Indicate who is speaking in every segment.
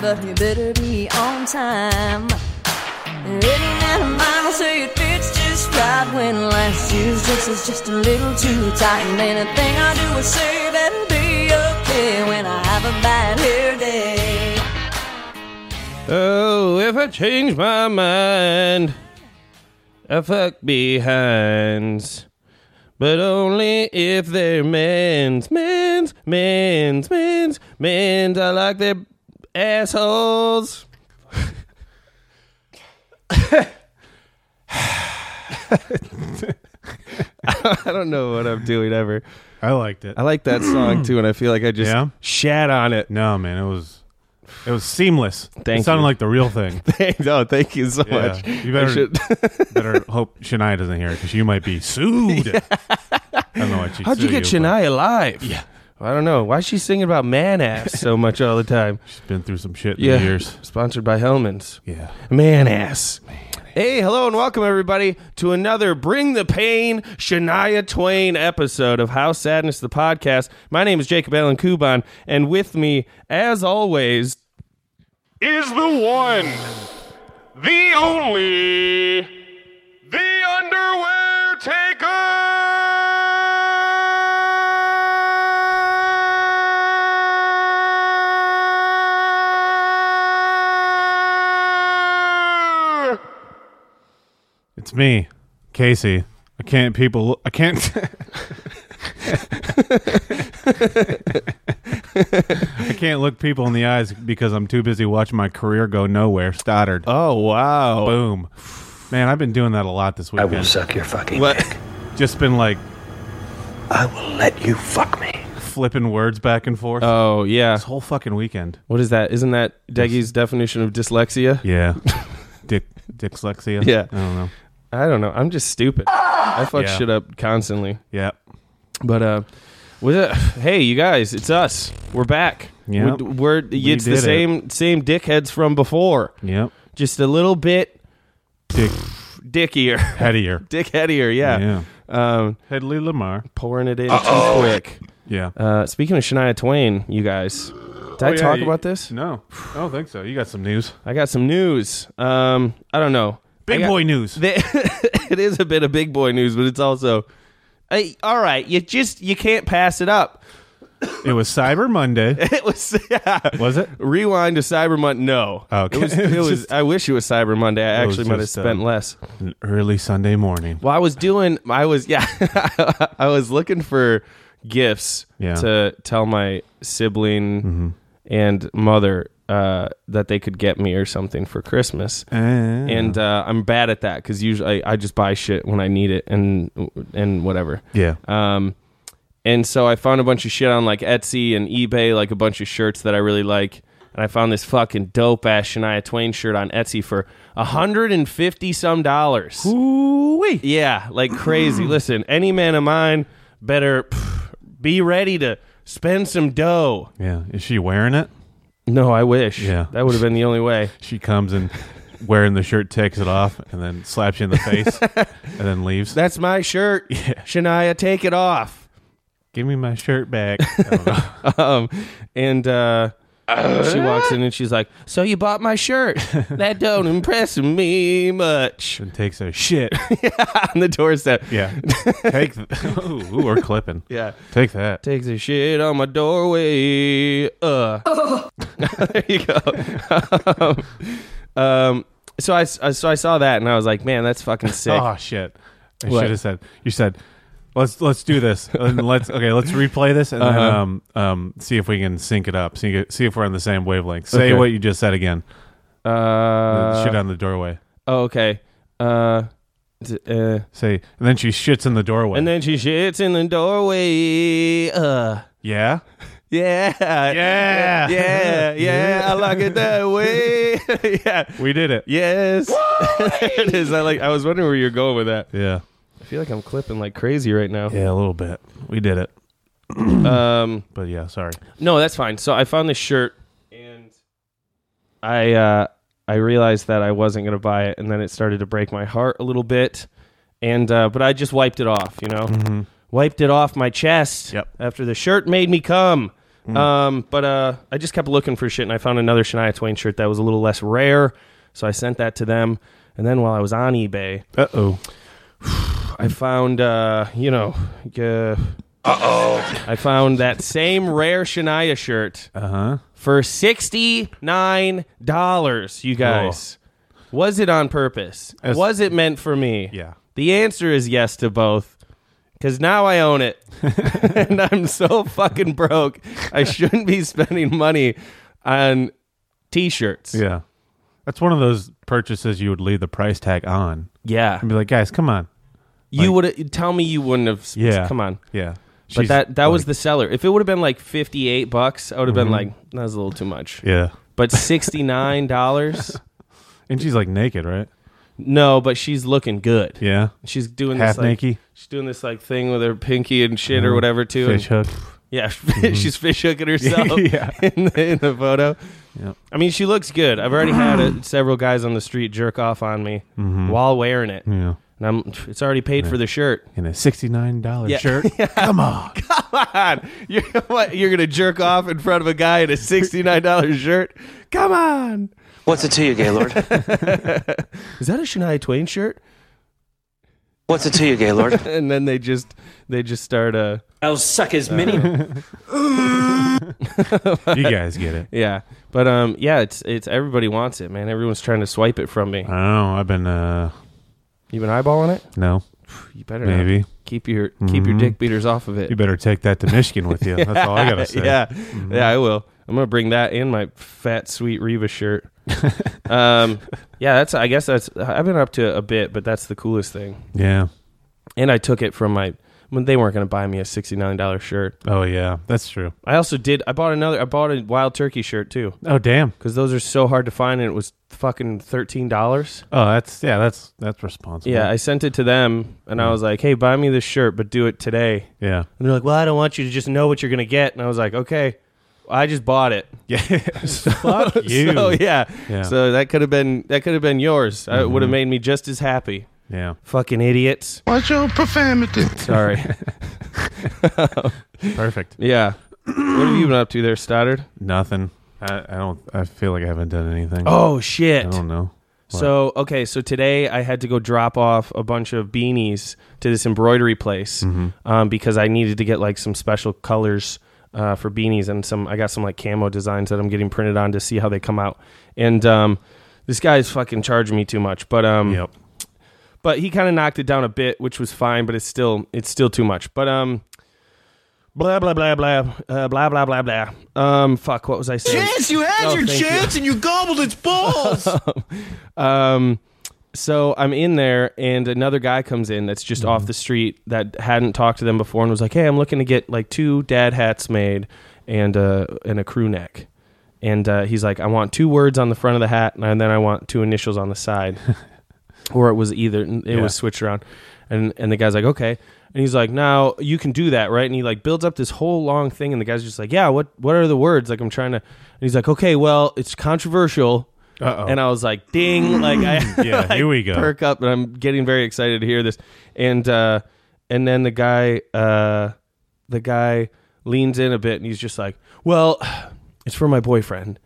Speaker 1: but you better be on time. Eighty nine mile, so it fits just right when last year's dress is just a little too tight. And anything I do is say better be okay when I have a bad hair day.
Speaker 2: Oh, if I change my mind, I fuck behinds. But only if they're men's, men's, men's, men's, men's. I like their assholes. I don't know what I'm doing ever.
Speaker 3: I liked it.
Speaker 2: I like that song too, and I feel like I just
Speaker 3: Yeah?
Speaker 2: shat on it.
Speaker 3: no, man, it was it was seamless.
Speaker 2: Thank
Speaker 3: it sounded
Speaker 2: you.
Speaker 3: like the real thing.
Speaker 2: Thank, oh, thank you so
Speaker 3: Yeah.
Speaker 2: much.
Speaker 3: You
Speaker 2: I
Speaker 3: better-
Speaker 2: should-
Speaker 3: Better hope Shania doesn't hear it because you might be sued. I don't know what you.
Speaker 2: How'd you get Shania live? Yeah. I don't know. Why is she singing about man ass so much all the time?
Speaker 3: She's been through some shit in
Speaker 2: Yeah.
Speaker 3: the years.
Speaker 2: Sponsored by Hellman's.
Speaker 3: Yeah.
Speaker 2: Man ass. Hey, hello and welcome everybody to another Bring the Pain Shania Twain episode of How Sadness the Podcast. My name is Jacob Allen Kuban, and with me, as always,
Speaker 4: is the one, the only, the underwear taker.
Speaker 3: It's me, Casey. I can't people. I can't. I can't look people in the eyes because I'm too busy watching my career go nowhere. Stoddard.
Speaker 2: oh wow,
Speaker 3: Boom. Man, I've been doing that a lot this
Speaker 5: I
Speaker 3: weekend.
Speaker 5: will suck your fucking
Speaker 2: What?
Speaker 5: dick.
Speaker 3: Just been like
Speaker 5: I will let you fuck me.
Speaker 3: flipping words back and forth
Speaker 2: oh yeah.
Speaker 3: this whole fucking weekend.
Speaker 2: What is that? Isn't that Deggy's definition of dyslexia?
Speaker 3: Yeah. Dick dyslexia.
Speaker 2: Yeah.
Speaker 3: I don't know.
Speaker 2: I don't know. I'm just stupid. I fuck
Speaker 3: Yeah.
Speaker 2: shit up constantly.
Speaker 3: Yeah.
Speaker 2: But uh, with it, hey, you guys, it's us. We're back.
Speaker 3: Yep.
Speaker 2: We- we're it's
Speaker 3: did
Speaker 2: the
Speaker 3: it.
Speaker 2: same same dickheads from before,
Speaker 3: Yep.
Speaker 2: just a little bit
Speaker 3: Dick
Speaker 2: dickier,
Speaker 3: Pettier.
Speaker 2: dickheadier. Yeah.
Speaker 3: Yeah.
Speaker 2: Um,
Speaker 3: Headley Lamar.
Speaker 2: pouring it in too quick.
Speaker 3: Yeah.
Speaker 2: Uh, speaking of Shania Twain, you guys, did I
Speaker 3: Oh, yeah,
Speaker 2: talk
Speaker 3: you-
Speaker 2: about this?
Speaker 3: No. I don't think so. You got some news.
Speaker 2: I got some news. Um, I don't know. I
Speaker 3: Big
Speaker 2: got-
Speaker 3: boy news.
Speaker 2: They- it is a bit of big boy news, but it's also, hey, all right, you just you can't pass it up.
Speaker 3: It was Cyber Monday.
Speaker 2: It was yeah.
Speaker 3: Was it?
Speaker 2: Rewind to Cyber Monday. No,
Speaker 3: Okay.
Speaker 2: it was. It was
Speaker 3: Just-
Speaker 2: I wish it was Cyber Monday. I
Speaker 3: It was
Speaker 2: actually might have
Speaker 3: just,
Speaker 2: spent
Speaker 3: um,
Speaker 2: less.
Speaker 3: An early Sunday morning.
Speaker 2: Well, I was doing. I was yeah. I was looking for gifts
Speaker 3: Yeah. Mm-hmm.
Speaker 2: to tell my sibling and mother uh, that they could get me or something for Christmas. And uh, I'm bad at that because usually I, I just buy shit when I need it and and whatever.
Speaker 3: yeah.
Speaker 2: Um, and so I found a bunch of shit on like Etsy and eBay, like a bunch of shirts that I really like. And I found this fucking dope ass Shania Twain shirt on Etsy for a hundred and fifty some dollars.
Speaker 3: Ooh-wee.
Speaker 2: Yeah, like crazy. Listen, any man of mine better pff, be ready to spend some dough.
Speaker 3: Yeah. Is she wearing it?
Speaker 2: No, I wish.
Speaker 3: Yeah.
Speaker 2: that would have been the only way.
Speaker 3: She comes and wearing the shirt, takes it off, and then slaps you in the face, and then leaves.
Speaker 2: That's my shirt, Shania. Take it off.
Speaker 3: Give me my shirt back. I don't know.
Speaker 2: um, and uh, she walks in and she's like, "So you bought my shirt? That don't impress me much."
Speaker 3: and takes a shit.
Speaker 2: On the doorstep,
Speaker 3: Yeah. Take. Th- ooh, ooh, we're clipping.
Speaker 2: yeah,
Speaker 3: Take that.
Speaker 2: takes a shit on my doorway. Uh, there you go. um, um, so I, s- I- so I saw that and I was like, "Man, that's fucking sick."
Speaker 3: Oh shit. I
Speaker 2: What?
Speaker 3: should have said. You said. Let's let's do this. And let's okay. Let's replay this and then
Speaker 2: Uh-huh.
Speaker 3: um um see if we can sync it up. See see if we're on the same wavelength. Say
Speaker 2: Okay.
Speaker 3: what you just said again.
Speaker 2: Oh. Uh,
Speaker 3: shit on the doorway.
Speaker 2: oh, okay. Uh, d- uh,
Speaker 3: Say and then she shits in the doorway.
Speaker 2: and then she shits in the doorway. Uh,
Speaker 3: yeah.
Speaker 2: Yeah.
Speaker 3: Yeah.
Speaker 2: Yeah. Yeah. I like it that way. yeah.
Speaker 3: We did it.
Speaker 2: Yes. there it is. I like I was wondering where you're going with that.
Speaker 3: Yeah.
Speaker 2: I feel like I'm clipping like crazy right now.
Speaker 3: Yeah, a little bit. We did it.
Speaker 2: Um
Speaker 3: But yeah, sorry.
Speaker 2: no, that's fine. So I found this shirt and I uh I realized that I wasn't gonna buy it and then it started to break my heart a little bit. And uh but I just wiped it off, you know? Wiped it off my chest
Speaker 3: Yep.
Speaker 2: after the shirt made me come. Um, but uh, I just kept looking for shit, and I found another Shania Twain shirt that was a little less rare, so I sent that to them. And then while I was on eBay,
Speaker 3: Uh oh.
Speaker 2: I found, uh, you know, uh oh, I found that same rare Shania shirt
Speaker 3: Uh huh.
Speaker 2: for sixty nine dollars. You guys, was it on purpose?
Speaker 3: Oh. As-
Speaker 2: was it meant for me?
Speaker 3: Yeah.
Speaker 2: The answer is yes to both. Cause now I own it, and I'm so fucking broke. I shouldn't be spending money on t-shirts.
Speaker 3: Yeah. That's one of those purchases you would leave the price tag on
Speaker 2: Yeah.
Speaker 3: and be like, guys, come on.
Speaker 2: you would tell me you wouldn't have. s-
Speaker 3: Yeah.
Speaker 2: come on.
Speaker 3: Yeah.
Speaker 2: But
Speaker 3: She's
Speaker 2: that that was
Speaker 3: like- Mm-hmm.
Speaker 2: the seller. If it would have been like fifty eight bucks, I would have been like, that was a little too much.
Speaker 3: Yeah.
Speaker 2: But sixty nine dollars,
Speaker 3: And she's like naked, right?
Speaker 2: no. But she's looking good.
Speaker 3: Yeah.
Speaker 2: She's doing
Speaker 3: Half
Speaker 2: this, like,
Speaker 3: naked. Uh-huh.
Speaker 2: She's doing this like thing with her pinky and shit or whatever too. and-
Speaker 3: Fish hook. Mm-hmm.
Speaker 2: Yeah, she's fish hooking herself
Speaker 3: Yeah.
Speaker 2: in, the, in the photo.
Speaker 3: Yep.
Speaker 2: I mean, she looks good. I've already had it, several guys on the street jerk off on me
Speaker 3: Mm-hmm.
Speaker 2: while wearing it,
Speaker 3: Yeah.
Speaker 2: and I'm it's already paid for the shirt.
Speaker 3: In a $69
Speaker 2: Yeah.
Speaker 3: shirt. Come on.
Speaker 2: Come on, you're what? You're gonna jerk off in front of a guy in a sixty nine dollars shirt? Come on,
Speaker 5: What's it to you, Gaylord?
Speaker 2: is that a Shania Twain shirt?
Speaker 5: What's it to you, Gaylord?
Speaker 2: And then they just they just start uh
Speaker 6: I'll suck as
Speaker 7: Uh,
Speaker 6: many
Speaker 3: You guys get it.
Speaker 2: yeah, but um yeah, it's it's everybody wants it, man. Everyone's trying to swipe it from me.
Speaker 3: I don't know. I've been, uh,
Speaker 2: You been eyeballing it?
Speaker 3: no,
Speaker 2: You better not.
Speaker 3: maybe. Mm-hmm.
Speaker 2: keep your keep your dick beaters off of it.
Speaker 3: You better take that to Michigan with you. That's all I got to say. Mm-hmm.
Speaker 2: yeah, yeah, I will. I'm gonna bring that in my fat sweet Reva shirt. um, yeah, that's. I guess that's. I've been up to a bit, but that's the coolest thing.
Speaker 3: Yeah.
Speaker 2: And I took it from my. When they weren't gonna buy me a sixty nine dollar shirt,
Speaker 3: Oh, yeah. That's true.
Speaker 2: I also did. I bought another. I bought a wild turkey shirt too
Speaker 3: Oh, damn.
Speaker 2: because those are so hard to find, and it was fucking thirteen dollars.
Speaker 3: Oh, that's, yeah, that's, that's Mm. responsible.
Speaker 2: Yeah, I sent it to them, and I was like, "Hey, buy me this shirt, but do it today."
Speaker 3: yeah.
Speaker 2: And they're like, "Well, I don't want you to just know what you're gonna get." And I was like, "Okay, I just bought it."
Speaker 3: Yeah. Fuck you.
Speaker 2: So yeah.
Speaker 3: Yeah. Mm-hmm.
Speaker 2: So that could have been that could have been yours. Uh, It would have made me just as happy.
Speaker 3: yeah.
Speaker 2: Fucking idiots.
Speaker 8: Watch your profanity.
Speaker 2: Sorry.
Speaker 3: Perfect.
Speaker 2: yeah. What have you been up to there, Stoddard?
Speaker 3: Nothing. I, I don't, I feel like I haven't done anything.
Speaker 2: Oh
Speaker 3: I
Speaker 2: shit.
Speaker 3: don't know.
Speaker 2: So okay, so today I had to go drop off a bunch of beanies to this embroidery place
Speaker 3: Mm-hmm.
Speaker 2: um, because I needed to get like some special colors uh, for beanies and some. I got some like camo designs that I'm getting printed on to see how they come out. And um, this guy's fucking charging me too much, but um,
Speaker 3: Yep.
Speaker 2: but he kind of knocked it down a bit, which was fine. But it's still it's still too much. But um, blah blah blah blah uh, blah blah blah blah. Um, fuck, what was I saying?
Speaker 8: Yes, you had
Speaker 2: Oh,
Speaker 8: your
Speaker 2: thank you.
Speaker 8: chance and you gobbled its balls.
Speaker 2: Um, so I'm in there, and another guy comes in that's just off the street that hadn't talked to them before, and was like, "Hey, I'm looking to get like two dad hats made, and uh, and a crew neck." And uh, he's like, "I want two words on the front of the hat, and then I want two initials on the side." or it was either it was switched around and and the guy's like okay and he's like now you can do that right and he like builds up this whole long thing and the guy's just like yeah what what are the words like i'm trying to and he's like okay well it's controversial
Speaker 3: Uh-oh.
Speaker 2: and i was like ding like i
Speaker 3: Mm. Yeah,
Speaker 2: like,
Speaker 3: here we go.
Speaker 2: perk up and i'm getting very excited to hear this and uh and then the guy uh the guy leans in a bit and he's just like well it's for my boyfriend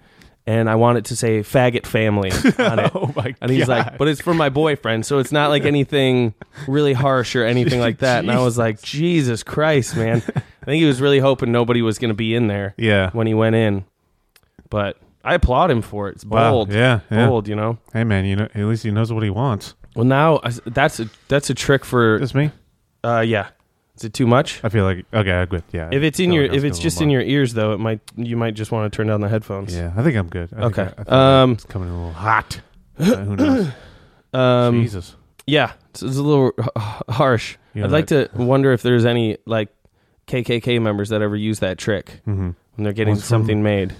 Speaker 2: and i want it to say faggot family on it
Speaker 3: Oh, my
Speaker 2: and he's
Speaker 3: God.
Speaker 2: like, but it's for my boyfriend, so it's not like anything really harsh or anything like that. And I was like, Jesus Christ, man. I think he was really hoping nobody was going to be in there
Speaker 3: Yeah.
Speaker 2: when he went in. But I applaud him for it. It's
Speaker 3: Wow.
Speaker 2: bold.
Speaker 3: Yeah, yeah.
Speaker 2: Bold, you know?
Speaker 3: Hey man, you know at least he knows what he wants.
Speaker 2: Well, now I s- that's a, that's a trick for,
Speaker 3: Just me.
Speaker 2: uh, yeah. Is it too much?
Speaker 3: I feel like okay, I'm good. Yeah.
Speaker 2: If it's
Speaker 3: I
Speaker 2: in
Speaker 3: feel
Speaker 2: your,
Speaker 3: like I was
Speaker 2: if it's
Speaker 3: doing
Speaker 2: just
Speaker 3: a
Speaker 2: in
Speaker 3: lot.
Speaker 2: your ears though, it might, you might just want to turn down the headphones.
Speaker 3: yeah, I think I'm good. I think
Speaker 2: Okay.
Speaker 3: I- I think
Speaker 2: Um,
Speaker 3: it's coming in a little hot. But who knows?
Speaker 2: Um,
Speaker 3: Jesus.
Speaker 2: Yeah, it's, it's a little h- h- harsh.
Speaker 3: Yeah,
Speaker 2: I'd like to wonder if there's any like KKK members that ever use that trick
Speaker 3: Mm-hmm.
Speaker 2: when they're getting
Speaker 3: What's from-
Speaker 2: something made.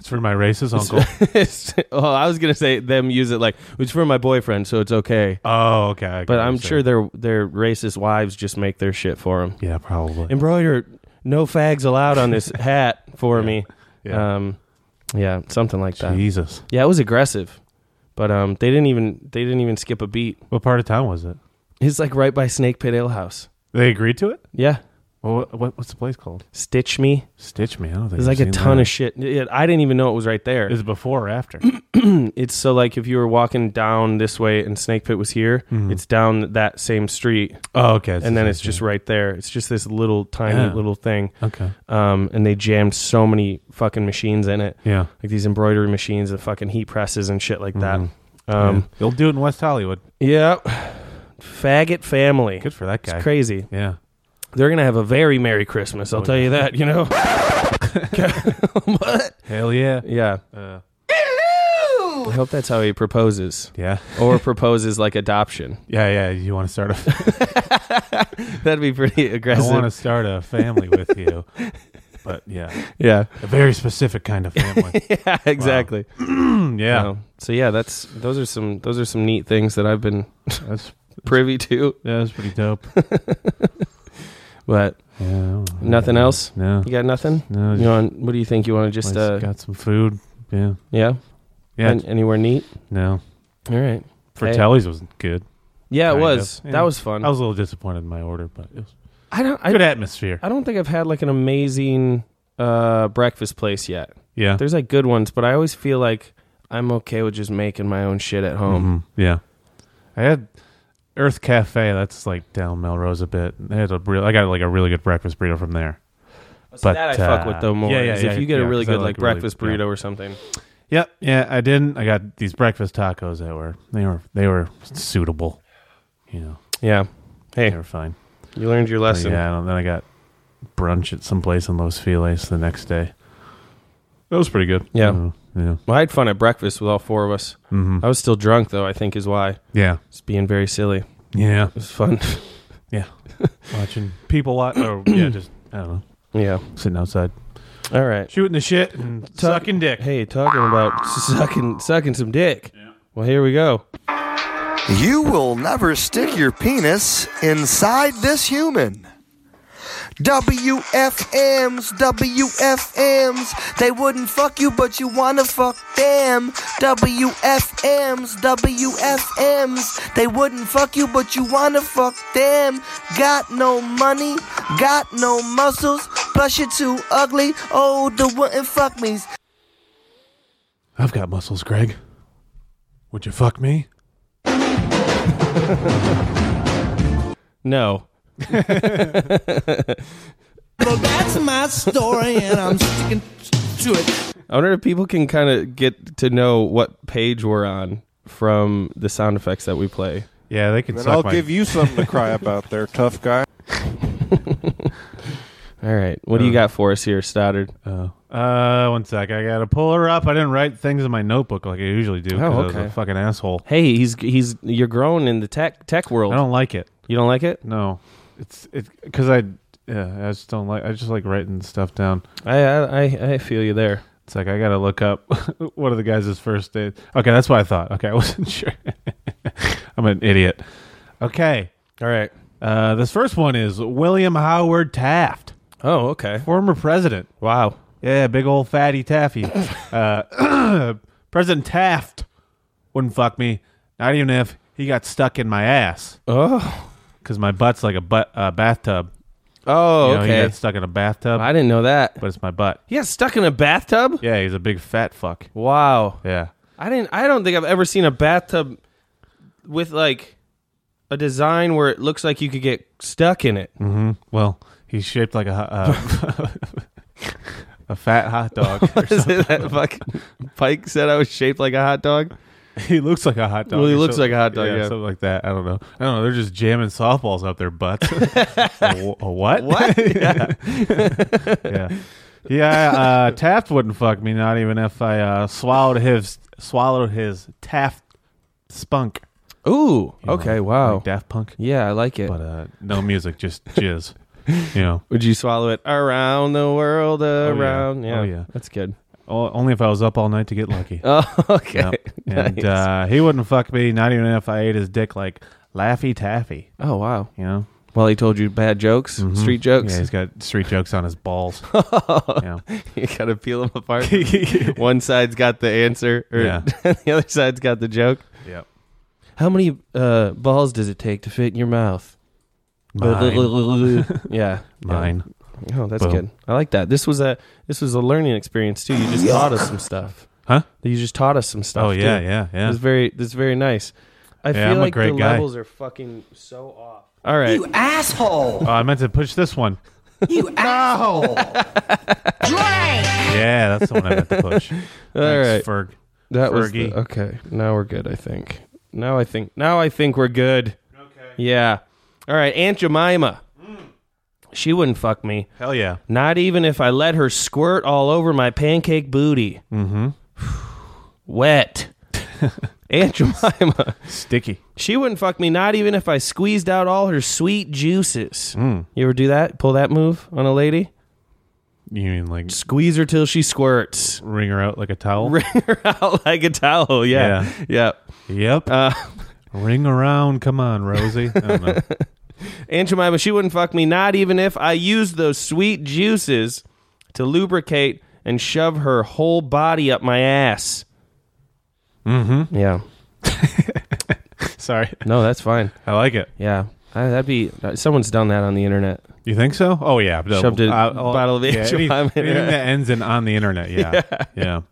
Speaker 3: It's for my racist uncle.
Speaker 2: oh, I was gonna say them use it like it's for my boyfriend, so it's okay.
Speaker 3: oh, okay. I get
Speaker 2: But
Speaker 3: what
Speaker 2: I'm
Speaker 3: you're
Speaker 2: sure
Speaker 3: saying.
Speaker 2: their their racist wives just make their shit for them.
Speaker 3: Yeah, probably.
Speaker 2: Embroider, no fags allowed on this hat for me.
Speaker 3: Yeah.
Speaker 2: Um, yeah, something like that.
Speaker 3: Jesus.
Speaker 2: Yeah, it was aggressive, but um, they didn't even they didn't even skip a beat.
Speaker 3: What part of town was it?
Speaker 2: It's like right by Snake Pit Ale House.
Speaker 3: They agreed to it?
Speaker 2: Yeah,
Speaker 3: Well, what, what, what's the place called?
Speaker 2: Stitch Me.
Speaker 3: Stitch Me. I don't think
Speaker 2: There's like
Speaker 3: I've
Speaker 2: a
Speaker 3: Oh, seen
Speaker 2: ton
Speaker 3: that.
Speaker 2: of shit. Yeah, I didn't even know it was right there.
Speaker 3: Is it before or after?
Speaker 2: It's so like if you were walking down this way and Snake Pit was here,
Speaker 3: Mm-hmm.
Speaker 2: it's down that same street,
Speaker 3: oh, okay.
Speaker 2: and then it's just right there. It's just this little tiny
Speaker 3: Yeah.
Speaker 2: little thing.
Speaker 3: okay.
Speaker 2: Um, and they jammed so many fucking machines in it,
Speaker 3: Yeah.
Speaker 2: like these embroidery machines and fucking heat presses and shit like that. Um,
Speaker 3: They'll do it in West Hollywood.
Speaker 2: yeah. faggot family.
Speaker 3: Good for that guy.
Speaker 2: It's crazy.
Speaker 3: Yeah.
Speaker 2: They're gonna have a very merry Christmas. I'll tell you that. You know. what?
Speaker 3: Hell yeah.
Speaker 2: Yeah.
Speaker 3: Uh,
Speaker 2: I hope that's how he proposes,
Speaker 3: yeah.
Speaker 2: or proposes like adoption.
Speaker 3: Yeah. Yeah. You want to start a?
Speaker 2: That'd be pretty
Speaker 3: I
Speaker 2: aggressive.
Speaker 3: want to start a family with you. But yeah,
Speaker 2: Yeah.
Speaker 3: a very specific kind of family. Hmm,
Speaker 2: Yeah, exactly.
Speaker 3: yeah.
Speaker 2: Um, so yeah, that's those are some those are some neat things that I've been
Speaker 3: That's
Speaker 2: privy to.
Speaker 3: yeah, that's pretty dope.
Speaker 2: But
Speaker 3: Yeah.
Speaker 2: nothing else.
Speaker 3: No.
Speaker 2: You got nothing.
Speaker 3: No.
Speaker 2: You want? What do you think? You want to
Speaker 3: just
Speaker 2: just uh,
Speaker 3: got some food. Yeah.
Speaker 2: yeah,
Speaker 3: Yeah.
Speaker 2: An- anywhere neat?
Speaker 3: no.
Speaker 2: All right. Hey.
Speaker 3: Fratelli's was good.
Speaker 2: Yeah, it
Speaker 3: Kind
Speaker 2: was.
Speaker 3: of. Yeah.
Speaker 2: That was fun.
Speaker 3: I was a little disappointed in my order, but it was
Speaker 2: I don't.
Speaker 3: good
Speaker 2: I,
Speaker 3: atmosphere.
Speaker 2: I don't think I've had like an amazing uh breakfast place yet.
Speaker 3: yeah.
Speaker 2: There's like good ones, but I always feel like I'm okay with just making my own shit at home.
Speaker 3: Mhm. Yeah. I had Earth Cafe. That's like down Melrose a bit. They had a real. I got like a really good breakfast burrito from there.
Speaker 2: But
Speaker 3: But,
Speaker 2: that I fuck
Speaker 3: uh,
Speaker 2: with though more.
Speaker 3: yeah, yeah,
Speaker 2: is
Speaker 3: yeah,
Speaker 2: if you get a
Speaker 3: yeah,
Speaker 2: really
Speaker 3: 'cause I
Speaker 2: good like,
Speaker 3: like really-
Speaker 2: breakfast burrito
Speaker 3: yeah.
Speaker 2: or something.
Speaker 3: Yep. Yeah, I didn't. I got these breakfast tacos that were they were they were suitable. You know,
Speaker 2: Yeah.
Speaker 3: they
Speaker 2: Hey,
Speaker 3: were fine.
Speaker 2: you learned your lesson.
Speaker 3: Yeah. I don't, then I got brunch at some place in Los Feliz the next day. That was pretty good.
Speaker 2: Yeah.
Speaker 3: Mm, Yeah.
Speaker 2: Well, I had fun at breakfast with all four of us.
Speaker 3: hmm
Speaker 2: I was still drunk though. I think is why
Speaker 3: Yeah.
Speaker 2: it's being very silly. It
Speaker 3: Yeah.
Speaker 2: was fun.
Speaker 3: Watching people lot. Or yeah, just I don't know,
Speaker 2: yeah.
Speaker 3: sitting outside,
Speaker 2: All right.
Speaker 3: shooting the shit and sucking dick.
Speaker 2: Hey, talking about sucking sucking some dick. Well, here we go.
Speaker 6: You will never stick your penis inside this human. WFMs, WFMs, they wouldn't fuck you, but you wanna fuck them. WFMs, WFMs, they wouldn't fuck you, but you wanna fuck them. Got no money, got no muscles, plus you're too ugly. Oh, the wouldn't fuck me's.
Speaker 3: I've got muscles, Greg. Would you fuck me?
Speaker 2: No.
Speaker 8: Well, that's my story, and I'm sticking to it.
Speaker 2: I wonder if people can kind of get to know what page we're on from the sound effects that we play.
Speaker 3: Yeah, they can
Speaker 9: Then
Speaker 3: suck
Speaker 9: I'll
Speaker 3: my.
Speaker 9: give you something to cry about there, tough guy.
Speaker 2: All right. What do you got for us here, Stoddard?
Speaker 3: Oh. uh, one sec. I gotta pull her up. I didn't write things in my notebook like I usually do. 'cause I was
Speaker 2: Oh, okay.
Speaker 3: a fucking asshole.
Speaker 2: Hey, he's he's you're growing in the tech tech world.
Speaker 3: I don't like it.
Speaker 2: you don't like it?
Speaker 3: No, it's it because I yeah I just don't like. I just like writing stuff down.
Speaker 2: I I I, I feel you there.
Speaker 3: It's like I gotta look up what are the guys' first date. Okay, that's what I thought. Okay, I wasn't sure. I'm an idiot. Okay,
Speaker 2: All right.
Speaker 3: uh, this first one is William Howard Taft,
Speaker 2: Oh, okay.
Speaker 3: former president.
Speaker 2: Wow.
Speaker 3: Yeah, big old fatty taffy. uh, President Taft wouldn't fuck me, not even if he got stuck in my ass
Speaker 2: Oh.
Speaker 3: because my butt's like a butt uh, bathtub.
Speaker 2: Oh,
Speaker 3: You know,
Speaker 2: okay.
Speaker 3: he got stuck in a bathtub,
Speaker 2: I didn't know that.
Speaker 3: but it's my butt.
Speaker 2: He got stuck in a bathtub?
Speaker 3: Yeah, he's a big fat fuck.
Speaker 2: Wow.
Speaker 3: Yeah,
Speaker 2: I didn't I don't think I've ever seen a bathtub with like a design where it looks like you could get stuck in it.
Speaker 3: Mm-hmm. well, he's shaped like a uh, a fat hot dog. or
Speaker 2: Is it that fucking Pike said I was shaped like a hot dog?
Speaker 3: He looks like a hot dog.
Speaker 2: Well, he
Speaker 3: or
Speaker 2: looks
Speaker 3: something-
Speaker 2: like a hot dog, yeah.
Speaker 3: something like that. I don't know. I don't know. They're just jamming softballs up their butts. a, wh- a what? What? yeah. yeah. Yeah. Uh, Taft wouldn't fuck me. Not even if I uh, swallowed his swallowed his Taft spunk.
Speaker 2: Ooh.
Speaker 3: you know,
Speaker 2: Okay, wow.
Speaker 3: Like Daft Punk.
Speaker 2: yeah, I like it.
Speaker 3: But uh, no music, just jizz. You know,
Speaker 2: Would you swallow it around the world
Speaker 3: yeah.
Speaker 2: around?
Speaker 3: Oh, yeah.
Speaker 2: That's good.
Speaker 3: O- only if I was up all night to get lucky.
Speaker 2: Oh, okay.
Speaker 3: Yep. And
Speaker 2: Nice.
Speaker 3: uh, he wouldn't fuck me. Not even if I ate his dick like Laffy Taffy.
Speaker 2: oh, wow.
Speaker 3: You know.
Speaker 2: Well, he told you bad jokes, street jokes.
Speaker 3: Mm-hmm. Yeah, he's got street jokes on his balls. yeah.
Speaker 2: you got to peel them apart. One side's got the answer, or
Speaker 3: Yeah.
Speaker 2: the other side's got the joke.
Speaker 3: Yep.
Speaker 2: How many uh, balls does it take to fit in your mouth?
Speaker 3: Mine.
Speaker 2: yeah.
Speaker 3: Mine.
Speaker 2: Oh, that's
Speaker 3: Boom.
Speaker 2: good. I like that. This was a this was a learning experience too. You just taught us some stuff.
Speaker 3: Huh?
Speaker 2: You just taught us some stuff.
Speaker 3: Oh yeah,
Speaker 2: too.
Speaker 3: yeah, yeah.
Speaker 2: It's very it's very nice. I feel
Speaker 3: I'm a
Speaker 2: like
Speaker 3: great
Speaker 2: the
Speaker 3: guy.
Speaker 2: levels are fucking so off. All right.
Speaker 3: Oh, I meant to push this one.
Speaker 8: You asshole.
Speaker 3: Yeah, that's the one I meant to push.
Speaker 2: All right.
Speaker 3: Thanks, Ferg.
Speaker 2: that was
Speaker 3: Fergie.
Speaker 2: the- okay. Now we're good, I think. Now I think now I think we're good. Okay. Yeah. All right, Aunt Jemima.
Speaker 3: Mm.
Speaker 2: She wouldn't fuck me.
Speaker 3: Hell yeah.
Speaker 2: Not even if I let her squirt all over my pancake booty. Mm-hmm. Wet. Aunt Jemima.
Speaker 3: Sticky.
Speaker 2: She wouldn't fuck me, not even if I squeezed out all her sweet juices. You ever do that? Pull that move on a lady?
Speaker 3: You mean like
Speaker 2: Squeeze her till she squirts.
Speaker 3: wring her out like a towel?
Speaker 2: Bring her out like a towel. Yeah. Yeah.
Speaker 3: yep.
Speaker 2: Uh,
Speaker 3: Ring around. Come on, Rosie. I don't know.
Speaker 2: Aunt Jemima, she wouldn't fuck me, not even if I used those sweet juices to lubricate and shove her whole body up my ass. Mm-hmm. Yeah.
Speaker 3: Sorry.
Speaker 2: No, that's fine.
Speaker 3: I like it.
Speaker 2: Yeah. I, that'd be someone's done that on the internet.
Speaker 3: You think so? Oh yeah.
Speaker 2: Shoved a
Speaker 3: I'll-
Speaker 2: bottle of
Speaker 3: yeah,
Speaker 2: Aunt
Speaker 3: any-
Speaker 2: Jemima in
Speaker 3: anything
Speaker 2: her-
Speaker 3: that ends in on the internet. Yeah. Yeah.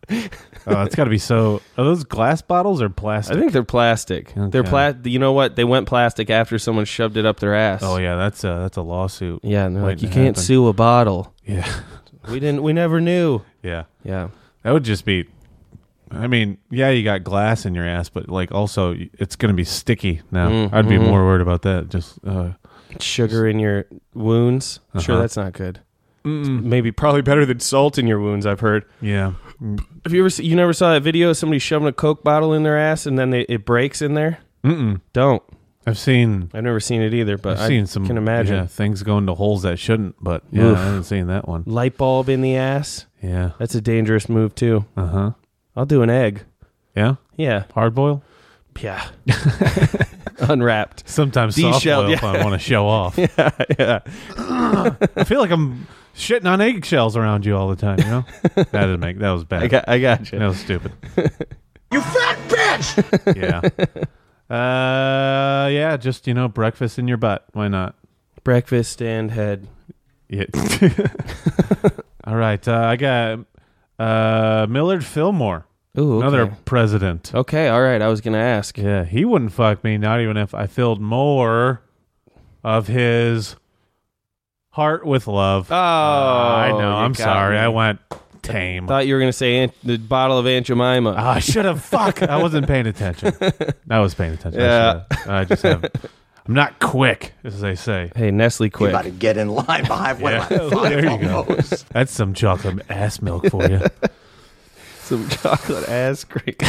Speaker 3: Oh, it's got to be so. Are those glass bottles or
Speaker 2: I
Speaker 3: plastic?
Speaker 2: think they're plastic. They're
Speaker 3: Okay.
Speaker 2: pla- You know what? They went plastic after someone shoved it up their ass.
Speaker 3: oh yeah, that's a that's a lawsuit.
Speaker 2: Yeah, and they're like,
Speaker 3: waiting
Speaker 2: you
Speaker 3: to
Speaker 2: can't
Speaker 3: happen."
Speaker 2: sue a bottle.
Speaker 3: Yeah.
Speaker 2: We didn't. We never knew.
Speaker 3: Yeah.
Speaker 2: Yeah.
Speaker 3: That would just be. I mean, yeah, you got glass in your ass, but like also it's going to be sticky now.
Speaker 2: Mm,
Speaker 3: I'd
Speaker 2: mm-hmm.
Speaker 3: be more worried about that. Just uh,
Speaker 2: Sugar in your wounds. Sure,
Speaker 3: Uh-huh.
Speaker 2: that's not good. Maybe probably better than salt in your wounds. I've heard.
Speaker 3: yeah,
Speaker 2: Have you ever? se- You never saw that video of somebody shoving a Coke bottle in their ass and then they, it breaks in there?
Speaker 3: Mm-mm.
Speaker 2: Don't.
Speaker 3: I've seen
Speaker 2: I've never seen it either, but
Speaker 3: I've
Speaker 2: I
Speaker 3: seen some
Speaker 2: can imagine
Speaker 3: yeah, things go into holes that shouldn't. But yeah,
Speaker 2: Oof.
Speaker 3: I haven't seen that one.
Speaker 2: light bulb in the ass.
Speaker 3: Yeah,
Speaker 2: That's a dangerous move too.
Speaker 3: uh huh.
Speaker 2: I'll do an egg.
Speaker 3: Yeah,
Speaker 2: Yeah.
Speaker 3: hard boil.
Speaker 2: Yeah. Unwrapped.
Speaker 3: Sometimes soft
Speaker 2: D-shelled,
Speaker 3: boil if I want to show off.
Speaker 2: yeah.
Speaker 3: I feel like I'm shitting on eggshells around you all the time. You know, that didn't make that was bad.
Speaker 2: I got. I got you.
Speaker 3: That was stupid. you fat bitch. yeah. Uh, yeah. Just you know, breakfast in your butt. Why not?
Speaker 2: Breakfast and head.
Speaker 3: Yeah. All right. Uh, I got uh Millard Fillmore,
Speaker 2: Ooh. Okay.
Speaker 3: another president.
Speaker 2: Okay. All right. I was gonna ask.
Speaker 3: Yeah, he wouldn't fuck me. Not even if I filled more of his heart with love.
Speaker 2: Oh,
Speaker 3: I
Speaker 2: you
Speaker 3: know. I'm
Speaker 2: got
Speaker 3: sorry.
Speaker 2: me.
Speaker 3: I went tame.
Speaker 2: Thought you were gonna say Aunt, the bottle of Aunt Jemima.
Speaker 3: Ah, I should have. Fuck. I wasn't paying attention. I was paying attention.
Speaker 2: Yeah.
Speaker 3: I, should've. I just have. I'm not quick, as they say.
Speaker 2: hey, Nestle, quick.
Speaker 10: get in line behind one
Speaker 3: Yeah. there you go. That's some chocolate ass milk for you.
Speaker 2: Some chocolate ass cream.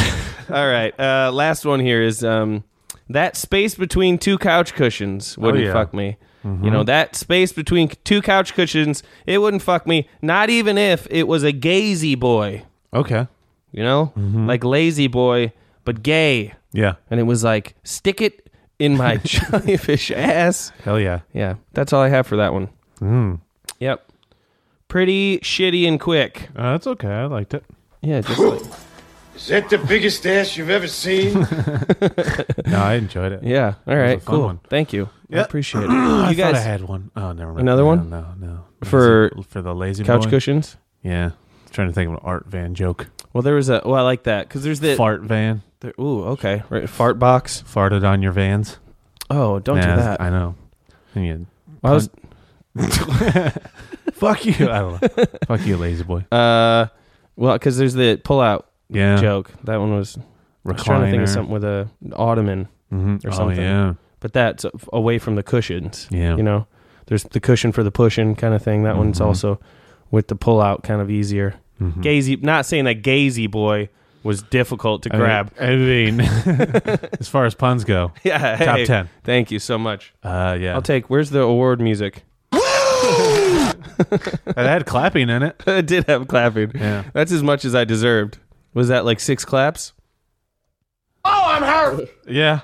Speaker 2: All right. Uh, last one here is um, that space between two couch cushions wouldn't
Speaker 3: Oh, yeah. Mm-hmm.
Speaker 2: fuck me. You know that space between two couch cushions, it wouldn't fuck me. Not even if it was a gazy boy.
Speaker 3: Okay.
Speaker 2: You know,
Speaker 3: Mm-hmm.
Speaker 2: like lazy boy, but gay.
Speaker 3: Yeah.
Speaker 2: and it was like stick it in my jellyfish ass.
Speaker 3: Hell yeah.
Speaker 2: Yeah, that's all I have for that one.
Speaker 3: Mm.
Speaker 2: Yep. Pretty shitty and quick.
Speaker 3: Uh, that's okay. I liked it.
Speaker 2: Yeah, just like,
Speaker 4: Is that the biggest ass you've ever seen?
Speaker 3: No, I enjoyed it.
Speaker 2: yeah. All
Speaker 3: a
Speaker 2: right,
Speaker 3: fun
Speaker 2: cool.
Speaker 3: one.
Speaker 2: Thank you. I
Speaker 3: Yeah.
Speaker 2: appreciate it.
Speaker 3: I
Speaker 2: You
Speaker 3: thought I
Speaker 2: guys
Speaker 3: had one. Oh, never mind.
Speaker 2: Another
Speaker 3: No,
Speaker 2: one?
Speaker 3: No, no.
Speaker 2: For-
Speaker 3: for the lazy
Speaker 2: couch
Speaker 3: boy?
Speaker 2: cushions.
Speaker 3: Yeah. Trying to think of an Art Van joke.
Speaker 2: Well, there was a. Well, I like that because there's the.
Speaker 3: Fart Van.
Speaker 2: there- ooh, okay. Right, fart box.
Speaker 3: Farted on your vans.
Speaker 2: Oh, don't
Speaker 3: Nah,
Speaker 2: do that.
Speaker 3: I know. And you-
Speaker 2: I was.
Speaker 3: fuck you. I don't know. fuck you, lazy boy.
Speaker 2: Uh, well, because there's the pull out
Speaker 3: Yeah.
Speaker 2: joke. That one was. I was trying to think of something with a an ottoman.
Speaker 3: Mhm.
Speaker 2: or something.
Speaker 3: Oh, yeah.
Speaker 2: but that's away from the cushions.
Speaker 3: Yeah. Mm-hmm.
Speaker 2: You know, there's the cushion for the pushing kind of thing. That one's also with the pull out kind of easier.
Speaker 3: Mm.
Speaker 2: Gazy, not saying that gazy boy was difficult to grab.
Speaker 3: I mean, as far as puns go,
Speaker 2: yeah.
Speaker 3: top
Speaker 2: hey,
Speaker 3: 10.
Speaker 2: Thank you so much.
Speaker 3: Uh, yeah.
Speaker 2: I'll take, where's the award music?
Speaker 3: it had clapping in it.
Speaker 2: it did have clapping.
Speaker 3: Yeah.
Speaker 2: That's as much as I deserved. Was that like six claps?
Speaker 3: Yeah.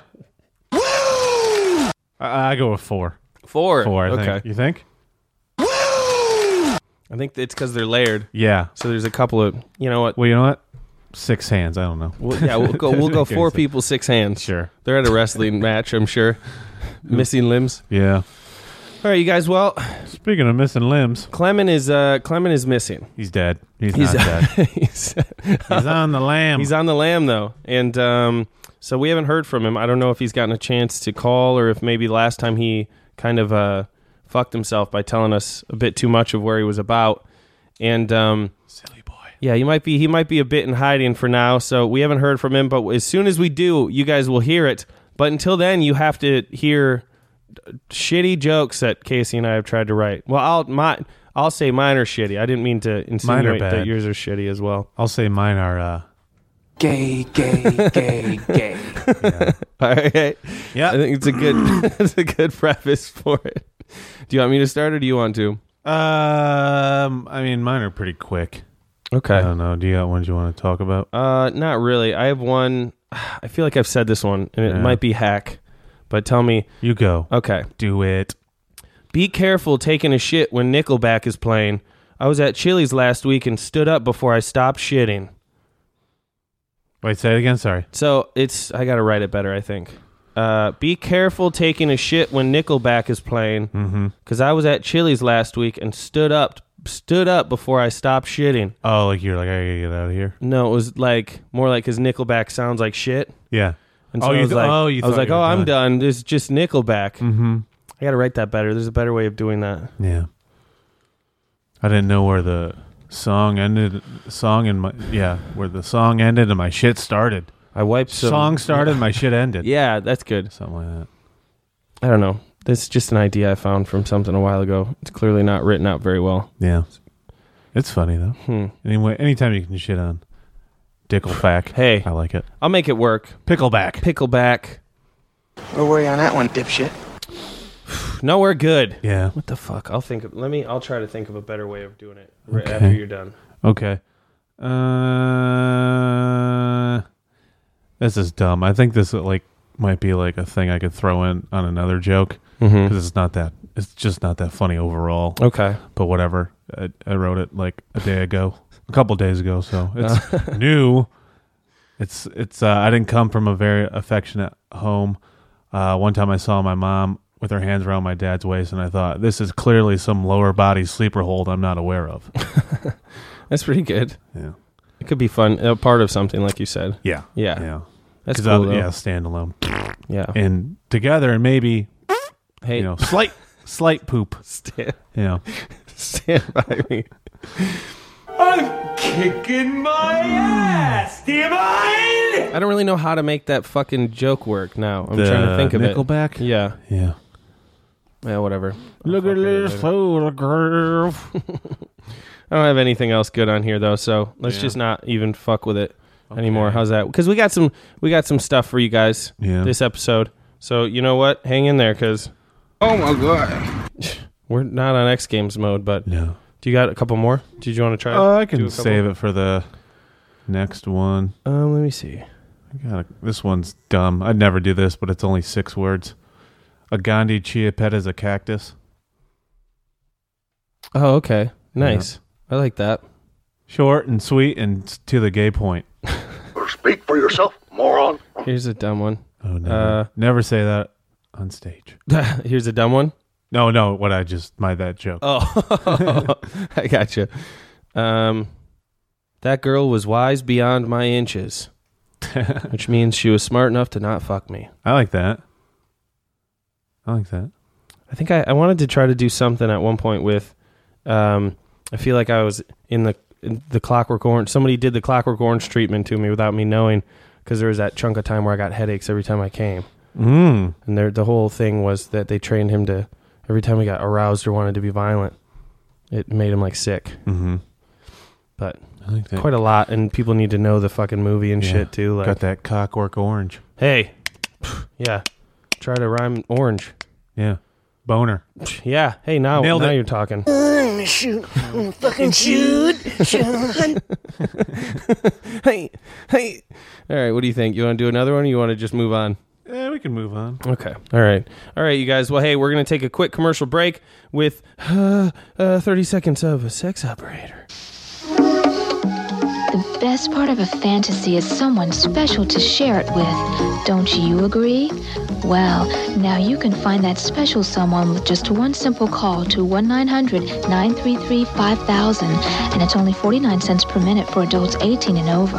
Speaker 3: I, I go with four.
Speaker 2: Four.
Speaker 3: Four, I
Speaker 2: okay.
Speaker 3: think. You think?
Speaker 2: I think it's because they're layered.
Speaker 3: Yeah.
Speaker 2: So there's a couple of, you know what?
Speaker 3: Well, you know what? Six hands. I don't know.
Speaker 2: We'll, yeah, we'll go, we'll go
Speaker 3: Okay,
Speaker 2: four
Speaker 3: so-
Speaker 2: people, six hands. Sure. They're at a wrestling match, I'm sure. Missing limbs.
Speaker 3: Yeah.
Speaker 2: All right, you guys. Well,
Speaker 3: Speaking of missing limbs,
Speaker 2: Clement is uh, Clement is missing.
Speaker 3: he's dead. He's,
Speaker 2: He's
Speaker 3: not dead.
Speaker 2: he's,
Speaker 3: He's on the lamb.
Speaker 2: he's on the lam though, and um, so we haven't heard from him. I don't know if he's gotten a chance to call or if maybe last time he kind of uh, fucked himself by telling us a bit too much of where he was about. And um,
Speaker 3: Silly boy.
Speaker 2: Yeah, he might be he might be a bit in hiding for now, so we haven't heard from him. But as soon as we do, you guys will hear it. But until then, you have to hear shitty jokes that Casey and I have tried to write. Well, I'll my I'll say mine are shitty. I didn't mean to insinuate that
Speaker 3: bad.
Speaker 2: yours are shitty as well.
Speaker 3: I'll say mine are. Uh,
Speaker 10: Gay, gay, gay, gay.
Speaker 2: All right,
Speaker 3: yeah.
Speaker 2: I think it's a good it's a good preface for it. Do you want me to start or do you want to?
Speaker 3: um, I mean, mine are pretty quick. I
Speaker 2: Okay.
Speaker 3: don't know. Do you got ones you want to talk about?
Speaker 2: Uh, not really. I have one. I feel like I've said this one, and it
Speaker 3: Yeah.
Speaker 2: might be hack. But tell me,
Speaker 3: You go.
Speaker 2: okay.
Speaker 3: Do it.
Speaker 2: Be careful taking a shit when Nickelback is playing. I was at Chili's last week and stood up before I stopped shitting.
Speaker 3: Wait, say it again. Sorry.
Speaker 2: So it's I gotta write it better, I think. Uh, be careful taking a shit when Nickelback is playing,
Speaker 3: Mm-hmm.
Speaker 2: because I was at Chili's last week and stood up stood up before I stopped shitting.
Speaker 3: Oh, like you're like I gotta get out of here.
Speaker 2: No, it was like more like because Nickelback sounds like shit.
Speaker 3: Yeah.
Speaker 2: And so
Speaker 3: Oh,
Speaker 2: I
Speaker 3: you
Speaker 2: was
Speaker 3: th-
Speaker 2: like,
Speaker 3: oh, you
Speaker 2: I was
Speaker 3: thought
Speaker 2: like,
Speaker 3: you were
Speaker 2: oh, I'm
Speaker 3: done.
Speaker 2: done. It's just Nickelback.
Speaker 3: Mm-hmm.
Speaker 2: I gotta write that better. There's a better way of doing that.
Speaker 3: Yeah. I didn't know where the song ended. Song and my yeah, where the song ended and my shit started.
Speaker 2: I wiped some
Speaker 3: song started, my shit ended.
Speaker 2: Yeah, that's good.
Speaker 3: Something like that.
Speaker 2: I don't know. This is just an idea I found from something a while ago. It's clearly not written out very well.
Speaker 3: Yeah. It's funny though.
Speaker 2: Hmm.
Speaker 3: Anyway, anytime you can shit on Dickleback.
Speaker 2: Hey.
Speaker 3: I like it.
Speaker 2: I'll make it work.
Speaker 3: Pickleback.
Speaker 2: Pickleback.
Speaker 10: Where were you on that one, dipshit?
Speaker 2: Nowhere good.
Speaker 3: yeah.
Speaker 2: What the fuck? I'll think of. Let me. I'll try to think of a better way of doing it right
Speaker 3: Okay.
Speaker 2: after you're done.
Speaker 3: Okay. Uh, this is dumb. I think this like might be like a thing I could throw in on another joke
Speaker 2: Mm-hmm.
Speaker 3: because it's not that. It's just not that funny overall.
Speaker 2: Okay.
Speaker 3: But whatever. I, I wrote it like a day ago, a couple days ago. So it's new. It's it's. Uh, I didn't come from a very affectionate home. Uh, one time I saw my mom with her hands around my dad's waist, and I thought this is clearly some lower body sleeper hold I'm not aware of.
Speaker 2: That's pretty good.
Speaker 3: Yeah.
Speaker 2: It could be fun. A part of something, like you said.
Speaker 3: Yeah.
Speaker 2: Yeah.
Speaker 3: Yeah.
Speaker 2: That's
Speaker 3: 'Cause
Speaker 2: cool.
Speaker 3: I-
Speaker 2: though.
Speaker 3: yeah, standalone
Speaker 2: Yeah.
Speaker 3: and together, and maybe
Speaker 2: hey,
Speaker 3: you know, slight, slight poop.
Speaker 2: stand,
Speaker 3: Yeah,
Speaker 2: stand by me. I'm kicking my ass. Do you mind? I don't really know how to make that fucking joke work now. I'm trying to think of it.
Speaker 3: Nickelback.
Speaker 2: Yeah.
Speaker 3: Yeah,
Speaker 2: Yeah, whatever.
Speaker 3: look at this photograph.
Speaker 2: I don't have anything else good on here though, so let's just not even fuck with it anymore. How's that? Because we got some we got some stuff for you guys
Speaker 3: Yeah.
Speaker 2: this episode. So you know what? Hang in there, because
Speaker 9: Oh my god!
Speaker 2: we're not on X Games mode. But
Speaker 3: No,
Speaker 2: do you got a couple more? Did you want to try?
Speaker 9: Uh,
Speaker 3: oh, I
Speaker 2: do a
Speaker 3: can
Speaker 2: couple?
Speaker 3: save it for the next one.
Speaker 2: Um, let me see.
Speaker 3: I gotta, this one's dumb. I'd never do this, but it's only six words. A Gandhi chia pet is a cactus.
Speaker 2: Oh, okay, nice. I like that.
Speaker 3: Short and sweet and s- to the gay point.
Speaker 4: Speak for yourself, moron.
Speaker 2: Here's a dumb one.
Speaker 3: Oh, never,
Speaker 2: Uh,
Speaker 3: never say that on stage.
Speaker 2: Here's a dumb one.
Speaker 3: No, no, what I just my that joke.
Speaker 2: Oh, I gotcha. Um, that girl was wise beyond my inches, which means she was smart enough to not fuck me.
Speaker 3: I like that. I like that.
Speaker 2: I think I, I wanted to try to do something at one point with. Um, I feel like I was in the in the Clockwork Orange. Somebody did the Clockwork Orange treatment to me without me knowing, because there was that chunk of time where I got headaches every time I came,
Speaker 3: Mm.
Speaker 2: and there, the whole thing was that they trained him to every time he got aroused or wanted to be violent, it made him like sick.
Speaker 3: Mm-hmm.
Speaker 2: But
Speaker 3: I like that.
Speaker 2: quite a lot, and people need to know the fucking movie and
Speaker 3: Yeah.
Speaker 2: shit too. Like,
Speaker 3: Got that cockwork orange.
Speaker 2: hey, yeah, try to rhyme orange.
Speaker 3: Yeah. Boner.
Speaker 2: Yeah, hey, now
Speaker 3: Nailed
Speaker 2: now
Speaker 3: it.
Speaker 2: you're talking. hey, hey. All right, what do you think? You want to do another one or you want to just move on?
Speaker 3: Yeah, Eh, we can move on.
Speaker 2: Okay. All right. All right, you guys. Well, hey, we're going to take a quick commercial break with uh, uh, 30 seconds of a sex operator.
Speaker 11: The best part of a fantasy is someone special to share it with. Don't you agree? Well, now you can find that special someone with just one simple call to 1 900 933 5000, and it's only 49 cents per minute for adults 18 and over.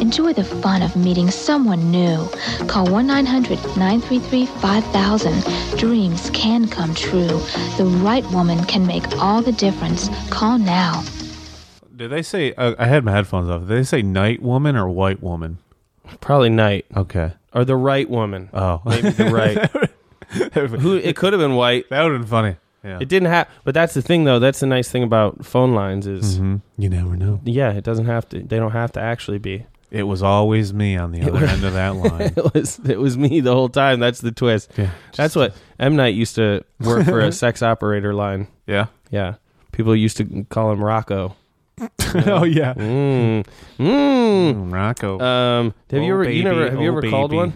Speaker 11: Enjoy the fun of meeting someone new. Call 1 900 933 5000. Dreams can come true. The right woman can make all the difference. Call now.
Speaker 3: Did they say uh, I had my headphones off? Did they say night woman or white woman?
Speaker 2: Probably night.
Speaker 3: Okay.
Speaker 2: Or the right woman. Uh,
Speaker 3: Oh,
Speaker 2: Maybe the right. Who it could have been white.
Speaker 3: That would have been funny. Yeah.
Speaker 2: It didn't have, but that's the thing though. That's the nice thing about phone lines is,
Speaker 3: Mm-hmm. You never know.
Speaker 2: yeah, it doesn't have to. They don't have to actually be.
Speaker 3: It was always me on the other end of that line.
Speaker 2: it was it was me the whole time. That's the twist.
Speaker 3: Yeah,
Speaker 2: that's what M Night used to work for a sex operator line.
Speaker 3: Yeah.
Speaker 2: Yeah, people used to call him Rocco.
Speaker 3: oh yeah.
Speaker 2: Mm. Mm.
Speaker 3: Mm, Rocco.
Speaker 2: Um, have you
Speaker 3: Oh,
Speaker 2: ever you
Speaker 3: baby,
Speaker 2: never have you
Speaker 3: oh,
Speaker 2: ever called
Speaker 3: baby.
Speaker 2: one?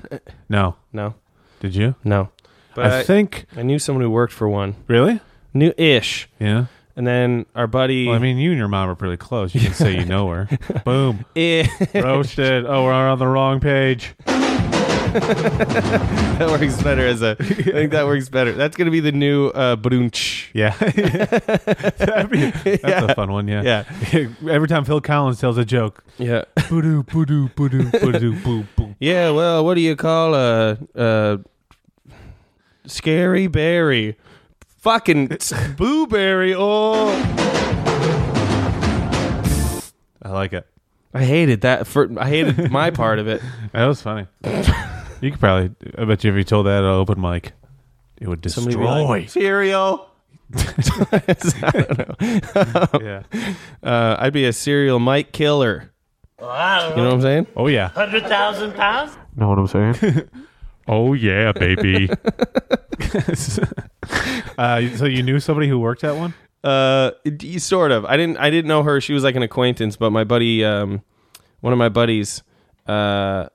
Speaker 3: no.
Speaker 2: No,
Speaker 3: Did you?
Speaker 2: no. But
Speaker 3: I
Speaker 2: I,
Speaker 3: think
Speaker 2: I knew someone who worked for one.
Speaker 3: really.
Speaker 2: New ish,
Speaker 3: Yeah.
Speaker 2: and then our buddy.
Speaker 3: Well, I mean, you and your mom are pretty close. You can say you know her. Boom.
Speaker 2: Eh.
Speaker 3: Roasted. Oh, we're on the wrong page.
Speaker 2: that works better as a. I think that works better. That's gonna be the new uh, Brunch.
Speaker 3: Yeah. That'd be- that's a fun one. Yeah.
Speaker 2: Yeah,
Speaker 3: Every time Phil Collins tells a joke.
Speaker 2: yeah,
Speaker 3: Boo-doo, boo-doo, boo-doo, boo-doo, boo, boo.
Speaker 2: yeah. Well, what do you call a, a scary berry? Fucking s- blueberry. Oh,
Speaker 3: I like it.
Speaker 2: I hated that. For I hated my part of it.
Speaker 3: That was funny. you could probably. I bet you if you told that at an open mic, it would destroy.
Speaker 2: Somebody be like, cereal. I don't know. "Oh."
Speaker 3: yeah.
Speaker 2: Uh, I'd be a serial Mike killer. You know what I'm saying?
Speaker 3: Oh yeah. Hundred thousand pounds. Know what I'm saying? oh yeah, baby. uh, you- so you knew somebody who worked at one?
Speaker 2: Uh, d- sort of. I didn't. I didn't know her. She was like an acquaintance, but my buddy, um, one of my buddies, uh,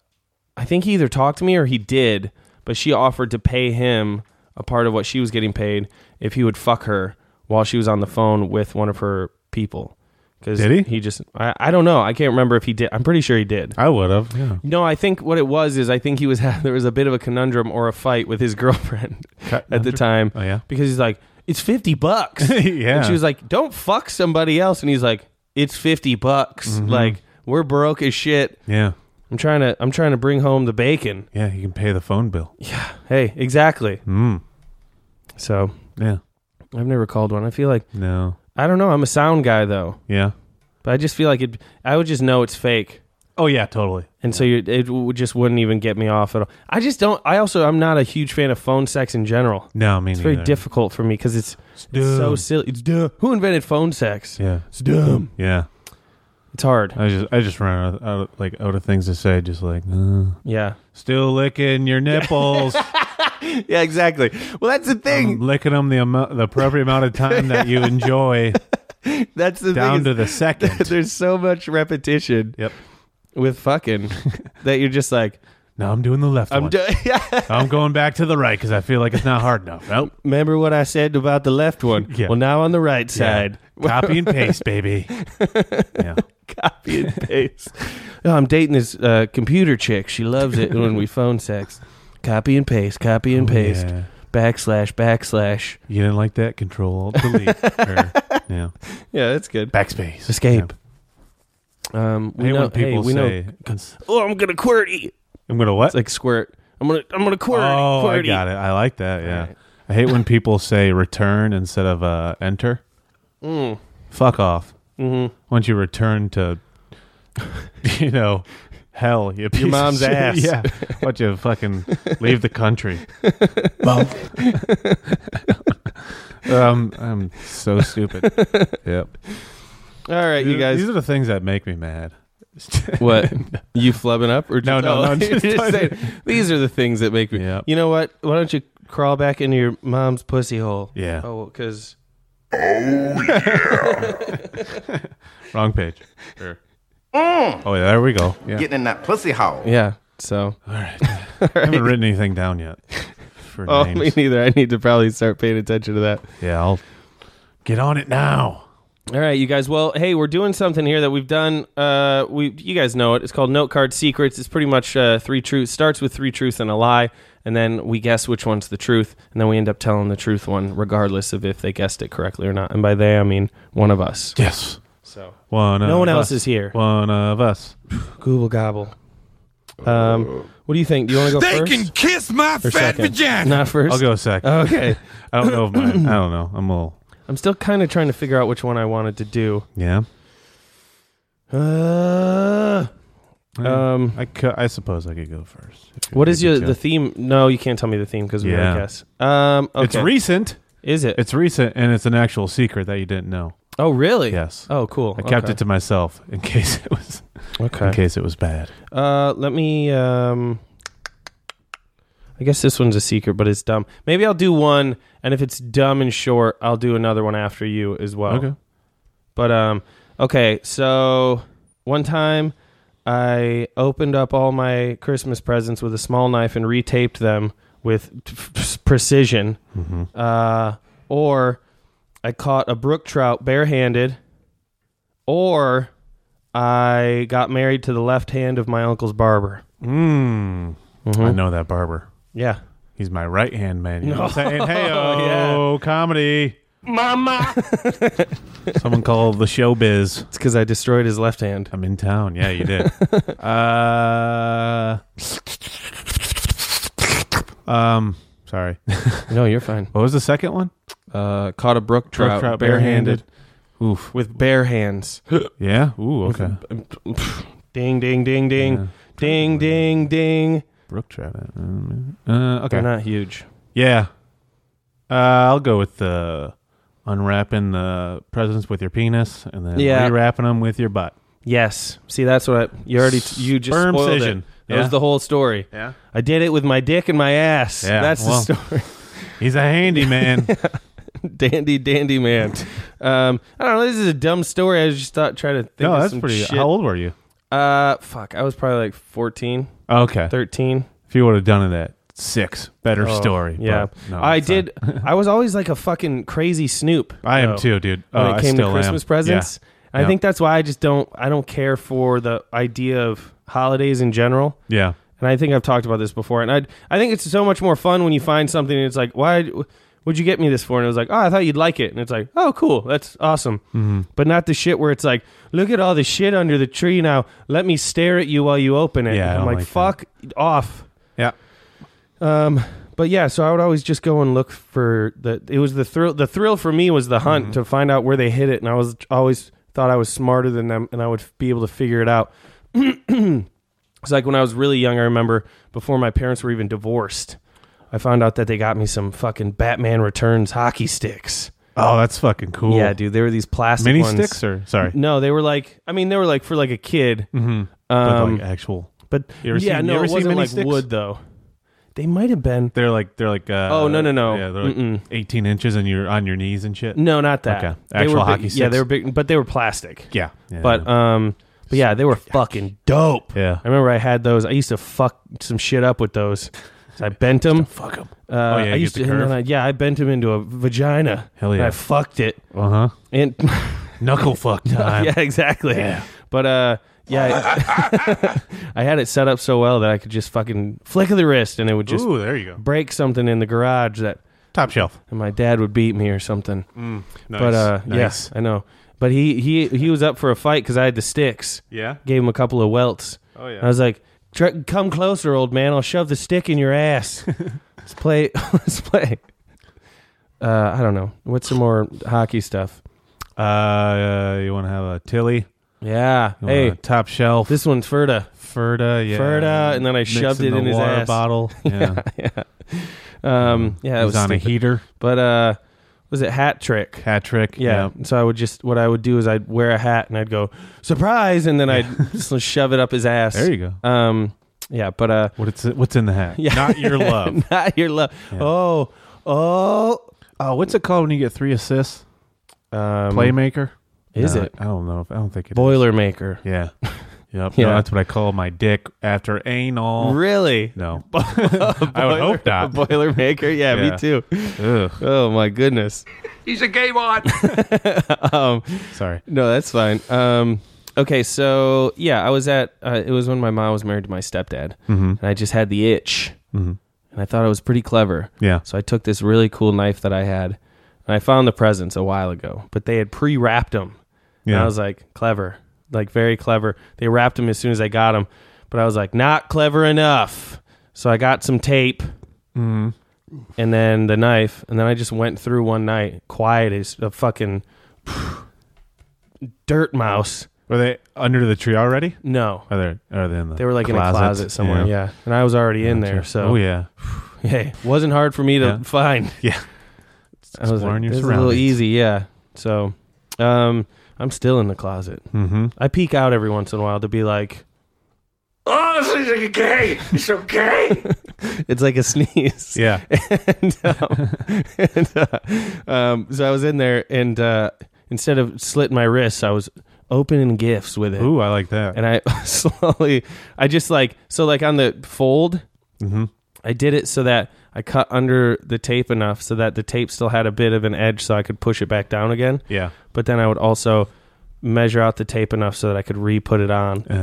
Speaker 2: I think he either talked to me or he did. But she offered to pay him a part of what she was getting paid if he would fuck her while she was on the phone with one of her people. Cause
Speaker 3: Did he?
Speaker 2: He just. I, I don't know. I can't remember if he did. I'm pretty sure he did.
Speaker 3: I would have. Yeah.
Speaker 2: No, I think what it was is I think he was there was a bit of a conundrum or a fight with his girlfriend at the time.
Speaker 3: Oh, yeah?
Speaker 2: because he's like, it's fifty bucks.
Speaker 3: Yeah.
Speaker 2: and she was like, don't fuck somebody else, and he's like, it's fifty bucks. Like we're broke as shit.
Speaker 3: Yeah.
Speaker 2: I'm trying to I'm trying to bring home the bacon.
Speaker 3: Yeah. You can pay the phone bill.
Speaker 2: Hey, exactly.
Speaker 3: Mm.
Speaker 2: So
Speaker 3: Yeah.
Speaker 2: I've never called one. I feel like
Speaker 3: No.
Speaker 2: I don't know. I'm a sound guy though,
Speaker 3: Yeah.
Speaker 2: but I just feel like it. I would just know it's fake.
Speaker 3: Oh yeah, totally.
Speaker 2: and so you, it w- just wouldn't even get me off at all. I just don't. I also I'm not a huge fan of phone sex in general.
Speaker 3: No, I mean
Speaker 2: It's very difficult for me because it's, it's so
Speaker 3: dumb.
Speaker 2: silly. It's dumb. Who invented phone sex?
Speaker 3: Yeah.
Speaker 2: It's dumb. Uh,
Speaker 3: Yeah.
Speaker 2: It's hard.
Speaker 3: I just I just ran out, out of, like out of things to say. Just like uh,
Speaker 2: Yeah.
Speaker 3: still licking your nipples.
Speaker 2: Yeah. Exactly. Well, that's the
Speaker 3: I'm licking them the amount, the appropriate amount of time that you enjoy,
Speaker 2: that's the
Speaker 3: down to the second.
Speaker 2: There's so much repetition
Speaker 3: yep.
Speaker 2: with fucking that you're just like
Speaker 3: Now I'm doing the left
Speaker 2: I'm.
Speaker 3: one.
Speaker 2: Do-
Speaker 3: I'm going back to the right because I feel like it's not hard enough. Nope.
Speaker 2: Remember what I said about the left one?
Speaker 3: Yeah.
Speaker 2: Well, now on the right
Speaker 3: Yeah.
Speaker 2: side.
Speaker 3: Copy and paste, baby. Yeah.
Speaker 2: copy and paste. No, I'm dating this uh, computer chick. She loves it when we phone sex. Copy and paste, copy and
Speaker 3: Oh,
Speaker 2: paste,
Speaker 3: yeah.
Speaker 2: backslash, backslash.
Speaker 3: You didn't like that? Control, delete. or, yeah.
Speaker 2: Yeah, that's good.
Speaker 3: Backspace.
Speaker 2: Escape. Um, we
Speaker 3: Yeah. I hate
Speaker 2: know,
Speaker 3: when
Speaker 2: hey,
Speaker 3: people
Speaker 2: we
Speaker 3: say,
Speaker 2: know. Oh, I'm gonna QWERTY. It's
Speaker 3: I'm going to what?
Speaker 2: like squirt. I'm gonna, I'm gonna QWERTY.
Speaker 3: oh, I
Speaker 2: QWERTY.
Speaker 3: got it. I like that. Yeah.
Speaker 2: right.
Speaker 3: I hate when people say return instead of uh, enter.
Speaker 2: Mm.
Speaker 3: Fuck off.
Speaker 2: Mhm.
Speaker 3: Once you return to, you know, hell, you piece of
Speaker 2: mom's
Speaker 3: shit.
Speaker 2: ass.
Speaker 3: Yeah. Why don't you fucking leave the country? um, I'm so stupid. yep.
Speaker 2: All right, you guys.
Speaker 3: These are the things that make me mad.
Speaker 2: What you flubbing up or
Speaker 3: No,
Speaker 2: just-
Speaker 3: no,
Speaker 2: oh,
Speaker 3: no, I'm
Speaker 2: you're
Speaker 3: just playing.
Speaker 2: saying, these are the things that make me.
Speaker 3: Yep.
Speaker 2: You know what? Why don't you crawl back into your mom's pussy hole?
Speaker 3: Yeah.
Speaker 2: Oh, because
Speaker 3: Wrong page.
Speaker 2: Mm.
Speaker 3: Oh, yeah, there we go. Yeah.
Speaker 12: Getting in that pussy hole.
Speaker 2: yeah. So
Speaker 3: Oh, I haven't written anything down yet. For
Speaker 2: Oh,
Speaker 3: names.
Speaker 2: me neither. I need to probably start paying attention to that.
Speaker 3: Yeah, I'll get on it now.
Speaker 2: All right, you guys. Well, hey, we're doing something here that we've done. Uh, we you guys know it. It's called Note Card Secrets. It's pretty much uh, three truths. Starts with three truths and a lie, and then we guess which one's the truth, and then we end up telling the truth one, regardless of if they guessed it correctly or not. And by they, I mean one of us.
Speaker 3: Yes.
Speaker 2: So
Speaker 3: One.
Speaker 2: No
Speaker 3: of
Speaker 2: one else
Speaker 3: us.
Speaker 2: is here.
Speaker 3: One of us.
Speaker 2: Google gobble. Um, what do you think? Do you want to go
Speaker 12: They
Speaker 2: first?
Speaker 12: can kiss my
Speaker 2: Or
Speaker 12: fat
Speaker 2: second?
Speaker 12: vagina.
Speaker 2: Not first.
Speaker 3: I'll go second.
Speaker 2: Okay.
Speaker 3: I don't know if mine. I don't know. I'm a little.
Speaker 2: I'm still kind of trying to figure out which one I wanted to do.
Speaker 3: Yeah.
Speaker 2: Uh, um,
Speaker 3: I, cou- I suppose I could go first. if you-
Speaker 2: what
Speaker 3: if
Speaker 2: is
Speaker 3: you
Speaker 2: your
Speaker 3: could.
Speaker 2: the theme? No, you can't tell me the theme because we
Speaker 3: Yeah.
Speaker 2: already guess. Um, okay.
Speaker 3: It's recent.
Speaker 2: Is it?
Speaker 3: It's recent, and it's an actual secret that you didn't know.
Speaker 2: Oh, really?
Speaker 3: Yes.
Speaker 2: Oh, cool.
Speaker 3: I kept
Speaker 2: Okay.
Speaker 3: it to myself in case it was.
Speaker 2: Okay.
Speaker 3: In case it was bad.
Speaker 2: Uh, let me. Um, I guess this one's a secret, but it's dumb. Maybe I'll do one, and if it's dumb and short, I'll do another one after you as well.
Speaker 3: Okay.
Speaker 2: But um, okay. So one time, I opened up all my Christmas presents with a small knife and retaped them with t- f- f- precision. Uh, or I caught a brook trout barehanded or I got married to the left hand of my uncle's barber.
Speaker 3: Mm.
Speaker 2: Mm-hmm.
Speaker 3: I know that barber.
Speaker 2: Yeah.
Speaker 3: He's my right hand man. You know
Speaker 2: No.
Speaker 3: what I'm saying? Hey, oh, comedy.
Speaker 2: Mama.
Speaker 3: Someone called the showbiz.
Speaker 2: It's because I destroyed his left hand.
Speaker 3: I'm in town. Yeah, you did. uh, um, sorry.
Speaker 2: No, you're fine.
Speaker 3: what was the second one?
Speaker 2: Uh, caught a brook
Speaker 3: Brook
Speaker 2: trout,
Speaker 3: trout
Speaker 2: barehanded.
Speaker 3: barehanded. Oof.
Speaker 2: with bare hands.
Speaker 3: Yeah. Ooh. Okay.
Speaker 2: ding, ding, ding, ding,
Speaker 3: Yeah.
Speaker 2: ding, ding, ding.
Speaker 3: Brook trout. Uh,
Speaker 2: They're
Speaker 3: okay.
Speaker 2: not huge.
Speaker 3: Yeah. Uh, I'll go with the unwrapping the presents with your penis and then
Speaker 2: Yeah.
Speaker 3: rewrapping them with your butt.
Speaker 2: Yes. See, that's what I, you already you just
Speaker 3: Sperm
Speaker 2: spoiled
Speaker 3: scission.
Speaker 2: it. That was
Speaker 3: Yeah.
Speaker 2: the whole story.
Speaker 3: Yeah.
Speaker 2: I did it with my dick and my ass.
Speaker 3: Yeah,
Speaker 2: that's
Speaker 3: well.
Speaker 2: the story.
Speaker 3: He's a handy man.
Speaker 2: dandy, dandy man. Um, I don't know. This is a dumb story. I just thought try to think.
Speaker 3: no,
Speaker 2: of
Speaker 3: that's
Speaker 2: some
Speaker 3: pretty.
Speaker 2: Shit.
Speaker 3: How old were you?
Speaker 2: Uh, fuck. I was probably like 14,
Speaker 3: Okay.
Speaker 2: 13.
Speaker 3: If you would have done it at six, better story.
Speaker 2: Oh, Yeah,
Speaker 3: but no,
Speaker 2: I
Speaker 3: it's not.
Speaker 2: did. I was always like a fucking crazy snoop.
Speaker 3: I am
Speaker 2: though,
Speaker 3: too, dude.
Speaker 2: When
Speaker 3: Oh,
Speaker 2: it
Speaker 3: I
Speaker 2: came to
Speaker 3: still am.
Speaker 2: Christmas
Speaker 3: Yeah.
Speaker 2: presents, I
Speaker 3: Yeah.
Speaker 2: think that's why I just don't. I don't care for the idea of holidays in general.
Speaker 3: Yeah.
Speaker 2: and I think I've talked about this before. And I I think it's so much more fun when you find something and it's like, why would you get me this for? And it was like, oh, I thought you'd like it. And it's like, oh, cool, that's awesome.
Speaker 3: Mm-hmm.
Speaker 2: But not the shit where it's like, look at all the shit under the tree now. Let me stare at you while you open it.
Speaker 3: Yeah, I
Speaker 2: And I'm
Speaker 3: don't
Speaker 2: like,
Speaker 3: like
Speaker 2: fuck off.
Speaker 3: Yeah.
Speaker 2: Um, but yeah, so I would always just go and look for the. It was the thrill. The thrill for me was the hunt
Speaker 3: Mm-hmm.
Speaker 2: to find out where they hid it, and I was always thought I was smarter than them, and I would f- be able to figure it out. it's like when I was really young. I remember before my parents were even divorced, I found out that they got me some fucking Batman Returns hockey sticks.
Speaker 3: Oh, that's fucking cool.
Speaker 2: Yeah, dude, they were these plastic
Speaker 3: Mini
Speaker 2: ones.
Speaker 3: sticks or sorry,
Speaker 2: No, they were like. I mean, they were like for like a kid.
Speaker 3: mm-hmm. but
Speaker 2: Um,
Speaker 3: like actual.
Speaker 2: but
Speaker 3: You ever
Speaker 2: yeah,
Speaker 3: seen-
Speaker 2: no,
Speaker 3: you ever
Speaker 2: it
Speaker 3: seen
Speaker 2: wasn't
Speaker 3: mini
Speaker 2: like
Speaker 3: sticks?
Speaker 2: wood though. They might have been.
Speaker 3: They're like they're like. Uh,
Speaker 2: Oh, no, no, no.
Speaker 3: Yeah, they're like
Speaker 2: Mm-mm.
Speaker 3: eighteen inches and you're on your knees and shit.
Speaker 2: No, not that.
Speaker 3: Okay.
Speaker 2: They
Speaker 3: Actual
Speaker 2: were big-
Speaker 3: hockey
Speaker 2: Yeah,
Speaker 3: sticks?
Speaker 2: they were big, but they were plastic.
Speaker 3: Yeah. yeah
Speaker 2: But um, but yeah, they were fucking dope.
Speaker 3: Yeah.
Speaker 2: I remember I had those. I used to fuck some shit up with those. So I bent them.
Speaker 3: fuck them.
Speaker 2: Uh,
Speaker 3: Oh, yeah,
Speaker 2: I
Speaker 3: you
Speaker 2: used
Speaker 3: get
Speaker 2: to.
Speaker 3: the
Speaker 2: and then
Speaker 3: curve?
Speaker 2: I, yeah, I bent him into a vagina.
Speaker 3: Hell
Speaker 2: And
Speaker 3: yeah.
Speaker 2: I fucked it.
Speaker 3: Uh huh.
Speaker 2: And
Speaker 3: Knuckle fuck time.
Speaker 2: yeah, exactly.
Speaker 3: Yeah.
Speaker 2: But uh, yeah, I, I had it set up so well that I could just fucking flick of the wrist and it would just
Speaker 3: Ooh, there you go.
Speaker 2: break something in the garage that
Speaker 3: Top shelf.
Speaker 2: and my dad would beat me or something.
Speaker 3: Nice.
Speaker 2: But uh,
Speaker 3: nice.
Speaker 2: yes, I know. But he he he was up for a fight because I had the sticks.
Speaker 3: Yeah.
Speaker 2: Gave him a couple of welts.
Speaker 3: Oh yeah.
Speaker 2: I was like, "Tr- "Come closer, old man. I'll shove the stick in your ass." let's play. let's play. Uh, I don't know. What's some more hockey stuff?
Speaker 3: uh, you want to have a Tilly?
Speaker 2: Yeah.
Speaker 3: You
Speaker 2: hey,
Speaker 3: wanna- top shelf.
Speaker 2: this one's Ferda.
Speaker 3: Ferda, yeah.
Speaker 2: Ferda, and then I
Speaker 3: Mixing
Speaker 2: shoved it
Speaker 3: the
Speaker 2: in his
Speaker 3: water
Speaker 2: ass.
Speaker 3: bottle. Yeah,
Speaker 2: yeah. Um. Yeah. It
Speaker 3: Mm. He's
Speaker 2: was
Speaker 3: on
Speaker 2: stupid.
Speaker 3: a heater.
Speaker 2: But uh, was it hat trick?
Speaker 3: Hat trick.
Speaker 2: Yeah. So I would just what I would do is I'd wear a hat and I'd go surprise, and then I'd just shove it up his ass.
Speaker 3: There you
Speaker 2: go. Um. Yeah. But uh.
Speaker 3: What it's what's in the hat?
Speaker 2: Yeah.
Speaker 3: Not your love.
Speaker 2: Not your love. Oh. Oh.
Speaker 3: Oh, what's it called when you get three assists?
Speaker 2: Um,
Speaker 3: Playmaker.
Speaker 2: Is
Speaker 3: No,
Speaker 2: it
Speaker 3: I don't know. if I don't think it is.
Speaker 2: Boilermaker?
Speaker 3: Yeah. Yep.
Speaker 2: Yeah.
Speaker 3: No, that's what I call my dick after anal.
Speaker 2: Really?
Speaker 3: No.
Speaker 2: I
Speaker 3: would hope not.
Speaker 2: Boilermaker. Yeah,
Speaker 3: Yeah.
Speaker 2: me too.
Speaker 3: Ugh.
Speaker 2: Oh my goodness.
Speaker 9: He's a gay mod.
Speaker 2: um,
Speaker 3: Sorry.
Speaker 2: no, that's fine. Um, okay, so yeah, I was at. Uh, it was when my mom was married to my stepdad,
Speaker 3: Mm-hmm.
Speaker 2: and I just had the itch, and I thought it was pretty clever.
Speaker 3: Yeah.
Speaker 2: So I took this really cool knife that I had, and I found the presents a while ago, but they had pre-wrapped them. And
Speaker 3: Yeah.
Speaker 2: I was like, clever, like very clever. They wrapped them as soon as I got them, but I was like, not clever enough. So I got some tape
Speaker 3: Mm-hmm.
Speaker 2: and then the knife, and then I just went through one night, quiet as a fucking dirt mouse.
Speaker 3: Were they under the tree already?
Speaker 2: No,
Speaker 3: Are they? Are they in the?
Speaker 2: they were like in a closet somewhere. Yeah, and I was already in there, so
Speaker 3: Oh yeah.
Speaker 2: hey, wasn't hard for me to
Speaker 3: Yeah.
Speaker 2: find.
Speaker 3: Yeah.
Speaker 2: I was like,
Speaker 3: Exploring your
Speaker 2: this is a little
Speaker 3: surroundings.
Speaker 2: easy, yeah. So, um, I'm still in the closet.
Speaker 3: Mm-hmm.
Speaker 2: I peek out every once in a while to be like,
Speaker 9: Oh, this is a gay. He's so gay.
Speaker 2: it's like a sneeze.
Speaker 3: Yeah.
Speaker 2: and, um, and, uh, um, so I was in there, and uh, instead of slitting my wrists, I was opening gifts with it,
Speaker 3: Ooh, I like that.
Speaker 2: and I slowly, I just like so like on the fold,
Speaker 3: Mhm.
Speaker 2: I did it so that I cut under the tape enough so that the tape still had a bit of an edge, so I could push it back down again.
Speaker 3: yeah.
Speaker 2: But then I would also measure out the tape enough so that I could re put it on,
Speaker 3: Oh, that's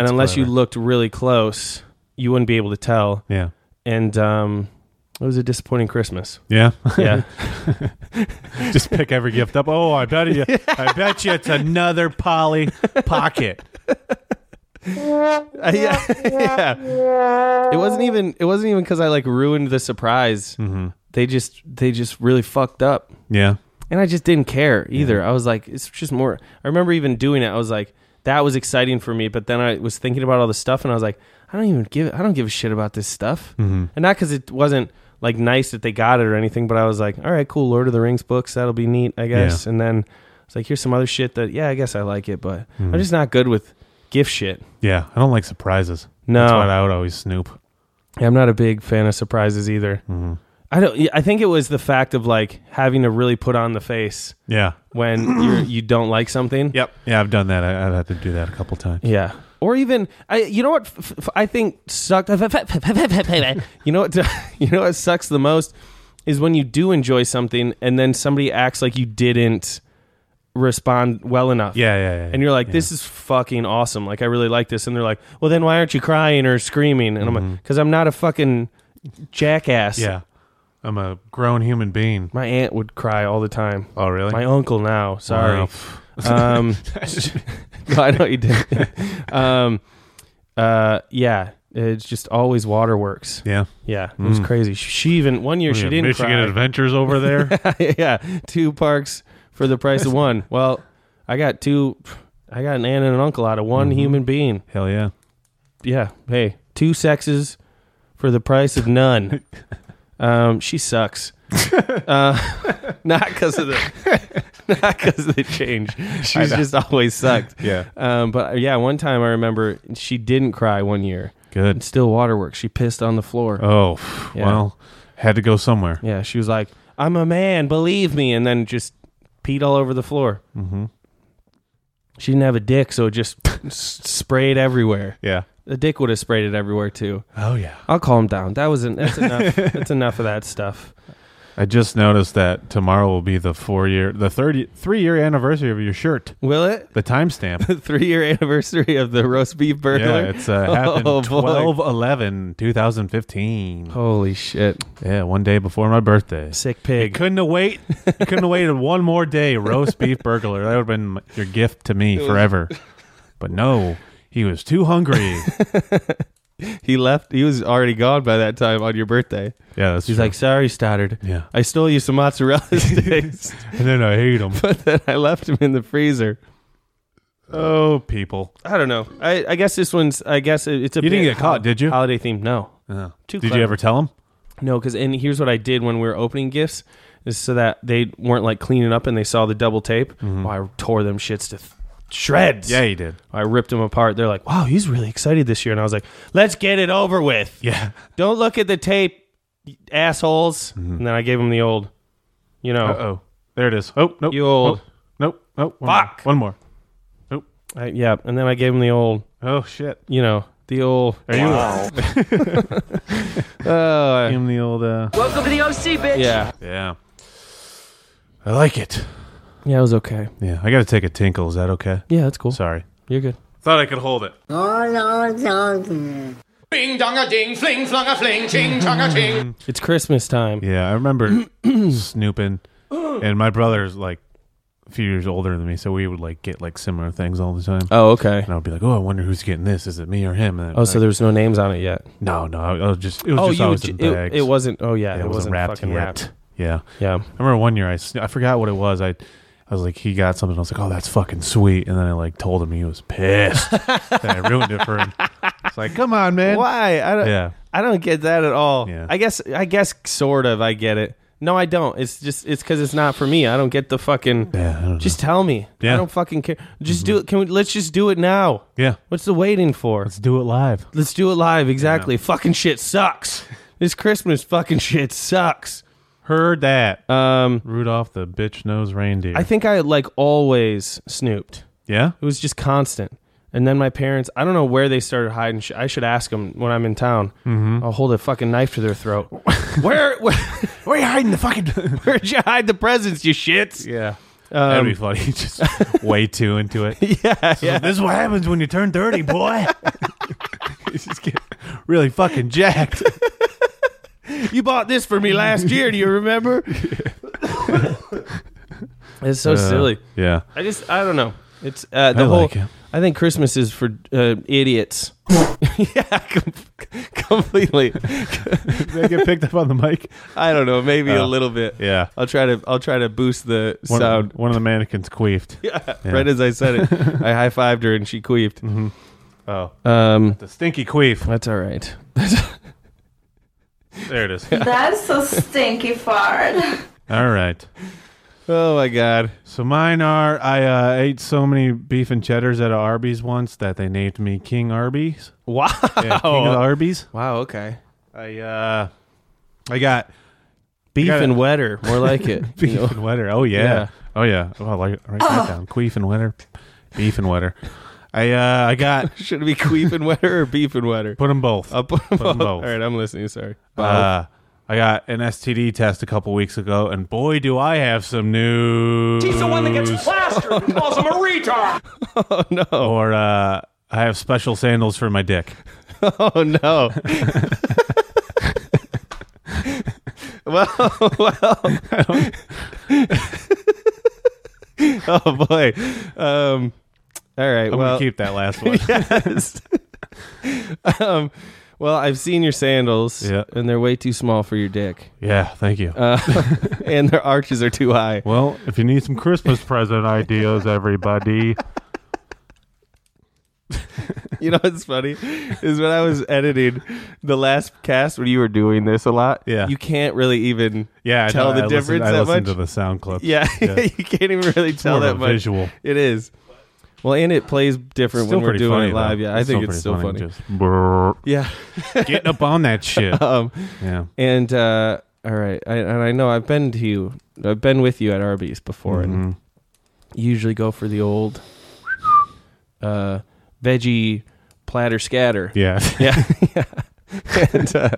Speaker 2: and unless you
Speaker 3: clever.
Speaker 2: looked really close, you wouldn't be able to tell.
Speaker 3: Yeah.
Speaker 2: And um, it was a disappointing Christmas.
Speaker 3: Yeah.
Speaker 2: Yeah.
Speaker 3: Just pick every gift up. Oh, I bet you. I bet you it's another Polly pocket.
Speaker 2: Uh, yeah, yeah. It wasn't even. It wasn't even because I like ruined the surprise.
Speaker 3: Mm-hmm.
Speaker 2: They just. They just really fucked up,
Speaker 3: Yeah.
Speaker 2: and I just didn't care either. I was like, it's just more. I remember even doing it. I was like, that was exciting for me. But then I was thinking about all the stuff, and I was like, I don't even give. I don't give a shit about this stuff.
Speaker 3: Mm-hmm.
Speaker 2: And not because it wasn't like nice that they got it or anything, but I was like, all right, cool. Lord of the Rings books. That'll be neat, I guess. And then it's like, here's some other shit that. Yeah, I guess I like it, but
Speaker 3: Mm-hmm.
Speaker 2: I'm just not good with gift shit.
Speaker 3: Yeah. I don't like surprises.
Speaker 2: No.
Speaker 3: That's why I would always snoop.
Speaker 2: Yeah, I'm not a big fan of surprises either.
Speaker 3: Mm-hmm.
Speaker 2: I don't. I think it was the fact of like having to really put on the face
Speaker 3: Yeah.
Speaker 2: when you're, you don't like something.
Speaker 3: Yep. Yeah, I've done that. I, I've had to do that a couple times.
Speaker 2: Yeah. Or even I. You know what? F- f- I think sucked. you know what? You know what sucks the most is when you do enjoy something and then somebody acts like you didn't respond well enough.
Speaker 3: Yeah. Yeah. yeah, yeah.
Speaker 2: And you're like, this is fucking awesome. Like, I really like this. And they're like, well, then why aren't you crying or screaming? And I'm like, because I'm not a fucking jackass.
Speaker 3: Mm-hmm. Yeah. I'm a grown human being.
Speaker 2: My aunt would cry all the time.
Speaker 3: Oh, really?
Speaker 2: My uncle now. Sorry.
Speaker 3: Wow.
Speaker 2: Um, no, I know you did. um, uh, yeah, it's just always waterworks.
Speaker 3: yeah.
Speaker 2: Yeah, it was crazy. She even one year she
Speaker 3: Yeah,
Speaker 2: didn't
Speaker 3: Hmm. Michigan
Speaker 2: cry.
Speaker 3: Adventures over there.
Speaker 2: yeah, two parks for the price of one. Well, I got two. I got an aunt and an uncle out of one
Speaker 3: Mm-hmm.
Speaker 2: human being.
Speaker 3: Hell yeah.
Speaker 2: Yeah. Hey, two sexes for the price of none. Um, she sucks. uh, not because of the not because of the change. She's just always sucked.
Speaker 3: Yeah.
Speaker 2: Um, but yeah, one time I remember she didn't cry one year.
Speaker 3: Good.
Speaker 2: It's still waterworks. She pissed on the floor.
Speaker 3: Oh,
Speaker 2: Yeah.
Speaker 3: well, had to go somewhere.
Speaker 2: Yeah, she was like, "I'm a man, believe me," and then just peed all over the floor. Mm-hmm. She didn't have a dick, so it just s- sprayed everywhere.
Speaker 3: Yeah.
Speaker 2: The dick would have sprayed it everywhere too.
Speaker 3: Oh, yeah.
Speaker 2: I'll calm down. That was en- that's enough. that's enough of that stuff.
Speaker 3: I just noticed that tomorrow will be the four year, the thirty three year anniversary of your shirt.
Speaker 2: Will it?
Speaker 3: The timestamp.
Speaker 2: The three year anniversary of the roast beef burglar.
Speaker 3: yeah, it's uh, happened
Speaker 2: Oh, boy.
Speaker 3: 12 11 2015.
Speaker 2: Holy shit!
Speaker 3: Yeah, one day before my birthday.
Speaker 2: Sick pig.
Speaker 3: Couldn't have wait. Couldn't have waited one more day. Roast beef burglar. That would have been m- your gift to me forever. But no, he was too hungry.
Speaker 2: He left. He was already gone by that time on your birthday.
Speaker 3: Yeah, that's
Speaker 2: He's
Speaker 3: true.
Speaker 2: like, "Sorry, Stoddard.
Speaker 3: Yeah.
Speaker 2: I stole you some mozzarella sticks,
Speaker 3: and then I hate him.
Speaker 2: but then I left them in the freezer."
Speaker 3: Oh, people.
Speaker 2: I don't know. I, I guess this one's. I guess it- it's a.
Speaker 3: You didn't
Speaker 2: bit
Speaker 3: get caught, did you?
Speaker 2: Holiday theme? No,
Speaker 3: Oh.
Speaker 2: Too
Speaker 3: Did you
Speaker 2: clever.
Speaker 3: ever tell him?
Speaker 2: no. Because and here's what I did when we were opening gifts is so that they weren't like cleaning up and they saw the double tape. Oh, I tore them shits to th- shreds.
Speaker 3: Mm-hmm. Yeah, he did.
Speaker 2: I ripped them apart. They're like, "Wow, he's really excited this year," and I was like, "Let's get it over with.
Speaker 3: Yeah.
Speaker 2: Don't look at the tape, y- assholes."
Speaker 3: Mm-hmm.
Speaker 2: And then I gave him the old, you know,
Speaker 3: Uh oh. There it is. Oh, nope.
Speaker 2: You old-
Speaker 3: Nope. Nope. One
Speaker 2: Fuck.
Speaker 3: More. One more.
Speaker 2: I, yeah. And then I gave him the old.
Speaker 3: Oh shit!
Speaker 2: You know the old.
Speaker 3: Are you- Wow.
Speaker 2: uh,
Speaker 3: Give him the old. Uh,
Speaker 12: Welcome to the OC, bitch.
Speaker 2: yeah.
Speaker 3: Yeah. I like it.
Speaker 2: Yeah, it was okay.
Speaker 3: Yeah, I got to take a tinkle. Is that okay?
Speaker 2: Yeah, that's cool.
Speaker 3: Sorry.
Speaker 2: You're good.
Speaker 3: Thought I could hold it.
Speaker 13: Bing dong a ding, fling flung a fling, ching chong a ching.
Speaker 2: It's Christmas time.
Speaker 3: Yeah, I remember snooping, and my brother's like a few years older than me, so we would like get like similar things all the time.
Speaker 2: Oh, okay.
Speaker 3: And I'd be like, "Oh, I wonder who's getting this. Is it me or him?" And
Speaker 2: Oh, so
Speaker 3: like-
Speaker 2: there's no names on it yet.
Speaker 3: no, no. I I was just it was
Speaker 2: Oh,
Speaker 3: just
Speaker 2: you
Speaker 3: always
Speaker 2: would
Speaker 3: in
Speaker 2: ju- it-
Speaker 3: bags.
Speaker 2: it wasn't- oh, yeah, it
Speaker 3: it,
Speaker 2: wasn't
Speaker 3: wasn't wrapped
Speaker 2: fucking
Speaker 3: yet.
Speaker 2: wrapped.
Speaker 3: Yeah,
Speaker 2: Yeah.
Speaker 3: I remember one year I sn- I forgot what it was. I I was like, he got something. I was like, oh, that's fucking sweet. And then I like told him he was pissed. then I ruined it for him. It's like, come on, man.
Speaker 2: Why? I don't.
Speaker 3: Yeah.
Speaker 2: I don't get that at all.
Speaker 3: Yeah.
Speaker 2: I guess. I guess sort of. I get it. No, I don't. It's just. It's because it's not for me. I don't get the fucking. just tell me.
Speaker 3: Yeah.
Speaker 2: I don't fucking care. Just do it. Can we? Let's just do it now.
Speaker 3: Yeah.
Speaker 2: What's the waiting for?
Speaker 3: Let's do it live.
Speaker 2: Mm-hmm. Let's do it live. Exactly. Fucking shit sucks. this Christmas fucking shit sucks.
Speaker 3: Heard that.
Speaker 2: Um,
Speaker 3: Rudolph the bitch nose reindeer.
Speaker 2: I think I like always snooped.
Speaker 3: Yeah?
Speaker 2: It was just constant. And then my parents, I don't know where they started hiding shit. I should ask them when I'm in town.
Speaker 3: Mhm.
Speaker 2: I'll hold a fucking knife to their throat. where, where,
Speaker 3: where are you hiding the fucking?
Speaker 2: Where'd you hide the presents, you shits?
Speaker 3: Yeah.
Speaker 2: Um,
Speaker 3: That'd be funny. Just way too into it.
Speaker 2: yeah,
Speaker 3: yeah. This is what happens when you turn 30, boy. you just get really fucking jacked.
Speaker 2: you bought this for me last year. Do you remember? it's so
Speaker 3: Uh,
Speaker 2: silly.
Speaker 3: yeah.
Speaker 2: I just I don't know. It's uh, the
Speaker 3: I
Speaker 2: whole.
Speaker 3: like it.
Speaker 2: I think Christmas is for uh, idiots. yeah, com- completely.
Speaker 3: Did I get picked up on the mic?
Speaker 2: I don't know. Maybe a
Speaker 3: Oh,
Speaker 2: little bit.
Speaker 3: yeah.
Speaker 2: I'll try to. I'll try to boost the
Speaker 3: One,
Speaker 2: sound.
Speaker 3: one of the mannequins queefed.
Speaker 2: Yeah. Right as I said it, I high fived her and she queefed.
Speaker 3: Oh,
Speaker 2: Um,
Speaker 3: the stinky queef.
Speaker 2: that's all right.
Speaker 3: There it is.
Speaker 14: That's so stinky fart.
Speaker 3: All right.
Speaker 2: Oh my god.
Speaker 3: So mine are I uh, ate so many beef and cheddars at a Arby's once that they named me King Arby's.
Speaker 2: Wow.
Speaker 3: Yeah, King of the Arby's.
Speaker 2: Wow. Okay.
Speaker 3: I uh, I got
Speaker 2: Beef
Speaker 3: gotta-
Speaker 2: and wetter, more like it.
Speaker 3: beef
Speaker 2: you know?
Speaker 3: and wetter. Oh yeah.
Speaker 2: Yeah.
Speaker 3: Oh yeah. Oh, I like write that down. Queef and wetter. Beef and wetter. I uh, I got
Speaker 2: Should it be queef and wetter or beef and wetter?
Speaker 3: put them both.
Speaker 2: I'll put 'em
Speaker 3: Put
Speaker 2: both.
Speaker 3: 'em both.
Speaker 2: All right, I'm listening. Sorry.
Speaker 3: Uh, I got an STD test a couple weeks ago, and boy, do I have some news.
Speaker 9: He's the one that gets plastered and calls him a retard.
Speaker 2: oh no.
Speaker 3: Or uh, I have special sandals for my dick.
Speaker 2: Oh no. well, well. oh boy. Um, all right,
Speaker 3: I'm
Speaker 2: well,
Speaker 3: gonna keep that last one.
Speaker 2: yes. um, well, I've seen your sandals,
Speaker 3: Yeah.
Speaker 2: and they're way too small for your dick,
Speaker 3: yeah, thank you.
Speaker 2: uh, and their arches are too high.
Speaker 3: well, if you need some Christmas present ideas, everybody.
Speaker 2: You know what's funny is when I was editing the last cast when you were doing this a lot.
Speaker 3: Yeah.
Speaker 2: you can't really even
Speaker 3: Yeah, I
Speaker 2: tell
Speaker 3: know,
Speaker 2: the
Speaker 3: I
Speaker 2: difference
Speaker 3: Listened,
Speaker 2: that
Speaker 3: I listened
Speaker 2: much.
Speaker 3: to the sound clip.
Speaker 2: yeah, you can't even really tell
Speaker 3: more
Speaker 2: that
Speaker 3: of a
Speaker 2: much.
Speaker 3: visual.
Speaker 2: It is. Well, and it plays different
Speaker 3: Still
Speaker 2: when we're
Speaker 3: pretty
Speaker 2: doing
Speaker 3: funny,
Speaker 2: it live.
Speaker 3: though.
Speaker 2: Yeah, I think it's
Speaker 3: still
Speaker 2: still funny.
Speaker 3: Just
Speaker 2: yeah.
Speaker 3: getting up on that shit.
Speaker 2: Um,
Speaker 3: Yeah.
Speaker 2: and uh, all right, I, and I know I've been to you. I've been with you at Arby's before,
Speaker 3: Mm-hmm.
Speaker 2: and usually go for the old uh, veggie platter scatter.
Speaker 3: Yeah.
Speaker 2: yeah, yeah. and uh,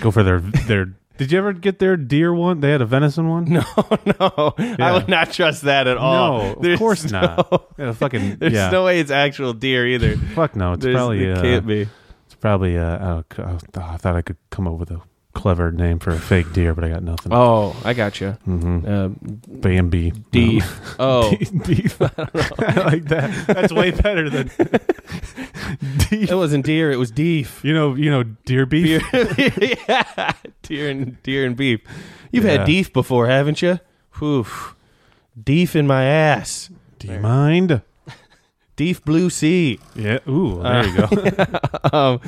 Speaker 3: Go for their their. Did you ever get their deer one? They had a venison one.
Speaker 2: no, no, I
Speaker 3: Yeah.
Speaker 2: would not trust that at all.
Speaker 3: No, of course not. Yeah, fucking-
Speaker 2: there's
Speaker 3: yeah.
Speaker 2: no way it's actual deer either.
Speaker 3: Fuck no. It's
Speaker 2: There's-
Speaker 3: probably
Speaker 2: it
Speaker 3: uh,
Speaker 2: can't be.
Speaker 3: It's probably uh, oh, c- oh, th- I thought I could come up with a clever name for a fake deer, but I got nothing.
Speaker 2: Oh, I got gotcha. you.
Speaker 3: Mhm.
Speaker 2: Um,
Speaker 3: Bambi.
Speaker 2: D. Oh,
Speaker 3: Deef. I like that. That's way better than
Speaker 2: it
Speaker 3: deef.
Speaker 2: wasn't deer. It was deef.
Speaker 3: You know, you know, deer beef.
Speaker 2: Deer, yeah, deer and deer and beef. You've
Speaker 3: Yeah.
Speaker 2: had deef before, haven't you? Oof. Deef in my ass.
Speaker 3: Do you mind?
Speaker 2: Deef blue sea.
Speaker 3: Yeah. Ooh. There you
Speaker 2: Uh.
Speaker 3: go.
Speaker 2: Um,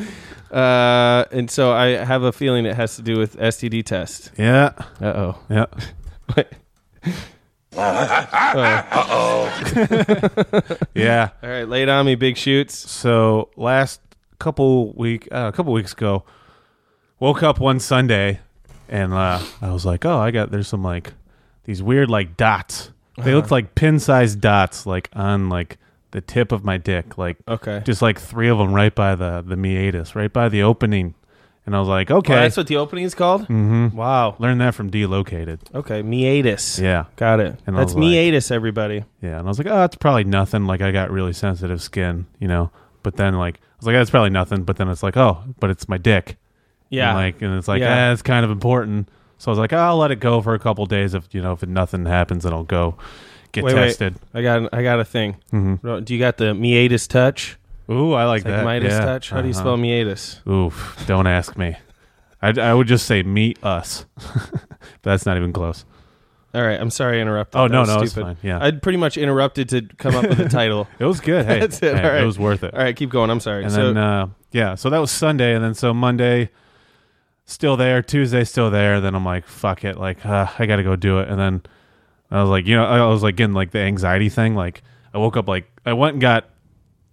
Speaker 2: uh, and so I have a feeling it has to do with STD test.
Speaker 3: yeah.
Speaker 2: Uh oh.
Speaker 3: Yeah. Yeah.
Speaker 2: All right, lay it on me, big shoots.
Speaker 3: So last couple week, uh, a couple weeks ago, woke up one Sunday, and uh, I was like, oh, I got there's some
Speaker 2: Uh-huh.
Speaker 3: like these weird like dots. They look like pin sized dots, like on like the tip of my dick, like
Speaker 2: Okay.
Speaker 3: just like three of them right by the the meatus, right by the opening, and I was like, okay,
Speaker 2: Oh, that's what the opening is called?
Speaker 3: Mhm.
Speaker 2: Wow.
Speaker 3: Learned that from Delocated.
Speaker 2: Okay, meatus.
Speaker 3: Yeah,
Speaker 2: got it.
Speaker 3: And I
Speaker 2: That's
Speaker 3: was like-
Speaker 2: meatus, everybody.
Speaker 3: yeah, and I was like, oh, it's probably nothing. Like I got really sensitive skin, you know. But then like I was like, that's probably nothing. But then it's like, oh, but it's my dick.
Speaker 2: Yeah.
Speaker 3: And like and it's like,
Speaker 2: Yeah.
Speaker 3: eh, it's kind of important. So I was like, I'll let it go for a couple days. If you know, if nothing happens, then I'll go get
Speaker 2: Wait, wait.
Speaker 3: tested.
Speaker 2: I got I got a thing.
Speaker 3: Mhm.
Speaker 2: Ro- Do you got the meatus touch?
Speaker 3: Ooh, I like
Speaker 2: It's like
Speaker 3: that.
Speaker 2: Midas
Speaker 3: yeah.
Speaker 2: touch. How do you
Speaker 3: Uh-huh.
Speaker 2: spell meatus?
Speaker 3: Oof! Don't ask me. I, I would just say meet us. That's not even close.
Speaker 2: All right, I'm sorry I interrupted.
Speaker 3: Oh,
Speaker 2: That
Speaker 3: no,
Speaker 2: was
Speaker 3: no, it's
Speaker 2: stupid.
Speaker 3: fine. Yeah.
Speaker 2: I'd pretty much interrupted to come up with a title.
Speaker 3: It was good. Hey,
Speaker 2: That's it.
Speaker 3: hey,
Speaker 2: All right.
Speaker 3: it was worth it.
Speaker 2: All right, keep going. I'm sorry.
Speaker 3: And
Speaker 2: so,
Speaker 3: then uh, yeah, so that was Sunday, and then so Monday, still there. Tuesday, still there. Then I'm like, fuck it, like uh, I got to go do it. And then I was like, you know, I was like getting like the anxiety thing. Like I woke up like I went and got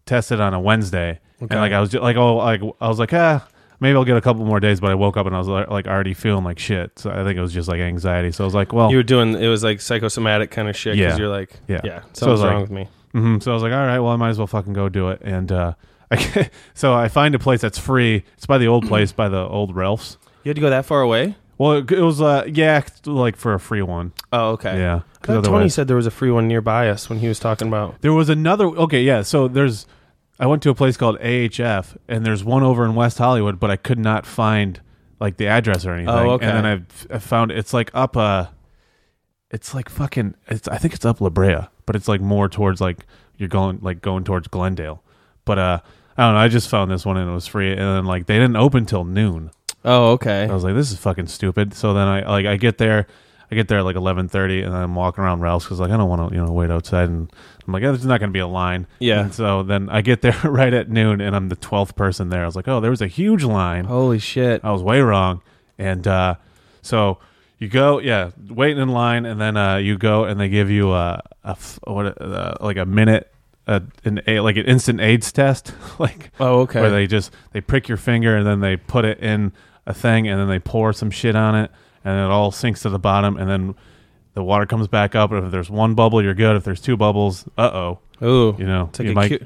Speaker 3: tested on a Wednesday,
Speaker 2: Okay.
Speaker 3: and like I was just, like, oh, like I was like, ah, maybe I'll get a couple more days. But I woke up and I was like, like, already feeling like shit. So I think it was just like anxiety. So I was like, well,
Speaker 2: you were doing it was like psychosomatic kind of shit because you're like, yeah,
Speaker 3: So I
Speaker 2: something's
Speaker 3: was
Speaker 2: wrong
Speaker 3: like-
Speaker 2: with me.
Speaker 3: Mhm. So I was like, all right, well, I might as well fucking go do it. And uh, I so I find a place that's free. It's by the old place, by the old Ralph's.
Speaker 2: You had to go that far away?
Speaker 3: Well, it, it was uh, yeah, like for a free one.
Speaker 2: Oh, okay.
Speaker 3: Yeah,
Speaker 2: I thought Tony said there was a free one nearby us when he was talking about.
Speaker 3: There was another. Okay, yeah. So there's. I went to a place called AHF, and there's one over in West Hollywood, but I could not find like the address or anything.
Speaker 2: Oh, okay.
Speaker 3: And then I, I found it's like up uh It's like fucking. It's I think it's up La Brea, but it's like more towards like you're going like going towards Glendale. But uh, I don't know. I just found this one and it was free, and then like they didn't open till noon.
Speaker 2: Oh, okay.
Speaker 3: I was like, this is fucking stupid. So then I like I get there, I get there at like eleven thirty, and I'm walking around Ralph's because like I don't want to you know wait outside, and I'm like, oh, there's not gonna be a line.
Speaker 2: Yeah.
Speaker 3: And so then I get there right at noon, and I'm the twelfth person there. I was like, oh, there was a huge line.
Speaker 2: Holy shit!
Speaker 3: I was way wrong, and uh, so. You go, yeah, waiting in line, and then uh, you go, and they give you uh, a f- what uh, like a minute, uh, an a, like an instant AIDS test, like
Speaker 2: Oh, okay.
Speaker 3: where they just they prick your finger and then they put it in a thing and then they pour some shit on it and it all sinks to the bottom and then the water comes back up and if there's one bubble you're good if there's two bubbles uh oh
Speaker 2: Ooh,
Speaker 3: you know
Speaker 2: it's like
Speaker 3: you
Speaker 2: a
Speaker 3: might-
Speaker 2: cu-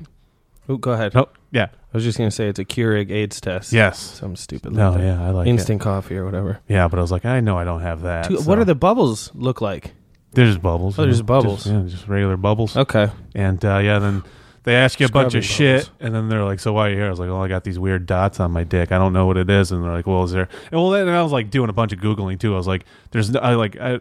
Speaker 2: Ooh, go ahead.
Speaker 3: Oh, yeah.
Speaker 2: I was just gonna say it's a Keurig AIDS test.
Speaker 3: Yes.
Speaker 2: something stupid.
Speaker 3: no
Speaker 2: like that.
Speaker 3: yeah I like
Speaker 2: instant
Speaker 3: it.
Speaker 2: coffee or whatever.
Speaker 3: yeah but I was like I know I don't have that
Speaker 2: Dude,
Speaker 3: so-
Speaker 2: What are the bubbles look like?
Speaker 3: They're just bubbles.
Speaker 2: Oh, they're
Speaker 3: you know,
Speaker 2: just bubbles.
Speaker 3: yeah, just regular bubbles.
Speaker 2: Okay.
Speaker 3: And uh, yeah, then they ask you a bunch of
Speaker 2: Scrubbing
Speaker 3: shit, and then they're like, "So why are you here?" I was like, "Well, I got these weird dots on my dick. I don't know what it is." And they're like, "Well, is there?" And well, then I was like doing a bunch of googling too. I was like, "There's no, I like I,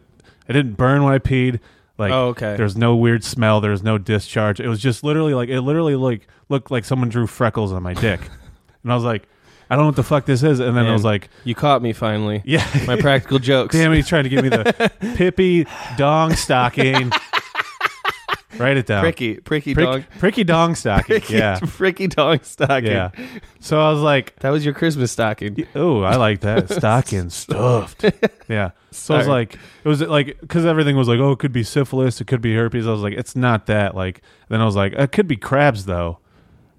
Speaker 3: I didn't burn when I peed." Like,
Speaker 2: Oh, okay.
Speaker 3: There's no weird smell. There's no discharge. It was just literally like it literally like looked like someone drew freckles on my dick, and I was like, I don't know what the fuck this is. And then I was
Speaker 2: Man,
Speaker 3: like,
Speaker 2: "You caught me finally."
Speaker 3: Yeah,
Speaker 2: My practical jokes.
Speaker 3: Damn, he's trying to give me the pippy dong stocking. Write it down.
Speaker 2: Pricky- pricky dong-
Speaker 3: Pricky dong stocking.
Speaker 2: Fricky,
Speaker 3: yeah.
Speaker 2: Fricky dong stocking.
Speaker 3: Yeah. So I was like,
Speaker 2: that was your Christmas stocking.
Speaker 3: Oh, I like that stocking stuffed. Yeah. So I
Speaker 2: Sorry.
Speaker 3: was like, it was like, because everything was like, oh, it could be syphilis, it could be herpes. I was like, it's not that. Like, then I was like, it could be crabs though,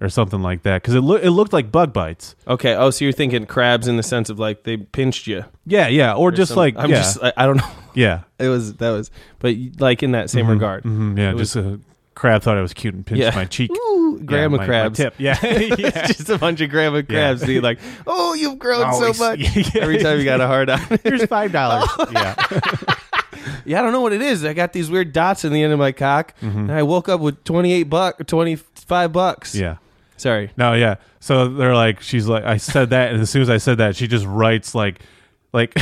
Speaker 3: or something like that, because it loo- it looked like bug bites.
Speaker 2: Okay. Oh, so you're thinking crabs in the sense of like they pinched you.
Speaker 3: Yeah, yeah, or just
Speaker 2: some-
Speaker 3: like-
Speaker 2: I'm
Speaker 3: yeah.
Speaker 2: just I, I don't know.
Speaker 3: Yeah.
Speaker 2: It was that was, but like in that same
Speaker 3: Mhm,
Speaker 2: regard.
Speaker 3: mhm, yeah,
Speaker 2: It was-
Speaker 3: just a crab thought I was cute and pinched
Speaker 2: Yeah.
Speaker 3: my cheek.
Speaker 2: Ooh,
Speaker 3: Yeah,
Speaker 2: grandma
Speaker 3: my- my
Speaker 2: crabs.
Speaker 3: tip. Yeah,
Speaker 2: It's just a bunch of grandma crabs being like, "Oh, you've grown so much." Every time you got a hard on.
Speaker 3: Here's five dollars. Yeah.
Speaker 2: yeah, I don't know what it is. I got these weird dots in the end of my cock, and I woke up with twenty eight buck, twenty five bucks.
Speaker 3: Yeah.
Speaker 2: Sorry.
Speaker 3: No, yeah. So they're like, she's like, I said that, and as soon as I said that, she just writes like, like,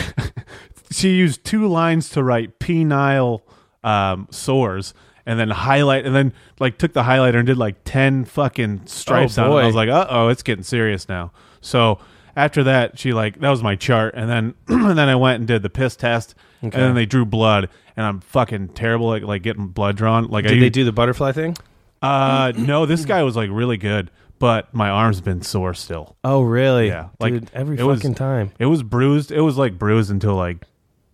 Speaker 3: she used two lines to write penile um, sores, and then highlight, and then like took the highlighter and did like ten fucking stripes
Speaker 2: Oh,
Speaker 3: on it. And I
Speaker 2: boy.
Speaker 3: was like, uh oh, it's getting serious now. So after that, she like that was my chart, and then and then I went and did the piss test,
Speaker 2: Okay.
Speaker 3: and then they drew blood, and I'm fucking terrible at like getting blood drawn. Like,
Speaker 2: Did
Speaker 3: I,
Speaker 2: they do the butterfly thing?
Speaker 3: uh, no, this guy was like really good, but my arm's been sore still.
Speaker 2: Oh, really?
Speaker 3: Yeah, like
Speaker 2: Dude, every
Speaker 3: it was-
Speaker 2: fucking time.
Speaker 3: It was bruised. It was like bruised until like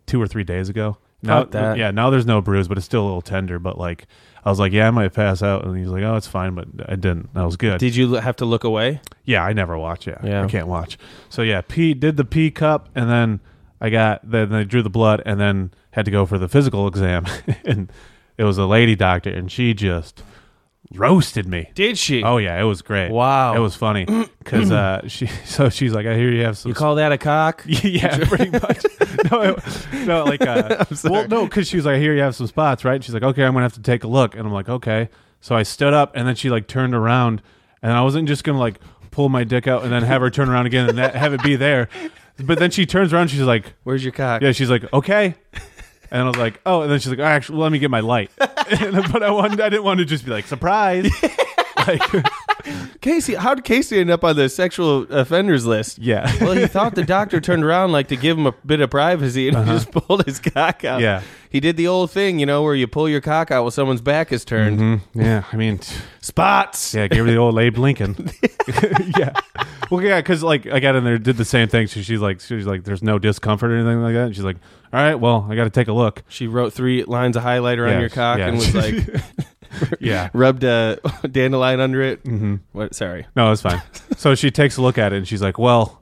Speaker 3: two or three days ago. Now,
Speaker 2: Fuck that.
Speaker 3: yeah, now there's no bruise, but it's still a little tender. But like, I was like, yeah, I might pass out, and he's like, oh, it's fine, but I didn't. That was good.
Speaker 2: Did you l- have to look away?
Speaker 3: Yeah, I never watch. Yeah,
Speaker 2: Yeah.
Speaker 3: I can't watch. So yeah, P did the P cup, and then I got then they drew the blood, and then had to go for the physical exam, and it was a lady doctor, and she just roasted me.
Speaker 2: Did she?
Speaker 3: Oh yeah, it was great.
Speaker 2: Wow.
Speaker 3: it was funny because uh, she. So she's like, I hear you have some.
Speaker 2: You call that a cock?
Speaker 3: yeah, pretty much. no, it, no, like uh, well, no, because she was like, I hear you have some spots, right? And she's like, okay, I'm gonna have to take a look, and I'm like, okay. So I stood up, and then she like turned around, and I wasn't just gonna like pull my dick out and then have her turn around again and that, have it be there. But then she turns around, she's like,
Speaker 2: "Where's your cock?"
Speaker 3: Yeah, she's like, "Okay." And I was like, "Oh," and then she's like, "Actually, let me get my light." And- but I wanted, I didn't want to just be like, "Surprise!"
Speaker 2: Casey, how did Casey end up on the sexual offenders list?
Speaker 3: Yeah.
Speaker 2: well, he thought the doctor turned around like to give him a bit of privacy, and he just pulled his cock out.
Speaker 3: Uh-huh. Yeah.
Speaker 2: He did the old thing, you know, where you pull your cock out while someone's back is
Speaker 3: Mm-hmm.
Speaker 2: turned.
Speaker 3: Yeah, I mean,
Speaker 2: spots.
Speaker 3: Yeah, gave her the old Abe Lincoln. yeah, well, yeah, because like I got in there, did the same thing. So she's like, she's like, "There's no discomfort or anything like that." And she's like, "All right, well, I got to take a look."
Speaker 2: She wrote three lines of highlighter
Speaker 3: Yeah,
Speaker 2: on your cock
Speaker 3: yeah.
Speaker 2: and was like,
Speaker 3: Yeah.
Speaker 2: rubbed a dandelion under it.
Speaker 3: Mm-hmm.
Speaker 2: What? Sorry.
Speaker 3: No, it's fine. so she takes a look at it and she's like, "Well."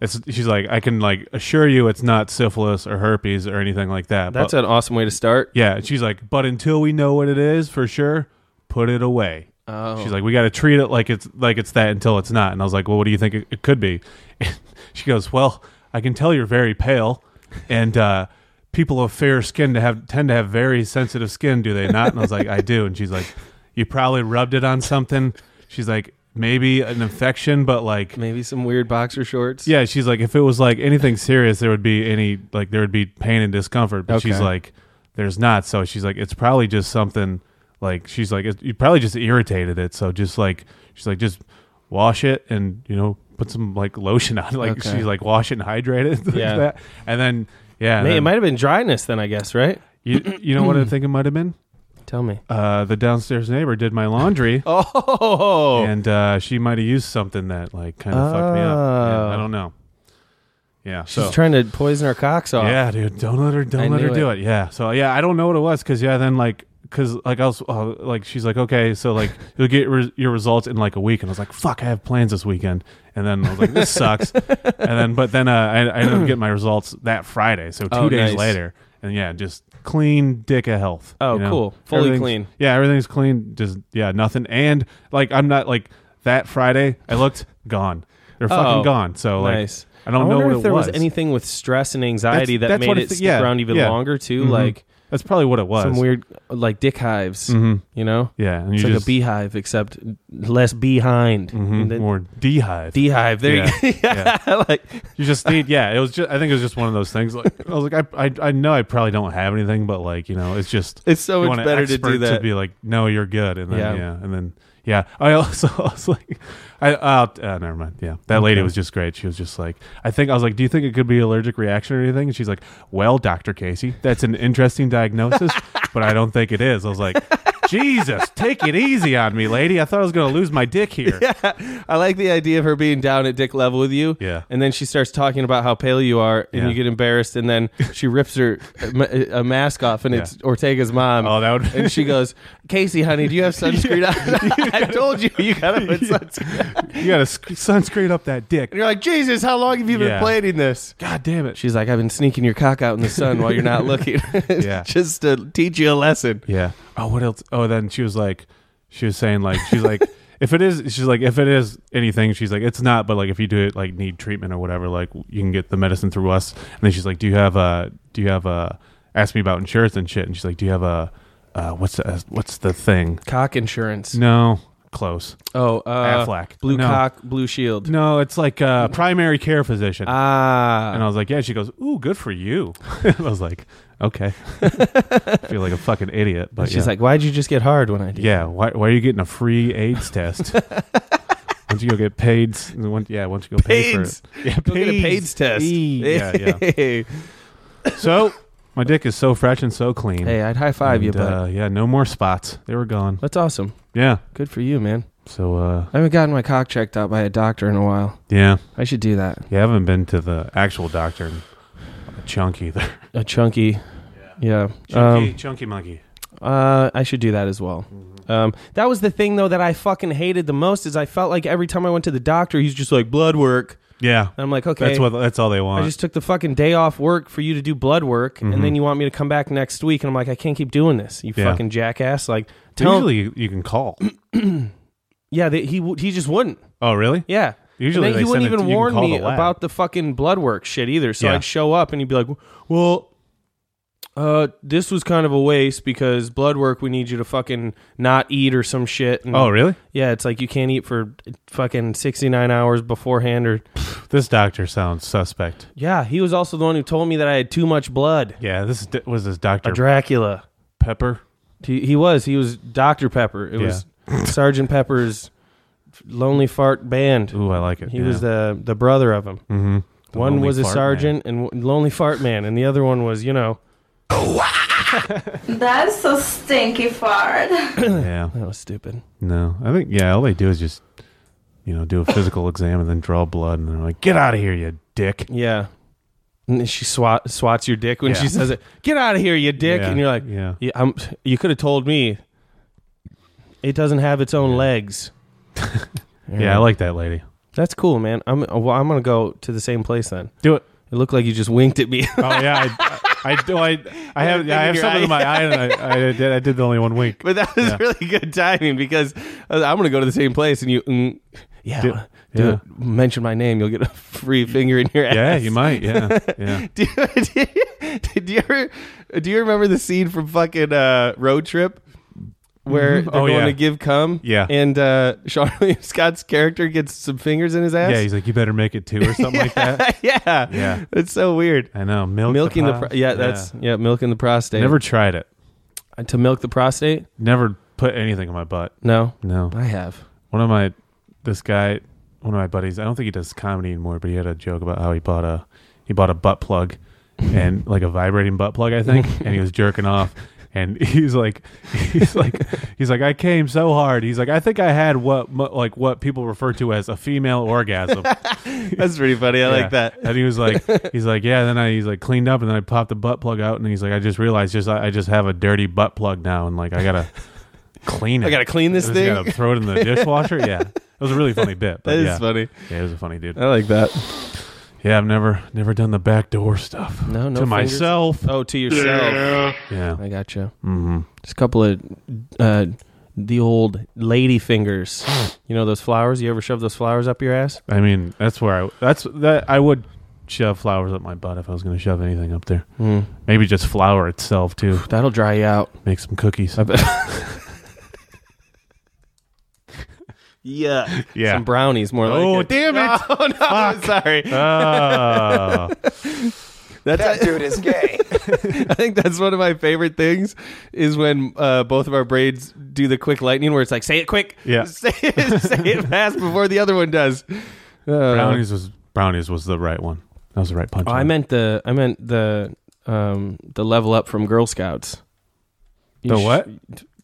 Speaker 3: It's, she's like, I can like assure you, it's not syphilis or herpes or anything like that.
Speaker 2: That's
Speaker 3: but,
Speaker 2: an awesome way to start.
Speaker 3: Yeah, and she's like, but until we know what it is for sure, put it away.
Speaker 2: Oh.
Speaker 3: She's like, we got to treat it like it's like it's that until it's not. And I was like, well, what do you think it, it could be? And she goes, well, I can tell you're very pale, and uh, people of fair skin to have tend to have very sensitive skin, do they not? And I was like, I do. And she's like, you probably rubbed it on something. She's like, maybe an infection, but like
Speaker 2: maybe some weird boxer shorts.
Speaker 3: Yeah, she's like, if it was like anything serious, there would be any like there would be pain and discomfort. But she's
Speaker 2: Okay.
Speaker 3: like, there's not. So she's like, it's probably just something like she's like, it, you probably just irritated it. So just like she's like, just wash it and you know put some like lotion on. it. Like
Speaker 2: Okay.
Speaker 3: she's like, wash it and hydrate it. like
Speaker 2: Yeah.
Speaker 3: that. and then yeah,
Speaker 2: Man, it
Speaker 3: then-
Speaker 2: might have been dryness then, I guess, right?
Speaker 3: You, you know what I think it might have been?
Speaker 2: Tell me.
Speaker 3: Uh, the downstairs neighbor did my laundry.
Speaker 2: oh,
Speaker 3: and uh, she might have used something that like kind of fucked me up. Yeah,
Speaker 2: Oh.
Speaker 3: I don't know. Yeah,
Speaker 2: She's
Speaker 3: so-
Speaker 2: trying to poison our cocks off.
Speaker 3: Yeah, dude. Don't let her. Don't
Speaker 2: Uh, I
Speaker 3: let her
Speaker 2: knew
Speaker 3: do it. Yeah. So yeah, I don't know what it was because yeah, then like because like I was uh, like she's like okay, so like you'll get re- your results in like a week, and I was like fuck, I have plans this weekend, and then I was like this sucks, and then but then uh, I, I ended up getting my results that Friday, so two
Speaker 2: Oh,
Speaker 3: days
Speaker 2: nice.
Speaker 3: later, and yeah, just clean dick of health.
Speaker 2: Oh, cool. Fully
Speaker 3: Everything's-
Speaker 2: clean.
Speaker 3: Yeah, everything's clean. Just yeah, nothing. And like I'm not like that Friday. I looked gone. They're fucking
Speaker 2: Oh,
Speaker 3: gone. So like
Speaker 2: nice.
Speaker 3: I don't know
Speaker 2: wonder
Speaker 3: what
Speaker 2: if
Speaker 3: it
Speaker 2: there was.
Speaker 3: was.
Speaker 2: anything with stress and anxiety
Speaker 3: That's-
Speaker 2: that
Speaker 3: that's
Speaker 2: made
Speaker 3: what I
Speaker 2: it
Speaker 3: thi-
Speaker 2: stick
Speaker 3: yeah,
Speaker 2: around even
Speaker 3: yeah.
Speaker 2: longer too.
Speaker 3: Mhm.
Speaker 2: Like
Speaker 3: that's probably what it was.
Speaker 2: some weird like dick hives.
Speaker 3: Mhm.
Speaker 2: Mm-hmm. You mm-hmm. know?
Speaker 3: Yeah, and
Speaker 2: it's
Speaker 3: you
Speaker 2: like a
Speaker 3: just-
Speaker 2: beehive except less behind. And then-
Speaker 3: or beehive.
Speaker 2: Beehive. There you go.
Speaker 3: Yeah.
Speaker 2: like
Speaker 3: you just need. Yeah, it was just. I think it was just one of those things. Like I was like, I, I, I know I probably don't have anything, but like you know, it's just.
Speaker 2: It's so
Speaker 3: you
Speaker 2: much
Speaker 3: want an
Speaker 2: better to
Speaker 3: expert
Speaker 2: do that.
Speaker 3: To be like, no, you're good, and then
Speaker 2: Yeah.
Speaker 3: yeah, and then yeah. I also I was like, I uh, uh, never mind. Yeah, that lady
Speaker 2: Okay.
Speaker 3: was just great. She was just like, I think I was like, do you think it could be allergic reaction or anything? And she's like, well, Doctor Casey, that's an interesting diagnosis, but I don't think it is. I was like. Jesus, take it easy on me, lady. I thought I was going to lose my dick here.
Speaker 2: I like the idea of her being down at dick level with you.
Speaker 3: Yeah.
Speaker 2: And then she starts talking about how pale you are, and
Speaker 3: Yeah.
Speaker 2: you get embarrassed, and then she rips her uh, ma- a mask off, and it's Ortega's mom.
Speaker 3: Oh, that would-
Speaker 2: And she goes, "Casey, honey, do you have sunscreen on? I told you you gotta put sunscreen." on."
Speaker 3: You got to sc- sunscreen up that dick.
Speaker 2: And you're like, Jesus, how long have you been
Speaker 3: Yeah.
Speaker 2: planning this?
Speaker 3: God damn it.
Speaker 2: She's like, I've been sneaking your cock out in the sun while you're not looking,
Speaker 3: Yeah.
Speaker 2: just to teach you a lesson.
Speaker 3: Yeah. Oh, what else? Oh, then she was like, she was saying like, she's like, if it is, she's like, if it is anything, she's like, it's not. But like, if you do it, like, need treatment or whatever, like, you can get the medicine through us. And then she's like, do you have uh do you have uh asked me about insurance and shit. And she's like, do you have a, uh, what's the, uh, what's the thing?
Speaker 2: Cock insurance.
Speaker 3: No, close.
Speaker 2: Oh, uh,
Speaker 3: Aflac.
Speaker 2: Blue
Speaker 3: No.
Speaker 2: cock, blue shield.
Speaker 3: No, it's like uh primary care physician.
Speaker 2: Ah.
Speaker 3: And I was like, yeah. She goes, ooh, good for you. I was like, okay. I feel like a fucking idiot. But
Speaker 2: And she's
Speaker 3: yeah.
Speaker 2: like, "Why'd you just get hard when I did?"
Speaker 3: Yeah, why, why are you getting a free AIDS test? once you go get paid, s- once- yeah, once you go pay
Speaker 2: Paids.
Speaker 3: for it. Yeah,
Speaker 2: Go get a Paids test.
Speaker 3: Ee, Yeah, yeah.
Speaker 2: hey,
Speaker 3: So my dick is so fresh and so clean.
Speaker 2: I'd high five you,
Speaker 3: And,
Speaker 2: but
Speaker 3: uh, yeah, no more spots. They were gone.
Speaker 2: that's awesome.
Speaker 3: Yeah.
Speaker 2: Good for you, man.
Speaker 3: So uh,
Speaker 2: I haven't gotten my cock checked out by a doctor in a while.
Speaker 3: yeah,
Speaker 2: I should do that.
Speaker 3: yeah. I haven't been to the actual doctor in a chunk either.
Speaker 2: A chunky, yeah.
Speaker 3: Chunky,
Speaker 2: Um,
Speaker 3: chunky monkey.
Speaker 2: uh, I should do that as well.
Speaker 3: Mm-hmm.
Speaker 2: Um, that was the thing though that I fucking hated the most is I felt like every time I went to the doctor, he's just like blood work.
Speaker 3: Yeah.
Speaker 2: And I'm like, okay,
Speaker 3: That's what- that's all they want.
Speaker 2: I just took the fucking day off work for you to do blood work,
Speaker 3: Mhm.
Speaker 2: and then you want me to come back next week, and I'm like, I can't keep doing this, you
Speaker 3: Yeah.
Speaker 2: fucking jackass. Like, tell
Speaker 3: Usually you, you can call.
Speaker 2: yeah, they, he w- he just wouldn't.
Speaker 3: Oh, really?
Speaker 2: Yeah.
Speaker 3: Usually
Speaker 2: and then
Speaker 3: they
Speaker 2: he wouldn't
Speaker 3: send it-
Speaker 2: even
Speaker 3: you can
Speaker 2: warn
Speaker 3: call
Speaker 2: me
Speaker 3: the lab.
Speaker 2: about the fucking blood work shit either. So
Speaker 3: Yeah.
Speaker 2: I'd show up and he'd be like, "Well, uh, this was kind of a waste because blood work we need you to fucking not eat or some shit." And
Speaker 3: Oh, really?
Speaker 2: Yeah, it's like you can't eat for fucking sixty nine hours beforehand or
Speaker 3: This doctor sounds suspect.
Speaker 2: yeah. He was also the one who told me that I had too much blood.
Speaker 3: Yeah, this is- was this doctor.
Speaker 2: A Dracula
Speaker 3: Pepper.
Speaker 2: He, he was he was Doctor Pepper. It was Sergeant Pepper's Lonely Fart Band.
Speaker 3: Ooh, I like it.
Speaker 2: He
Speaker 3: yeah.
Speaker 2: was the the brother of him.
Speaker 3: Mhm. The
Speaker 2: One
Speaker 3: Lonely
Speaker 2: was a
Speaker 3: Fart
Speaker 2: sergeant and w- Lonely Fart Man, and the other one was you know.
Speaker 14: That's a stinky fart.
Speaker 3: yeah,
Speaker 2: that was stupid.
Speaker 3: No, I think yeah, all they do is just you know do a physical exam and then draw blood, and they're like, "Get out of here, you dick."
Speaker 2: Yeah. And then she swat, swats your dick when
Speaker 3: Yeah.
Speaker 2: she says it. Get out of here, you dick!
Speaker 3: Yeah,
Speaker 2: And you're like,
Speaker 3: yeah.
Speaker 2: I'm, you could have told me. It doesn't have its own legs.
Speaker 3: Yeah, I like that lady.
Speaker 2: That's cool, man. I'm uh, well, I'm gonna go to the same place then.
Speaker 3: Do it.
Speaker 2: It looked like you just winked at me.
Speaker 3: Oh yeah, I, I do. I I have yeah, I have
Speaker 2: Your
Speaker 3: something in my eye, and I, I did I did the only one wink.
Speaker 2: But that was
Speaker 3: Yeah.
Speaker 2: really good timing because I was- I'm going to go to the same place and you, mm, yeah,
Speaker 3: Do-
Speaker 2: do,
Speaker 3: yeah.
Speaker 2: it. mention my name, you'll get a free finger in your ass.
Speaker 3: Yeah, you might, yeah, yeah.
Speaker 2: do, you- do you- do you ever, do you remember the scene from fucking uh, Road Trip? Where
Speaker 3: Mhm.
Speaker 2: they're
Speaker 3: Oh,
Speaker 2: going
Speaker 3: yeah.
Speaker 2: to give cum,
Speaker 3: Yeah.
Speaker 2: and uh, Sean William Scott's character gets some fingers in his ass.
Speaker 3: Yeah, he's like, "You better make it two or something like that."
Speaker 2: yeah,
Speaker 3: Yeah.
Speaker 2: It's so weird.
Speaker 3: I know milk
Speaker 2: milking the,
Speaker 3: pro-
Speaker 2: pro- yeah, that's yeah, milking the prostate.
Speaker 3: Never tried it.
Speaker 2: to milk the prostate.
Speaker 3: Never put anything in my butt.
Speaker 2: No,
Speaker 3: no,
Speaker 2: I have.
Speaker 3: One of my this guy, one of my buddies. I don't think he does comedy anymore, but he had a joke about how he bought a he bought a butt plug and like a vibrating butt plug, I think, and he was jerking off. And he's like, he's like, he's like, I came so hard. He's like, I think I had what, mo- like, what people refer to as a female orgasm.
Speaker 2: That's pretty funny. I like that.
Speaker 3: And he was like, he's like, yeah. Then I, he's like, cleaned up, and then I popped the butt plug out, and he's like, I just realized, just I, I just have a dirty butt plug now, and like I gotta clean it.
Speaker 2: I gotta clean this
Speaker 3: I just
Speaker 2: thing?
Speaker 3: gotta throw it in the dishwasher. yeah, it was a really funny bit. but
Speaker 2: That is Uh,
Speaker 3: yeah.
Speaker 2: funny.
Speaker 3: Yeah, it was a funny dude.
Speaker 2: I like that.
Speaker 3: Yeah, I've never never done the back door stuff.
Speaker 2: No, no.
Speaker 3: to
Speaker 2: fingers.
Speaker 3: myself.
Speaker 2: Oh, to yourself.
Speaker 3: Yeah. Yeah.
Speaker 2: I got you.
Speaker 3: Mm-hmm.
Speaker 2: Just a couple of uh, the old lady fingers. You know those flowers? You ever shove those flowers up your ass?
Speaker 3: I mean, that's where I that's that I would shove flowers up my butt if I was going to shove anything up there.
Speaker 2: Hmm.
Speaker 3: Maybe just flour itself too.
Speaker 2: That'll dry you out.
Speaker 3: Make some cookies.
Speaker 2: Yeah.
Speaker 3: Yeah.
Speaker 2: Some brownies more like
Speaker 3: Oh,
Speaker 2: it.
Speaker 3: damn it.
Speaker 2: Oh, no. I'm Sorry.
Speaker 3: Oh.
Speaker 2: that dude is gay. I think that's one of my favorite things is when uh, both of our braids do the quick lightning where it's like, say it quick.
Speaker 3: Yeah.
Speaker 2: Say it, say it fast before the other one does. Uh,
Speaker 3: brownies was brownies was the right one. That was the right punch.
Speaker 2: Oh, I meant the I meant the um the level up from Girl Scouts.
Speaker 3: The what?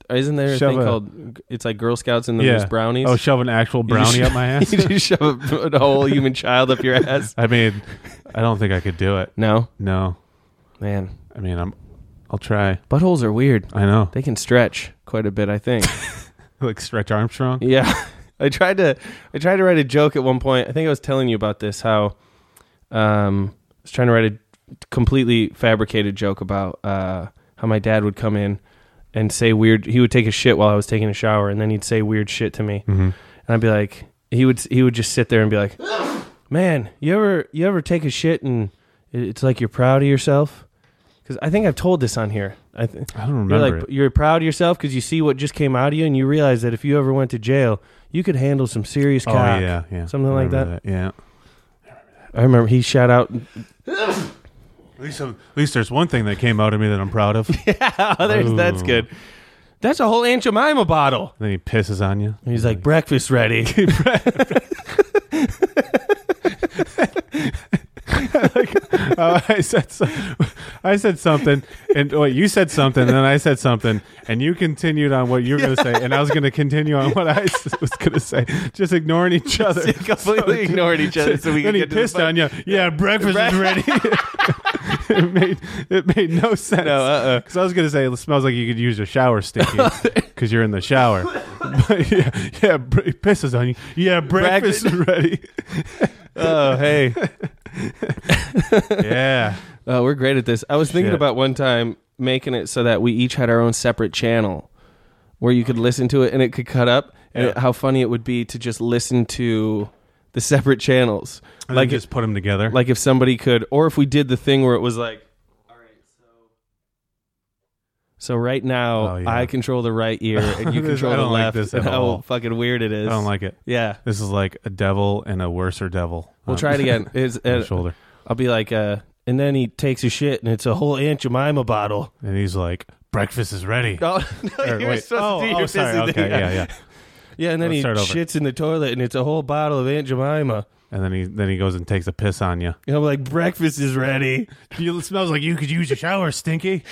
Speaker 2: Isn't there a
Speaker 3: Shove
Speaker 2: thing
Speaker 3: a-
Speaker 2: called it's like Girl Scouts and then
Speaker 3: Yeah.
Speaker 2: there's brownies?
Speaker 3: Oh, shove an actual
Speaker 2: You
Speaker 3: brownie
Speaker 2: just-
Speaker 3: up my ass?
Speaker 2: you just shove a, a whole human child up your ass.
Speaker 3: I mean, I don't think I could do it.
Speaker 2: No.
Speaker 3: No.
Speaker 2: Man.
Speaker 3: I mean, I'm I'll try.
Speaker 2: Buttholes are weird.
Speaker 3: I know.
Speaker 2: They can stretch quite a bit, I think.
Speaker 3: Like Stretch Armstrong?
Speaker 2: Yeah. I tried to I tried to write a joke at one point. I think I was telling you about this how um I was trying to write a completely fabricated joke about uh how my dad would come in and say weird he would take a shit while I was taking a shower and then he'd say weird shit to me.
Speaker 3: Mhm.
Speaker 2: And I'd be like he would he would just sit there and be like, "Man, you ever you ever take a shit and it- it's like you're proud of yourself?" Cuz I think I've told this on here. I th-
Speaker 3: I don't remember
Speaker 2: you're like,
Speaker 3: it.
Speaker 2: You're proud of yourself because you see what just came out of you, and you realize that if you ever went to jail, you could handle some serious
Speaker 3: Oh,
Speaker 2: cock.
Speaker 3: yeah, yeah.
Speaker 2: something
Speaker 3: I
Speaker 2: like
Speaker 3: remember
Speaker 2: that.
Speaker 3: that, yeah.
Speaker 2: I remember he shout out.
Speaker 3: At least, at least there's one thing that came out of me that I'm proud of.
Speaker 2: Oh, there's, that's
Speaker 3: Ooh.
Speaker 2: good. That's a whole Aunt Jemima bottle.
Speaker 3: Then he pisses on you.
Speaker 2: And he's like, breakfast ready.
Speaker 3: Uh, I said, so, I said something, and wait, you said something, and then I said something, and you continued on what you were going to say, and I was going to continue on what I s- was going to say, just ignoring each other.
Speaker 2: completely ignored each other so we could
Speaker 3: then he
Speaker 2: get to the
Speaker 3: pissed on you. Yeah, breakfast is ready. it made it made no sense.
Speaker 2: No, uh-uh.
Speaker 3: Because I was going to say it smells like you could use a shower sticky because you're in the shower. but yeah, yeah, br- he pisses on you. Yeah, breakfast, is ready.
Speaker 2: Oh, hey.
Speaker 3: yeah.
Speaker 2: Oh, we're great at this. I was thinking
Speaker 3: Shit.
Speaker 2: about one time making it so that we each had our own separate channel where you could listen to it and it could cut up. And
Speaker 3: Yeah.
Speaker 2: it- how funny it would be to just listen to the separate channels.
Speaker 3: And then just put them together.
Speaker 2: Like if somebody could, or if we did the thing where it was like, all right, so. So right now,
Speaker 3: Oh, yeah.
Speaker 2: I control the right ear and you
Speaker 3: This-
Speaker 2: control
Speaker 3: I
Speaker 2: the
Speaker 3: don't like
Speaker 2: left.
Speaker 3: this at
Speaker 2: how
Speaker 3: all.
Speaker 2: fucking weird it is.
Speaker 3: I don't like it.
Speaker 2: Yeah.
Speaker 3: This is like a devil and a worser devil.
Speaker 2: We'll
Speaker 3: Um,
Speaker 2: try it again. It's,
Speaker 3: on
Speaker 2: uh,
Speaker 3: the shoulder.
Speaker 2: I'll be like, uh, and then he takes a shit, and it's a whole Aunt Jemima bottle.
Speaker 3: And he's like, breakfast is ready.
Speaker 2: Oh, no,
Speaker 3: Or
Speaker 2: you were
Speaker 3: wait.
Speaker 2: supposed
Speaker 3: Oh,
Speaker 2: to do
Speaker 3: oh,
Speaker 2: your
Speaker 3: sorry.
Speaker 2: business.
Speaker 3: Okay, yeah, yeah.
Speaker 2: Yeah, and then
Speaker 3: Let's
Speaker 2: he
Speaker 3: start over.
Speaker 2: shits in the toilet, and it's a whole bottle of Aunt Jemima.
Speaker 3: And then he then he goes and takes a piss on you.
Speaker 2: And I'm like, breakfast is ready.
Speaker 3: it smells like you could use a shower, Stinky.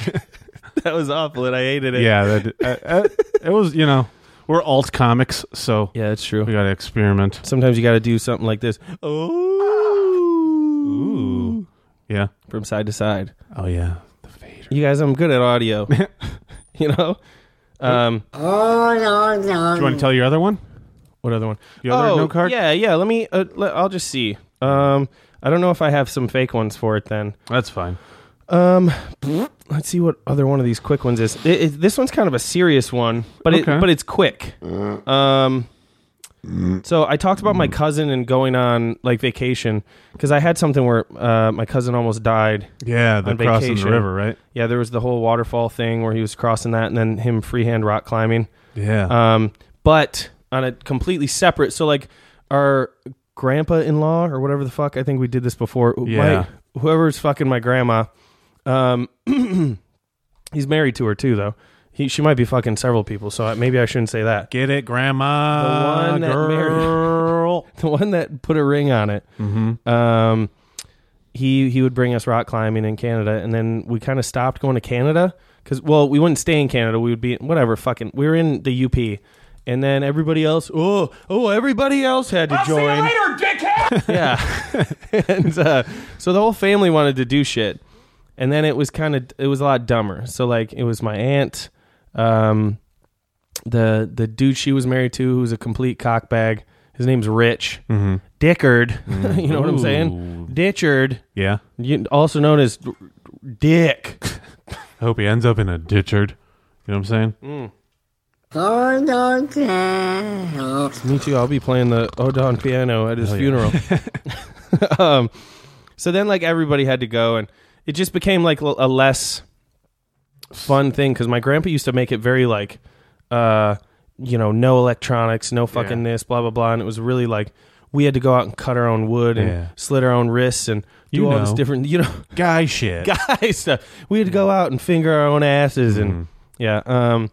Speaker 2: that was awful, and I hated it.
Speaker 3: yeah, that, uh, uh, it was. You know, we're alt comics, so
Speaker 2: yeah, it's true.
Speaker 3: We got to experiment.
Speaker 2: Sometimes you got to do something like this.
Speaker 3: Oh, yeah,
Speaker 2: from side to side.
Speaker 3: Oh yeah,
Speaker 2: You guys, I'm good at audio. you know. Um,
Speaker 12: Oh, no, no.
Speaker 3: Do you want to tell your other one?
Speaker 2: What other one?
Speaker 3: Your other
Speaker 2: oh,
Speaker 3: note card?
Speaker 2: Yeah, yeah. Let me. Uh, let, I'll just see. Um, I don't know if I have some fake ones for it. Then
Speaker 3: that's fine.
Speaker 2: Um, let's see what other one of these quick ones is. It, it- this one's kind of a serious one, but it,
Speaker 3: Okay.
Speaker 2: but it's quick. Um, so I talked about my cousin and going on like vacation because I had something where uh, my cousin almost died.
Speaker 3: Yeah, the
Speaker 2: on
Speaker 3: crossing the river, right?
Speaker 2: Yeah, there was the whole waterfall thing where he was crossing that, and then him freehand rock climbing.
Speaker 3: Yeah.
Speaker 2: Um, but on a completely separate. So like our grandpa in law or whatever the fuck. I think we did this before. My-
Speaker 3: Yeah.
Speaker 2: whoever's fucking my grandma. Um, he's married to her too, though. He, she might be fucking several people, so I, maybe I shouldn't say that.
Speaker 3: Get it, grandma.
Speaker 2: The one that
Speaker 3: girl.
Speaker 2: married, the one that put a ring on it.
Speaker 3: Mhm.
Speaker 2: Um, he he would bring us rock climbing in Canada, and then we kind of stopped going to Canada because well, we wouldn't stay in Canada. We would be whatever fucking. We were in the UP, and then everybody else. Oh oh, everybody else had to join. yeah. and uh, so the whole family wanted to do shit, and then it was kind of it was a lot dumber. So like it was my aunt, um, the the dude she was married to who was a complete cockbag. His name's Rich
Speaker 3: Mhm.
Speaker 2: Dickard.
Speaker 3: Mm.
Speaker 2: you know what I'm
Speaker 3: Ooh.
Speaker 2: saying? Ditchard.
Speaker 3: Yeah.
Speaker 2: You, also known as D- Dick.
Speaker 3: I hope he ends up in a ditchard. You know what I'm saying?
Speaker 12: Oh, no, no.
Speaker 2: Me too. I'll be playing the Odon piano at his
Speaker 3: Hell yeah.
Speaker 2: funeral. um, so then, like everybody had to go, and it just became like l- a less fun thing because my grandpa used to make it very like, uh, you know, no electronics, no fucking this, blah blah blah, and it was really like we had to go out and cut our own wood and
Speaker 3: Yeah.
Speaker 2: slit our own wrists and do
Speaker 3: You
Speaker 2: all this
Speaker 3: know.
Speaker 2: different, you know,
Speaker 3: Guy shit.
Speaker 2: guy stuff. uh, We had to go out and finger our own asses
Speaker 3: Mm-hmm.
Speaker 2: and yeah. Um,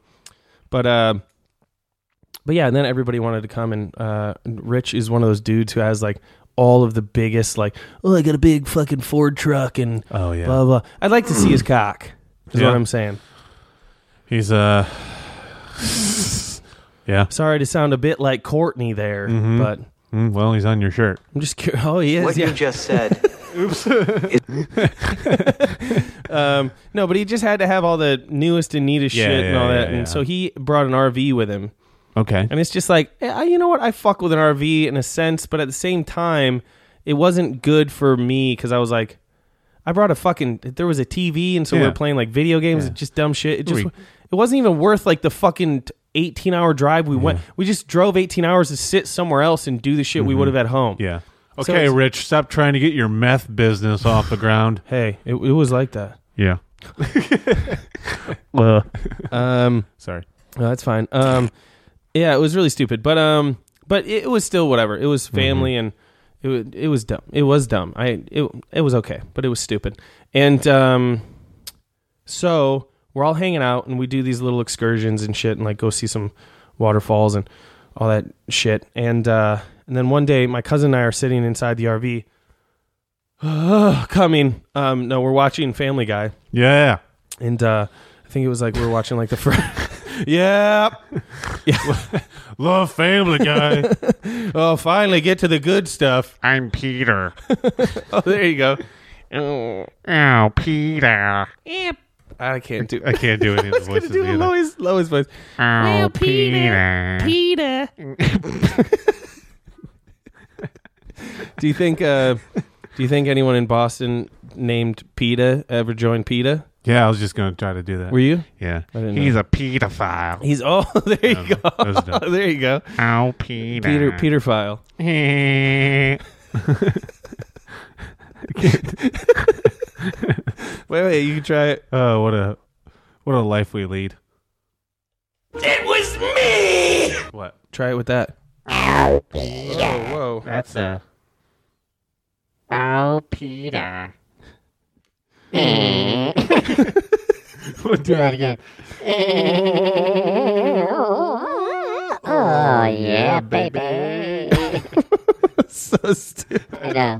Speaker 2: but uh, but yeah, and then everybody wanted to come and uh, Rich is one of those dudes who has like all of the biggest like oh I got a big fucking Ford truck and
Speaker 3: Oh, yeah.
Speaker 2: blah blah. I'd like to see his cock. Is
Speaker 3: Yeah.
Speaker 2: what I'm saying.
Speaker 3: He's uh. yeah.
Speaker 2: Sorry to sound a bit like Courtney there,
Speaker 3: Mhm.
Speaker 2: but
Speaker 3: Mm, well, he's on your shirt.
Speaker 2: I'm just curious. Oh, he is.
Speaker 5: What
Speaker 2: yeah.
Speaker 5: you just said.
Speaker 2: Oops. um, no, but he just had to have all the newest and neatest
Speaker 3: Yeah,
Speaker 2: shit and
Speaker 3: yeah,
Speaker 2: all
Speaker 3: yeah,
Speaker 2: that,
Speaker 3: yeah.
Speaker 2: and so he brought an RV with him.
Speaker 3: Okay.
Speaker 2: And it's just like, eh, I, you know what? I fuck with an RV in a sense, but at the same time, it wasn't good for me because I was like, I brought a fucking. There was a TV, and so we
Speaker 3: Yeah.
Speaker 2: were playing like video games,
Speaker 3: Yeah.
Speaker 2: just dumb shit. It just,
Speaker 3: We-
Speaker 2: it wasn't even worth like the fucking t- eighteen hour drive we went. We just drove eighteen hours to sit somewhere else and do the shit we would have at home.
Speaker 3: Mm-hmm. Yeah.
Speaker 2: So
Speaker 3: Okay,
Speaker 2: it's-
Speaker 3: Rich, stop trying to get your meth business off the ground.
Speaker 2: Hey, it, it was like that.
Speaker 3: Yeah. Uh.
Speaker 2: Well, um,
Speaker 3: Sorry.
Speaker 2: No, that's fine. Um, yeah, it was really stupid, but um, but it, it was still whatever. It was family, and it wa- it was dumb. It was dumb. I it it was okay, but it was stupid. And um, so we're all hanging out, and we do these little excursions and shit, and like go see some waterfalls and all that shit. And uh, and then one day, my cousin and I are sitting inside the RV. coming. Um, no, we're watching Family Guy
Speaker 3: Yeah.
Speaker 2: and uh, I think it was like we were watching like the first. yeah. yeah.
Speaker 3: Love Family Guy.
Speaker 2: oh, finally get to the good stuff.
Speaker 3: I'm Peter.
Speaker 2: Oh, there you go. Oh,
Speaker 3: Oh, Peter.
Speaker 2: I can't do.
Speaker 3: I can't do any
Speaker 2: I was
Speaker 3: of
Speaker 2: gonna
Speaker 3: the voices
Speaker 2: do a
Speaker 3: either.
Speaker 2: lowest, lowest voice.
Speaker 3: Oh, Peter.
Speaker 2: Peter. do you think? Uh, do you think anyone in Boston named PETA ever joined PETA?
Speaker 3: Yeah, I was just gonna try to do that.
Speaker 2: Were you?
Speaker 3: Yeah.
Speaker 2: I didn't
Speaker 3: He's
Speaker 2: know.
Speaker 3: a pedophile.
Speaker 2: He's oh, there you go. there you go.
Speaker 3: Ow, Peter.
Speaker 2: Peter Peter file.
Speaker 3: wait,
Speaker 2: wait, you can try it.
Speaker 3: Oh, what a what a life we lead.
Speaker 9: It was me!
Speaker 3: What?
Speaker 2: Try it with that. Whoa, whoa.
Speaker 3: That's a
Speaker 7: Oh, Peter.
Speaker 3: we'll do that again.
Speaker 7: Oh, yeah, baby.
Speaker 2: so stupid.
Speaker 7: I know. uh,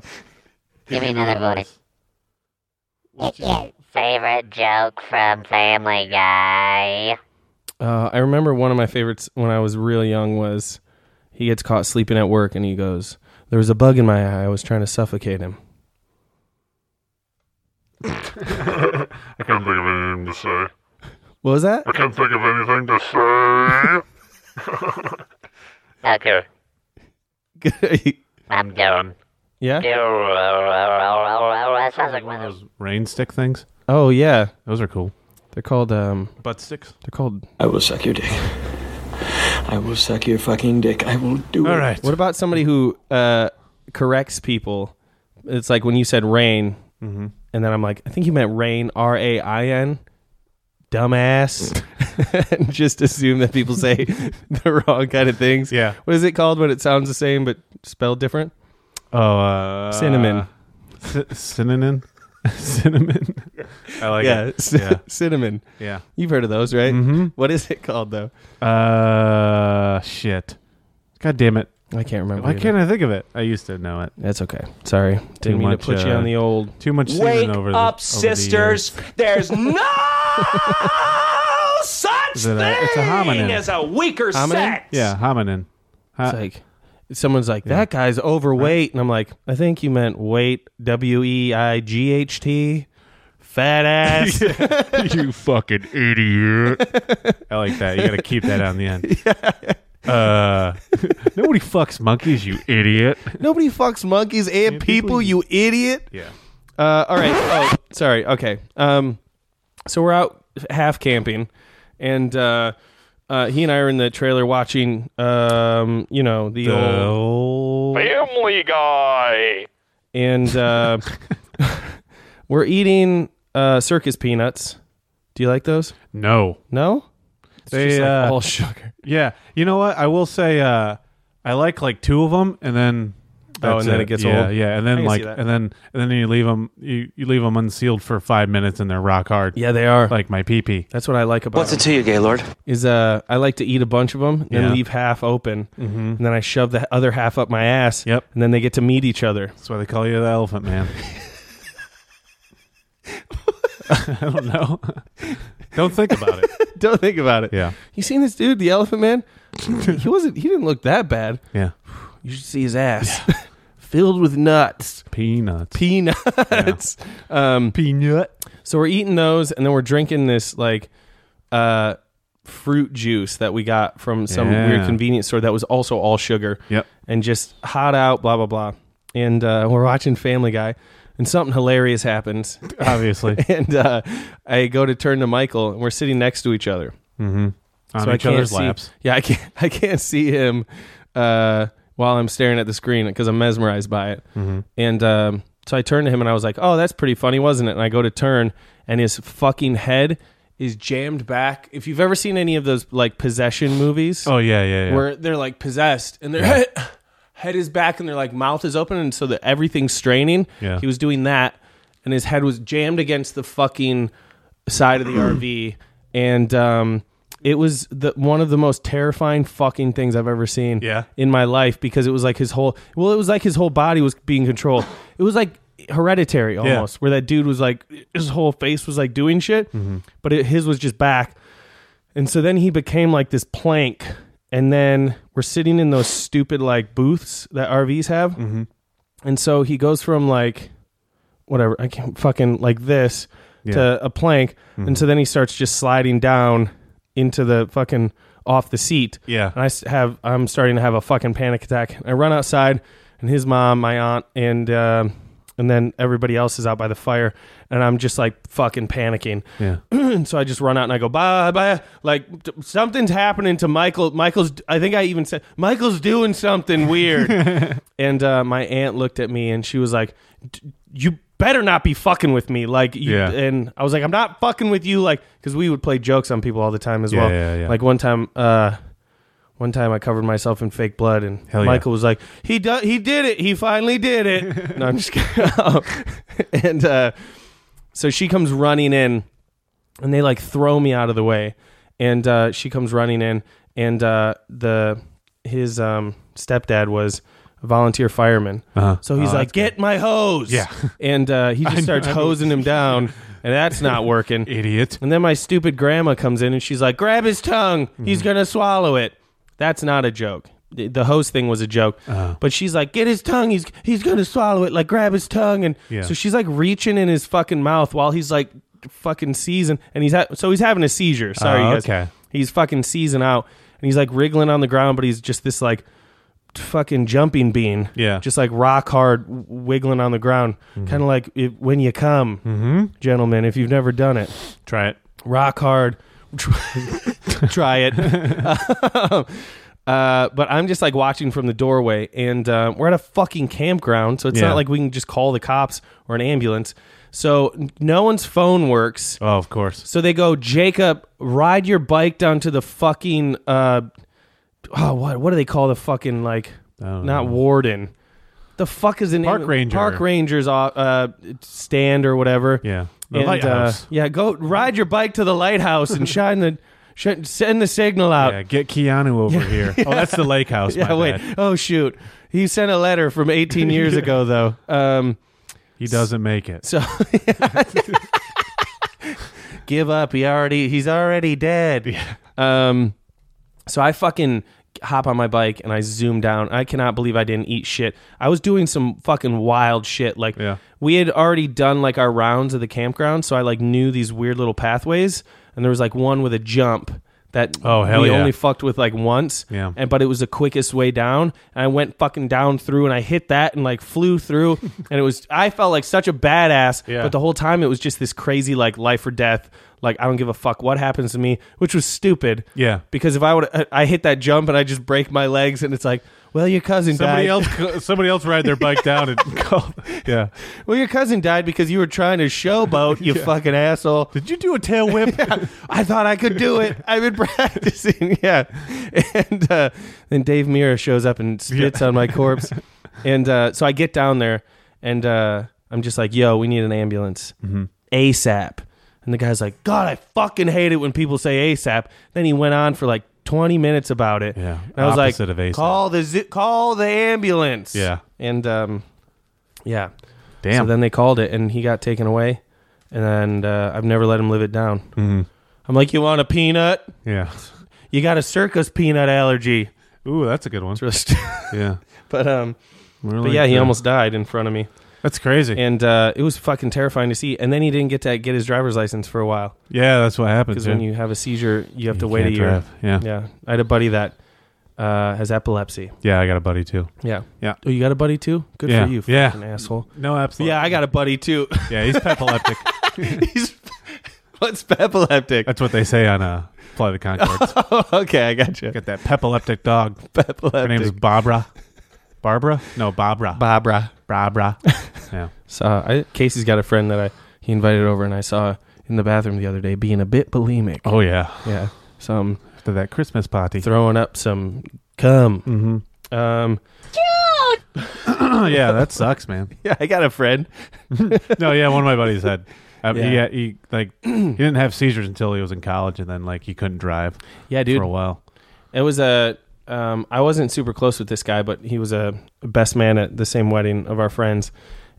Speaker 7: Give me another voice. What's your favorite joke from Family Guy?
Speaker 2: Uh, I remember one of my favorites when I was real young was he gets caught sleeping at work and he goes, "There was a bug in my eye. I was trying to suffocate him."
Speaker 9: I can't think of anything to say.
Speaker 2: What was that?
Speaker 9: I can't think of anything to say.
Speaker 7: Okay.
Speaker 2: Good.
Speaker 7: I'm doing.
Speaker 2: Yeah?
Speaker 7: That sounds like one of those.
Speaker 3: Rain stick things.
Speaker 2: Oh yeah,
Speaker 3: those are cool.
Speaker 2: They're called um
Speaker 3: butt sticks.
Speaker 2: They're called.
Speaker 15: I will suck your dick. I will suck your fucking dick. I will do it.
Speaker 2: What about somebody who uh, corrects people? It's like when you said rain,
Speaker 3: Mhm.
Speaker 2: and then I'm like, I think you meant rain, R A I N, dumbass. And Just assume that people say the wrong kind of things.
Speaker 3: Yeah.
Speaker 2: What is it called when it sounds the same but spelled different?
Speaker 3: Oh, uh,
Speaker 2: Cinnamon.
Speaker 3: c- cinnamon. cinnamon. I like
Speaker 2: yeah,
Speaker 3: it.
Speaker 2: c- cinnamon.
Speaker 3: Yeah.
Speaker 2: You've heard of those, right? Mm-hmm. is it called though?
Speaker 3: Yeah. Uh, shit. God damn it.
Speaker 2: I can't remember.
Speaker 3: Why
Speaker 2: either.
Speaker 3: can't I think of it? I used to know it.
Speaker 2: That's okay. Sorry. Didn't
Speaker 3: Too
Speaker 2: mean
Speaker 3: much,
Speaker 2: to put you
Speaker 3: uh,
Speaker 2: on the old.
Speaker 3: Too much
Speaker 2: Wake
Speaker 3: season over the-
Speaker 2: up,
Speaker 3: over the
Speaker 2: sisters.
Speaker 3: years.
Speaker 16: There's no such
Speaker 3: Is it a- it's a hominin.
Speaker 16: thing as a weaker
Speaker 2: Hominin?
Speaker 16: sex.
Speaker 3: Yeah, hominin.
Speaker 2: It's like someone's like that guy's overweight, and I'm like, I think you meant weight, W E I G H T, fat ass.
Speaker 3: you fucking idiot. I like that. You got to keep that on the end. Uh, nobody fucks monkeys, you idiot.
Speaker 2: Nobody fucks monkeys and people, you idiot.
Speaker 3: Yeah.
Speaker 2: Uh, all right. Oh, sorry. Okay. Um, so we're out half camping, and uh, uh, he and I are in the trailer watching, um, you know, the, old
Speaker 9: Family Guy!
Speaker 2: and uh, we're eating uh, circus peanuts. Do you like those?
Speaker 3: No.
Speaker 2: No. It's
Speaker 3: They,
Speaker 2: just like
Speaker 3: uh,
Speaker 2: all sugar.
Speaker 3: Yeah. You know what? I will say uh, I like like two of them, and then
Speaker 2: Oh,
Speaker 3: that's
Speaker 2: and then it gets
Speaker 3: yeah,
Speaker 2: old.
Speaker 3: Yeah, and
Speaker 2: I can
Speaker 3: then
Speaker 2: see
Speaker 3: like,
Speaker 2: that.
Speaker 3: and then and then you leave them you, you leave them unsealed for five minutes, and they're rock hard.
Speaker 2: Yeah, they are.
Speaker 3: Like my pee pee.
Speaker 2: That's what I like about.
Speaker 5: What's it
Speaker 2: them.
Speaker 5: to you, Gaylord?
Speaker 2: Is uh, I like to eat a bunch of them and
Speaker 3: Yeah.
Speaker 2: then leave half open, and then I shove the other half up my ass. Mm-hmm. Yep. And then they get to meet each other.
Speaker 3: That's why they call you the Elephant Man. I don't know. don't think about it.
Speaker 2: Don't think about it.
Speaker 3: Yeah.
Speaker 2: You seen this dude, the Elephant Man? he wasn't. He didn't look that bad.
Speaker 3: Yeah.
Speaker 2: You should see his ass, filled with nuts.
Speaker 3: Peanuts.
Speaker 2: peanuts. Um,
Speaker 3: Peanut.
Speaker 2: So we're eating those, and then we're drinking this like uh, fruit juice that we got from some
Speaker 3: Yeah.
Speaker 2: weird convenience store that was also all sugar.
Speaker 3: Yep.
Speaker 2: And just hot out, blah blah blah. And uh, we're watching Family Guy, and something hilarious happens.
Speaker 3: Obviously.
Speaker 2: and uh, I go to turn to Michael, and we're sitting next to each other
Speaker 3: Mm-hmm. On
Speaker 2: so I
Speaker 3: each
Speaker 2: can't
Speaker 3: other's
Speaker 2: see-
Speaker 3: laps.
Speaker 2: Yeah, I can't. I can't see him uh, while I'm staring at the screen because I'm mesmerized by it.
Speaker 3: Mhm.
Speaker 2: And um, so I turned to him and I was like, "Oh, that's pretty funny, wasn't it?" And I go to turn, and his fucking head is jammed back. If you've ever seen any of those like possession movies,
Speaker 3: Oh yeah, yeah, yeah.
Speaker 2: where they're like possessed and their head, head is back and their like mouth is open and so that everything's straining.
Speaker 3: Yeah.
Speaker 2: He was doing that and his head was jammed against the fucking side of the RV and um it was the one of the most terrifying fucking things I've ever seen
Speaker 3: Yeah.
Speaker 2: in my life because it was like his whole well it was like his whole body was being controlled. It was like hereditary
Speaker 3: Yeah.
Speaker 2: almost where that dude was like his whole face was like doing shit
Speaker 3: Mm-hmm.
Speaker 2: but it, his was just back. And so then he became like this plank. And then we're sitting in those stupid like booths that RVs have.
Speaker 3: Mm-hmm.
Speaker 2: And so he goes from like whatever, I can't fucking like this
Speaker 3: Yeah. Mm-hmm.
Speaker 2: to a plank. And so then he starts just sliding down into the fucking off the seat.
Speaker 3: Yeah.
Speaker 2: And I s- have, I'm starting to have a fucking panic attack. I run outside and his mom, my aunt, and um and then everybody else is out by the fire, and I'm just like fucking panicking.
Speaker 3: Yeah.
Speaker 2: so I just run out and I go bye bye. Like t- something's happening to Michael. Michael's. I think I even said Michael's doing something weird. and uh, my aunt looked at me and she was like, D- "You better not be fucking with me." Like, you,
Speaker 3: Yeah.
Speaker 2: And I was like, "I'm not fucking with you." Like, because we would play jokes on people all the time as
Speaker 3: Yeah,
Speaker 2: well.
Speaker 3: yeah, yeah.
Speaker 2: Like one time, uh, one time I covered myself in fake blood and
Speaker 3: Hell yeah.
Speaker 2: Michael was like, "He do- he did it. He finally did it." no, I'm just kidding. and uh, so she comes running in, and they like throw me out of the way, and uh, she comes running in, and uh, the his um, stepdad was a volunteer fireman,
Speaker 3: Uh-huh.
Speaker 2: so he's
Speaker 3: Oh,
Speaker 2: like, "Get my hose!"
Speaker 3: Yeah.
Speaker 2: and uh, he
Speaker 3: I
Speaker 2: just starts
Speaker 3: know.
Speaker 2: hosing him down. And that's not working.
Speaker 3: Idiot.
Speaker 2: And then my stupid grandma comes in and she's like, grab his tongue.
Speaker 3: Mm-hmm.
Speaker 2: He's going to swallow it. That's not a joke. The the hose thing was a joke.
Speaker 3: Uh-huh. Uh,
Speaker 2: But she's like, get his tongue. He's he's going to swallow it. Like, grab his tongue. And
Speaker 3: Yeah.
Speaker 2: so she's like reaching in his fucking mouth while he's like fucking seizing. And he's ha- so he's having a seizure. Sorry,
Speaker 3: Oh,
Speaker 2: you guys.
Speaker 3: okay.
Speaker 2: He's fucking seizing out. And he's like wriggling on the ground, but he's just this like fucking jumping bean.
Speaker 3: Yeah. Mm-hmm.
Speaker 2: Just like rock hard w- wiggling on the ground. Kind of like if, when you come, gentlemen, if you've never done it.
Speaker 3: Try it.
Speaker 2: Rock hard. Try it. uh, but I'm just like watching from the doorway, and uh, we're at a fucking campground, so it's
Speaker 3: Yeah.
Speaker 2: not like we can just call the cops or an ambulance. So n- no one's phone works.
Speaker 3: Oh, of course.
Speaker 2: So they go, Jacob, ride your bike down to the fucking uh, oh, what what do they call the fucking like
Speaker 3: don't
Speaker 2: not
Speaker 3: know.
Speaker 2: warden. The fuck is an
Speaker 3: Park ranger.
Speaker 2: park ranger's uh, uh, stand or whatever.
Speaker 3: Yeah. The
Speaker 2: And, uh,
Speaker 3: lighthouse.
Speaker 2: yeah, go ride your bike to the lighthouse and shine the sh- send the signal out.
Speaker 3: Yeah, get Keanu over here. Oh, that's the lake house.
Speaker 2: Uh, Yeah,
Speaker 3: my
Speaker 2: wait.
Speaker 3: bad.
Speaker 2: Oh shoot. He sent a letter from 18 years
Speaker 3: Yeah.
Speaker 2: ago though. Um
Speaker 3: He doesn't make it.
Speaker 2: so give up. He already he's already dead. Um so I fucking hop on my bike and I zoom down. I cannot believe I didn't eat shit. I was doing some fucking wild shit. Like
Speaker 3: Yeah.
Speaker 2: we had already done like our rounds of the campground, so I like knew these weird little pathways and there was like one with a jump that
Speaker 3: Oh, hell
Speaker 2: we
Speaker 3: yeah.
Speaker 2: only fucked with like once.
Speaker 3: Yeah.
Speaker 2: And but it was the quickest way down. And I went fucking down through and I hit that and like flew through. and it was I felt like such a badass.
Speaker 3: Yeah.
Speaker 2: But the whole time it was just this crazy like life or death. Like I don't give a fuck what happens to me, which was stupid.
Speaker 3: Yeah.
Speaker 2: Because if I would I I hit that jump and I just break my legs and it's like, well your cousin
Speaker 3: Somebody
Speaker 2: died.
Speaker 3: else, co- somebody else ride their bike down and call. Yeah.
Speaker 2: well your cousin died because you were trying to showboat, you fucking asshole.
Speaker 3: Did you do a tail whip?
Speaker 2: I thought I could do it. I've been practicing. Yeah. And uh, then Dave Mira shows up and spits on my corpse. And uh, so I get down there and uh, I'm just like, yo, we need an ambulance
Speaker 3: Mm-hmm.
Speaker 2: ASAP. And the guy's like, God, I fucking hate it when people say ASAP. Then he went on for like 20 minutes about it.
Speaker 3: Yeah,
Speaker 2: And I was like,
Speaker 3: opposite of ASAP.
Speaker 2: call the zi- call the ambulance.
Speaker 3: Yeah.
Speaker 2: And um, yeah.
Speaker 3: Damn.
Speaker 2: So then they called it and he got taken away. And uh, I've never let him live it down. I'm like, you want a peanut?
Speaker 3: Mm-hmm. Yeah.
Speaker 2: You got a circus peanut allergy.
Speaker 3: Ooh, that's a good one.
Speaker 2: It's real stu-
Speaker 3: Yeah.
Speaker 2: but um,
Speaker 3: Really
Speaker 2: but yeah, he
Speaker 3: good.
Speaker 2: almost died in front of me,
Speaker 3: That's crazy.
Speaker 2: and uh, it was fucking terrifying to see. And then he didn't get to get his driver's license for a while
Speaker 3: yeah, that's what happens.
Speaker 2: because
Speaker 3: Yeah.
Speaker 2: when you have a seizure, you have to
Speaker 3: You
Speaker 2: wait a
Speaker 3: can't
Speaker 2: year.
Speaker 3: drive. Yeah.
Speaker 2: yeah. I had a buddy that uh, has epilepsy.
Speaker 3: yeah, I got a buddy too.
Speaker 2: Yeah,
Speaker 3: Yeah.
Speaker 2: Oh, you got a buddy too? Good
Speaker 3: Yeah.
Speaker 2: for you,
Speaker 3: Yeah.
Speaker 2: fucking asshole.
Speaker 3: No, absolutely.
Speaker 2: Yeah, I got a buddy too.
Speaker 3: Yeah, he's epileptic.
Speaker 2: He's what's epileptic? Oh,
Speaker 3: that's what they say on uh, Fly the Concords.
Speaker 2: okay, I got you.
Speaker 3: got that epileptic dog. Her name is
Speaker 2: Epileptic.
Speaker 3: Barbara. Barbara? No, Barbara.
Speaker 2: Barbara.
Speaker 3: Barbara. yeah.
Speaker 2: saw I, Casey's got a friend that I he invited over and I saw in the bathroom the other day being a bit bulimic.
Speaker 3: Oh yeah.
Speaker 2: Yeah, some
Speaker 3: After that Christmas party.
Speaker 2: throwing up some cum. Um,
Speaker 3: yeah, that sucks, man.
Speaker 2: yeah, I got a friend.
Speaker 3: No, yeah, one of my buddies had. Uh,
Speaker 2: Yeah.
Speaker 3: He, had- he like he didn't have seizures until he was in college, and then like he couldn't drive
Speaker 2: Yeah, dude.
Speaker 3: for a while.
Speaker 2: It was a. Um, I wasn't super close with this guy, but he was a best man at the same wedding of our friends,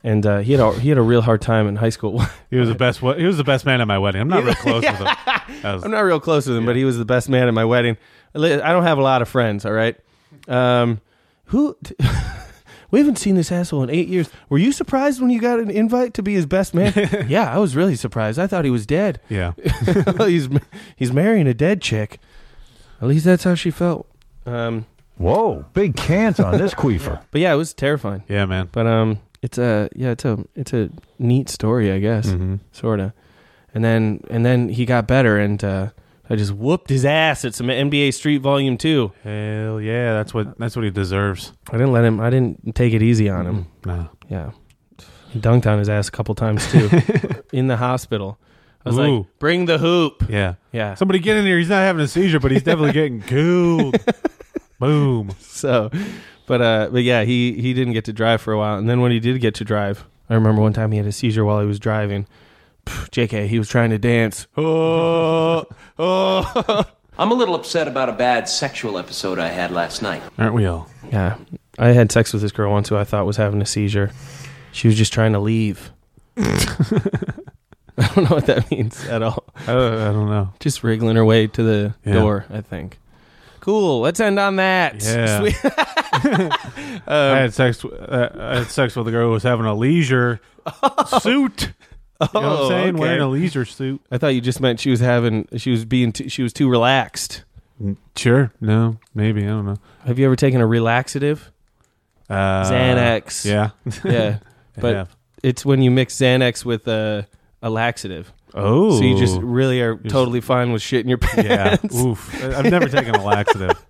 Speaker 2: and uh, he had a, he had a real hard time in high school.
Speaker 3: He was the best. wa- He was the best man at my wedding. I'm not real close with him. I was-
Speaker 2: I'm not real close with him, but he was the best man at my wedding. I li- I don't have a lot of friends. All right, um, who we haven't seen this asshole in eight years. Were you surprised when you got an invite to be his best man? yeah, I was really surprised. I thought he was dead.
Speaker 3: yeah,
Speaker 2: he's he's marrying a dead chick. At least that's how she felt. Um,
Speaker 16: Whoa, big cans on this queefer.
Speaker 2: But yeah, it was terrifying.
Speaker 3: Yeah, man.
Speaker 2: But um, it's a yeah, it's a it's a neat story, I guess,
Speaker 3: Hmm.
Speaker 2: sorta. And then and then he got better, and uh, I just whooped his ass at some NBA Street Volume Two.
Speaker 3: Hell yeah, that's what that's what he deserves. Mm-hmm.
Speaker 2: I didn't let him. I didn't take it easy on him.
Speaker 3: No.
Speaker 2: Yeah. He dunked on his ass a couple times too, in the hospital. I was
Speaker 3: Ooh.
Speaker 2: like, "Bring the hoop."
Speaker 3: Yeah.
Speaker 2: Yeah.
Speaker 3: Somebody get in here. He's not having a seizure, but he's definitely getting cooled. Boom.
Speaker 2: So, but uh, but yeah, he he didn't get to drive for a while, and then when he did get to drive, I remember one time he had a seizure while he was driving. Pff, Jk, he was trying to dance. Oh, oh.
Speaker 17: I'm a little upset about a bad sexual episode I had last night.
Speaker 3: Aren't we all?
Speaker 2: Yeah, I had sex with this girl once who I thought was having a seizure. She was just trying to leave. I don't know what that means at all.
Speaker 3: I don't,
Speaker 2: Uh,
Speaker 3: I don't know.
Speaker 2: Just wriggling her way to the
Speaker 3: Yeah.
Speaker 2: door, I think. Cool. Let's end on that.
Speaker 3: Yeah.
Speaker 2: Sweet.
Speaker 3: I had sex. w- Uh, I had sex with a girl who was having a leisure suit. You know what I'm
Speaker 2: Oh,
Speaker 3: saying?
Speaker 2: okay.
Speaker 3: Wearing a leisure suit.
Speaker 2: I thought you just meant she was having she was being too, she was too relaxed. Mm.
Speaker 3: Sure. No. Maybe. I don't know.
Speaker 2: Have you ever taken a relaxative?
Speaker 3: Uh,
Speaker 2: Xanax.
Speaker 3: Yeah.
Speaker 2: yeah.
Speaker 3: I
Speaker 2: But
Speaker 3: have.
Speaker 2: it's when you mix Xanax with a a laxative.
Speaker 3: Oh.
Speaker 2: So you just really are totally fine with shit in your
Speaker 3: Yeah.
Speaker 2: pants.
Speaker 3: Oof. I- I've never taken a laxative.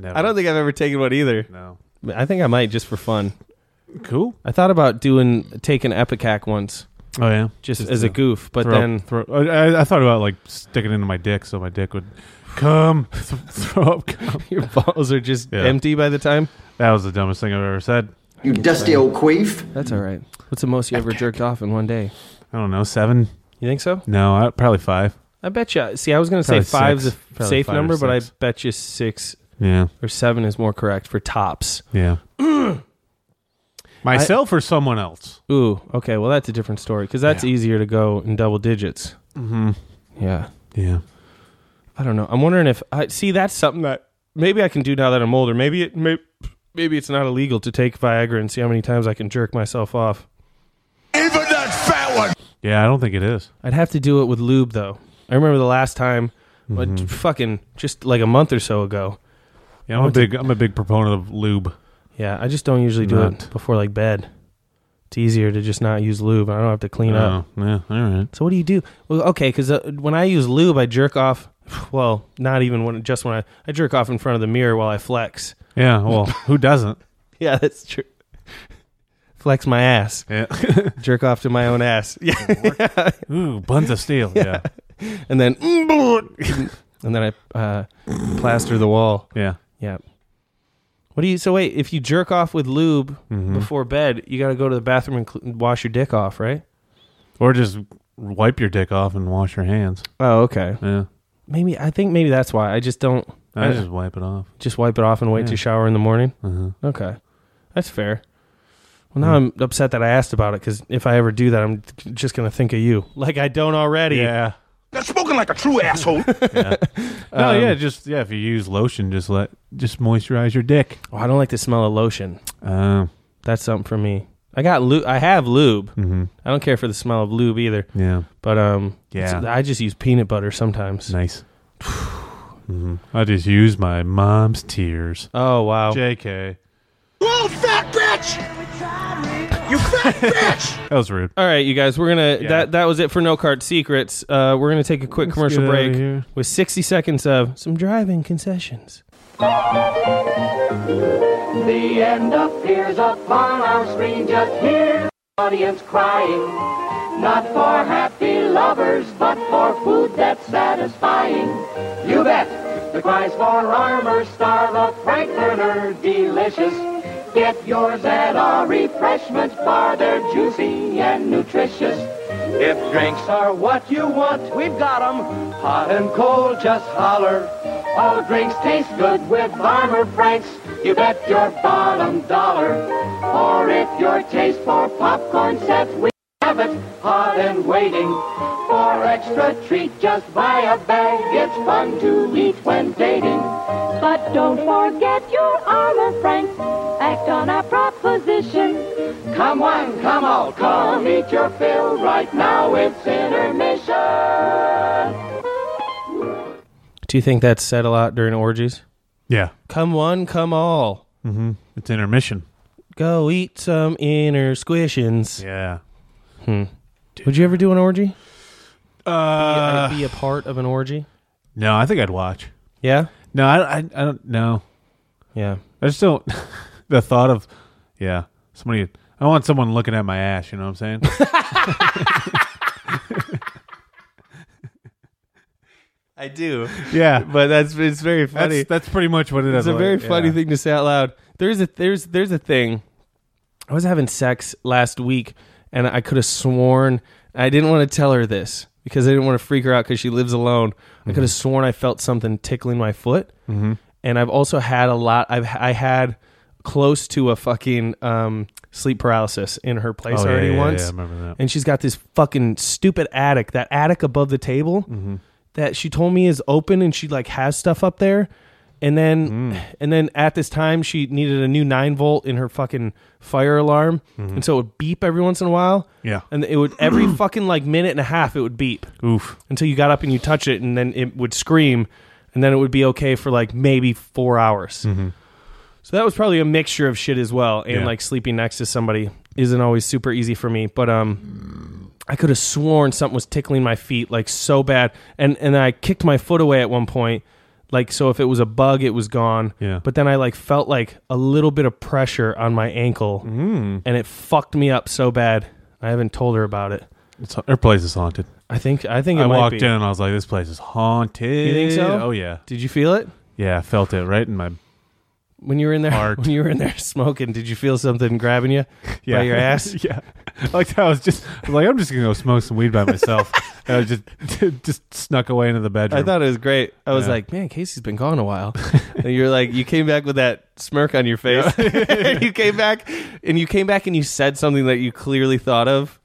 Speaker 3: Never.
Speaker 2: I don't think I've ever taken one either.
Speaker 3: No.
Speaker 2: I think I might just for fun.
Speaker 3: Cool.
Speaker 2: I thought about doing taking Epicac once.
Speaker 3: Oh yeah.
Speaker 2: Just, as a goof, but
Speaker 3: throw-
Speaker 2: then
Speaker 3: throw, I, I- I thought about like sticking it into my dick so my dick would come throw up. Come.
Speaker 2: Your balls are just empty by the time.
Speaker 3: That was the dumbest thing I've ever said.
Speaker 2: You
Speaker 3: dusty old
Speaker 2: queef. That's all right. What's the most you ever jerked off in one day?
Speaker 3: I don't know. Seven.
Speaker 2: You think so?
Speaker 3: No. I, probably five.
Speaker 2: I bet you. See, I was going to say
Speaker 3: Probably
Speaker 2: five's
Speaker 3: six.
Speaker 2: a
Speaker 3: Probably
Speaker 2: safe
Speaker 3: five or
Speaker 2: number, but I
Speaker 3: six.
Speaker 2: bet you six
Speaker 3: Yeah.
Speaker 2: or seven is more correct for tops.
Speaker 3: Yeah. Myself or someone else?
Speaker 2: Ooh, okay. Well, that's a different story because that's easier to go in double digits.
Speaker 3: Mhm.
Speaker 2: Yeah.
Speaker 3: Yeah.
Speaker 2: I don't know. I'm wondering if I see that's something that maybe I can do now that I'm older. Maybe it may, maybe it's not illegal to take Viagra and see how many times I can jerk myself off.
Speaker 9: Even that fat one.
Speaker 3: Yeah, I don't think it is.
Speaker 2: I'd have to do it with lube though. I remember the last time, but fucking just like a month or so ago.
Speaker 3: Yeah, I'm a big I'm a big proponent of lube.
Speaker 2: Yeah, I just don't usually do it before like bed. It's easier to just not use lube. I don't have to clean up.
Speaker 3: Oh, yeah, all right.
Speaker 2: So what do you do? Well, okay, because uh, when I use lube, I jerk off. Well, not even when just when I I jerk off in front of the mirror while I flex.
Speaker 3: Yeah, well, who doesn't?
Speaker 2: Yeah, that's true. Flex my ass.
Speaker 3: Yeah.
Speaker 2: jerk off to my own ass. Yeah.
Speaker 3: Ooh, buns of steel. Yeah.
Speaker 2: And then and then I uh, plaster the wall.
Speaker 3: Yeah.
Speaker 2: Yeah. What do you? So wait, if you jerk off with lube
Speaker 3: Mhm.
Speaker 2: before bed, you got to go to the bathroom and cl- wash your dick off, right?
Speaker 3: Or just wipe your dick off and wash your hands.
Speaker 2: Oh, okay.
Speaker 3: Yeah.
Speaker 2: Maybe I think maybe that's why I just don't.
Speaker 3: I just wipe it off.
Speaker 2: Just wipe it off and wait
Speaker 3: Yeah.
Speaker 2: to shower in the morning.
Speaker 3: Mhm.
Speaker 2: Okay, that's fair. Well, now I'm upset that I asked about it because if I ever do that, I'm just gonna think of you, like I don't already.
Speaker 3: Yeah.
Speaker 9: That's spoken like a true asshole.
Speaker 3: No,
Speaker 2: Um,
Speaker 3: yeah, just yeah. If you use lotion, just let just moisturize your dick.
Speaker 2: Oh, I don't like the smell of lotion.
Speaker 3: Oh,
Speaker 2: That's something for me. I got lube. I have lube.
Speaker 3: Mhm.
Speaker 2: I don't care for the smell of lube either.
Speaker 3: Yeah.
Speaker 2: But um,
Speaker 3: Yeah.
Speaker 2: it's- I just use peanut butter sometimes.
Speaker 3: nice. hmm I just use my mom's tears.
Speaker 2: Oh wow.
Speaker 3: Jk,
Speaker 9: Whoa, fat bitch! You fat bitch!
Speaker 3: that was rude.
Speaker 2: All right, you guys, we're gonna
Speaker 3: Yeah.
Speaker 2: that that was it for no card secrets. Uh, we're gonna take a quick
Speaker 3: Let's
Speaker 2: commercial
Speaker 3: get outta
Speaker 2: break
Speaker 3: here.
Speaker 2: with sixty seconds of some driving concessions.
Speaker 18: The end appears upon our screen just here. Audience crying, not for happy lovers, but for food that's satisfying. You bet. The cries for armor star the Frankfurter delicious. Get yours at our refreshment bar. They're juicy and nutritious. If drinks are what you want, we've got 'em. Hot and cold, just holler. All drinks taste good with Farmer Franks. You bet your bottom dollar. Or if your taste for popcorn sets, we have it hot and waiting. For extra treat, just buy a bag. It's fun to eat when dating.
Speaker 19: But don't forget your armor, Frank. Act on our proposition.
Speaker 18: Come one, come all, come eat your fill right now. It's intermission.
Speaker 2: Do you think that's said a lot during orgies?
Speaker 3: Yeah.
Speaker 2: Come one, come all.
Speaker 3: Mm-hmm. It's intermission.
Speaker 2: Go eat some inner squishins.
Speaker 3: Yeah.
Speaker 2: Hmm. Would you ever do an orgy?
Speaker 3: Uh,
Speaker 2: be, a, be a part of an orgy?
Speaker 3: No, I think I'd watch.
Speaker 2: Yeah.
Speaker 3: No, I, I, I don't know.
Speaker 2: Yeah.
Speaker 3: I just don't. the thought of, yeah, somebody. I want someone looking at my ass. You know what I'm saying?
Speaker 2: I do.
Speaker 3: Yeah.
Speaker 2: but that's it's very funny.
Speaker 3: that's, that's pretty much what it is.
Speaker 2: it's a very
Speaker 3: like,
Speaker 2: funny
Speaker 3: yeah.
Speaker 2: thing to say out loud. There's a there's there's a thing. I was having sex last week, and I could have sworn I didn't want to tell her this because I didn't want to freak her out because she lives alone. I
Speaker 3: Mm-hmm.
Speaker 2: could have sworn I felt something tickling my foot,
Speaker 3: Mhm.
Speaker 2: and I've also had a lot. I've I had close to a fucking um, sleep paralysis in her place
Speaker 3: Oh, yeah,
Speaker 2: already
Speaker 3: yeah, yeah,
Speaker 2: once.
Speaker 3: I remember that.
Speaker 2: And she's got this fucking stupid attic, that attic above the table that she told me is open and she like has stuff up there. And then and then at this time she needed a new 9 volt in her fucking fire alarm.
Speaker 3: Mhm.
Speaker 2: And so it would beep every once in a while.
Speaker 3: Yeah.
Speaker 2: And it would every fucking like minute and a half it would beep.
Speaker 3: Oof.
Speaker 2: Until you got up and you touch it and then it would scream and then it would be okay for like maybe 4 hours. So that was probably a mixture of shit as well. And
Speaker 3: Mm-hmm. Yeah.
Speaker 2: like sleeping next to somebody isn't always super easy for me. But um I could have sworn something was tickling my feet like so bad. And and I kicked my foot away at one point. Like so if it was a bug, it was gone.
Speaker 3: Yeah.
Speaker 2: But then I like felt like a little bit of pressure on my ankle
Speaker 3: Mm.
Speaker 2: and it fucked me up so bad. I haven't told her about it.
Speaker 3: It's, her place is haunted.
Speaker 2: I think I think it
Speaker 3: I
Speaker 2: might
Speaker 3: walked
Speaker 2: be.
Speaker 3: in and I was like, "This place is haunted."
Speaker 2: You think so?
Speaker 3: Oh yeah,
Speaker 2: Did you feel it?
Speaker 3: yeah. I felt it right in my
Speaker 2: When you were in there
Speaker 3: Heart.
Speaker 2: when you were in there smoking, did you feel something grabbing you by your ass?
Speaker 3: yeah. Like that was just I was like I'm just gonna go smoke some weed by myself. and I just just snuck away into the bedroom.
Speaker 2: I thought it was great. I was
Speaker 3: Yeah.
Speaker 2: like, man, Casey's been gone a while. and you're like, you came back with that smirk on your face. you came back and you came back and you said something that you clearly thought of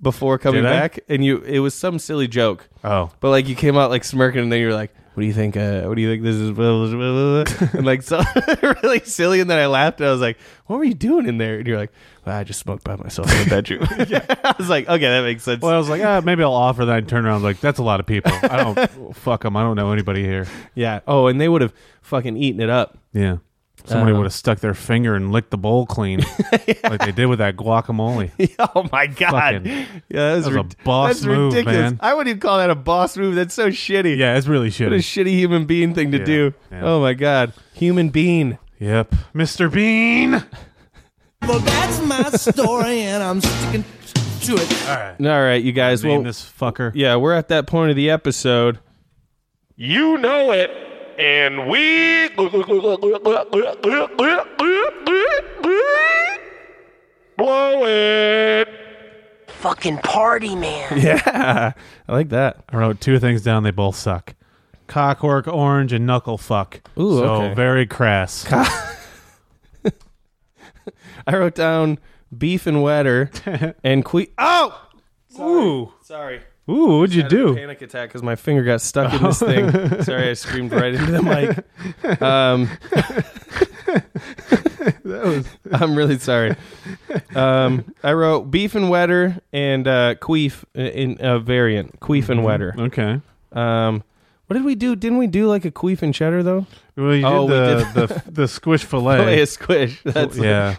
Speaker 2: before coming
Speaker 3: Did I?
Speaker 2: back. And you, it was some silly joke.
Speaker 3: Oh.
Speaker 2: But like you came out like smirking and then you were like, what do you think? Uh, what do you think this is? Blah, blah, blah, blah, blah. and like, so really silly. And then I laughed and I was like, what were you doing in there? And you're like, well, I just smoked by myself in the bedroom. I was like, okay, that makes sense.
Speaker 3: Well, I was like, ah, maybe I'll offer that and turn around. Like, that's a lot of people. I don't fuck them. I don't know anybody here.
Speaker 2: yeah. Oh, and they would have fucking eaten it up.
Speaker 3: Yeah. Somebody
Speaker 2: Uh,
Speaker 3: would have stuck their finger and licked the bowl clean, like they did with that guacamole.
Speaker 2: oh my god!
Speaker 3: Fucking-
Speaker 2: yeah, that was,
Speaker 3: that was a
Speaker 2: rid-
Speaker 3: boss
Speaker 2: that's
Speaker 3: move,
Speaker 2: ridiculous.
Speaker 3: man.
Speaker 2: I wouldn't even call that a boss move. That's so shitty.
Speaker 3: Yeah, it's really
Speaker 2: What a
Speaker 3: shitty.
Speaker 2: shitty human being thing to
Speaker 3: Yeah,
Speaker 2: do.
Speaker 3: yeah.
Speaker 2: Oh my god, human being.
Speaker 3: yep, Mr. Bean.
Speaker 8: Well, that's my story, and I'm sticking to it.
Speaker 3: All right,
Speaker 2: All right, you guys.
Speaker 3: name
Speaker 2: Well,
Speaker 3: this fucker.
Speaker 2: yeah, we're at that point of the episode.
Speaker 13: You know it, and we. Blow it.
Speaker 6: Fucking party man.
Speaker 2: Yeah, I like that.
Speaker 3: I wrote two things down. They both suck. Cockwork orange and knuckle fuck.
Speaker 2: Ooh,
Speaker 3: so
Speaker 2: okay.
Speaker 3: very crass.
Speaker 2: I wrote down beef and wetter and que. Oh,
Speaker 3: Ooh,
Speaker 2: sorry.
Speaker 3: ooh, what'd you
Speaker 2: Had a
Speaker 3: do?
Speaker 2: Panic attack because my finger got stuck in this thing. Sorry, I screamed right into the mic. Um, I'm really sorry. Um, I wrote beef and wetter and uh, queef in a variant. Queef
Speaker 3: Mm-hmm.
Speaker 2: and wetter.
Speaker 3: Okay.
Speaker 2: Um, what did we do? Didn't we do like a queef and cheddar though?
Speaker 3: Well, you
Speaker 2: Oh, we
Speaker 3: did the, the the squish fillet.
Speaker 2: Play a squish. That's
Speaker 3: Oh, yeah,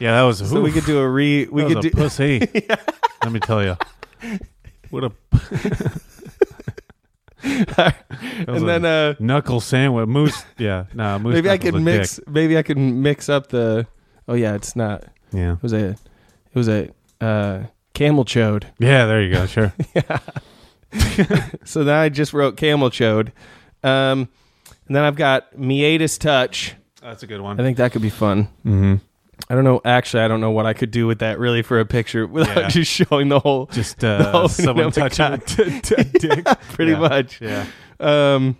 Speaker 3: yeah, that was.
Speaker 2: So we could do a re. We
Speaker 3: that
Speaker 2: could
Speaker 3: was
Speaker 2: do.
Speaker 3: a pussy. Let me tell you. What a was
Speaker 2: and then uh,
Speaker 3: knuckle sandwich moose. Yeah, nah, moose.
Speaker 2: maybe I
Speaker 3: knuckle's
Speaker 2: could
Speaker 3: a
Speaker 2: mix.
Speaker 3: dick.
Speaker 2: Maybe I could mix up the. Oh yeah, it's not. It
Speaker 3: Yeah,
Speaker 2: was a. It was a uh, camel chode.
Speaker 3: yeah. There you go. Sure.
Speaker 2: So then I just wrote camel chode. Um, and then I've got meatus touch.
Speaker 3: That's a good one.
Speaker 2: I think that could be fun.
Speaker 3: Mhm.
Speaker 2: I don't know. Actually, I don't know what I could do with that really for a picture without
Speaker 3: Yeah.
Speaker 2: just showing the whole.
Speaker 3: Just
Speaker 2: the
Speaker 3: uh,
Speaker 2: opening
Speaker 3: someone
Speaker 2: of a
Speaker 3: touching a
Speaker 2: cock.
Speaker 3: t- t- dick.
Speaker 2: pretty
Speaker 3: Yeah.
Speaker 2: much.
Speaker 3: Yeah.
Speaker 2: Um,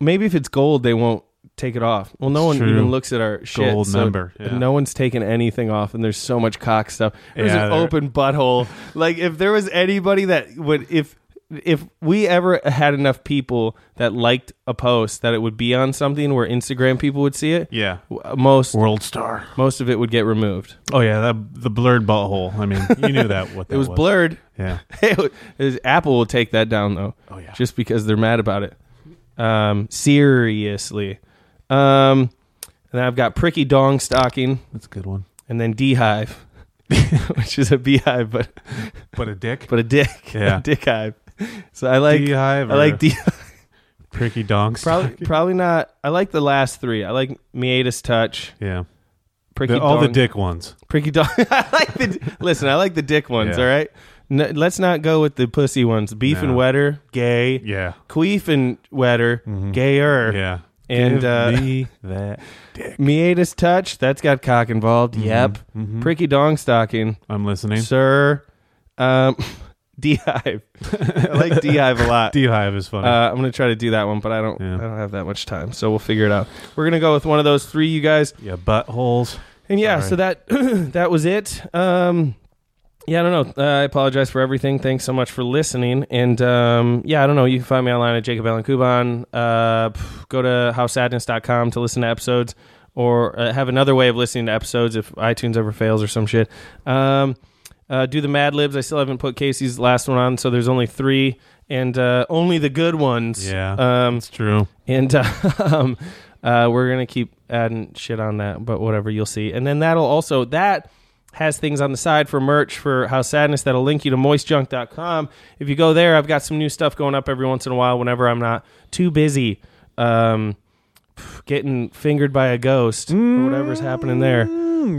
Speaker 2: maybe if it's gold, they won't take it off. Well, no
Speaker 3: It's
Speaker 2: one
Speaker 3: true.
Speaker 2: even looks at our shit.
Speaker 3: Gold
Speaker 2: so
Speaker 3: member, yeah.
Speaker 2: No one's taken anything off, and there's so much cock stuff. There's
Speaker 3: Yeah,
Speaker 2: an
Speaker 3: there-
Speaker 2: open butthole. like if there was anybody that would if. If we ever had enough people that liked a post that it would be on something where Instagram people would see it,
Speaker 3: Yeah.
Speaker 2: w- most
Speaker 3: World star.
Speaker 2: most of it would get removed.
Speaker 3: Oh yeah, that the blurred butthole. I mean, you knew that what that
Speaker 2: It was blurred.
Speaker 3: Yeah.
Speaker 2: It was- it was- Apple will take that down though.
Speaker 3: Oh, yeah.
Speaker 2: Just because they're mad about it. Um, seriously. Um, and then I've got Pricky Dong Stocking.
Speaker 3: That's a good one.
Speaker 2: And then Beehive, which is a beehive, but
Speaker 3: but a dick,
Speaker 2: but a dick,
Speaker 3: Yeah.
Speaker 2: a dick hive. So I like
Speaker 3: Beehive
Speaker 2: I like
Speaker 3: or-
Speaker 2: D.
Speaker 3: Pricky donks.
Speaker 2: probably probably not. I like the last three. I like Miatus Touch.
Speaker 3: Yeah.
Speaker 2: Pricky
Speaker 3: The- all the
Speaker 2: Dong-
Speaker 3: dick ones.
Speaker 2: Pricky Dong. I like the listen. I like the dick ones.
Speaker 3: Yeah.
Speaker 2: All right. No, let's not go with the pussy ones. Beef and
Speaker 3: No.
Speaker 2: wetter, gay.
Speaker 3: Yeah. Mm-hmm.
Speaker 2: Queef and wetter, gayer.
Speaker 3: Yeah.
Speaker 2: And
Speaker 3: Give
Speaker 2: uh,
Speaker 3: me that.
Speaker 2: Miatus touch. That's got cock involved. Yep.
Speaker 3: mhm.
Speaker 2: Pricky dong stocking.
Speaker 3: I'm listening.
Speaker 2: Sir. Um, Hive. I like Hive a lot.
Speaker 3: Hive is funny.
Speaker 2: Uh, I'm gonna try to do that one, but I don't. I don't have that much time, so we'll figure it out. We're gonna go with one of those three, you guys.
Speaker 3: Yeah, buttholes.
Speaker 2: And yeah,
Speaker 3: All
Speaker 2: so that that was it. Um, yeah, I don't know. Uh, I apologize for everything. Thanks so much for listening. And um, yeah, I don't know. You can find me online at Jacob Allen Kuban. Uh, pff, go to howsadness.com to listen to episodes or uh, have another way of listening to episodes if iTunes ever fails or some shit. Um, uh, do the Mad Libs. I still haven't put Casey's last one on, so there's only three and uh, only the good ones.
Speaker 3: Yeah,
Speaker 2: um,
Speaker 3: that's true.
Speaker 2: And uh, um, uh, we're gonna keep adding shit on that, but whatever, you'll see. And then that'll also that has things on the side for merch for House Sadness that'll link you to moistjunk.com. If you go there, I've got some new stuff going up every once in a while whenever I'm not too busy. Um, getting fingered by a ghost or whatever's happening there.
Speaker 3: Mm,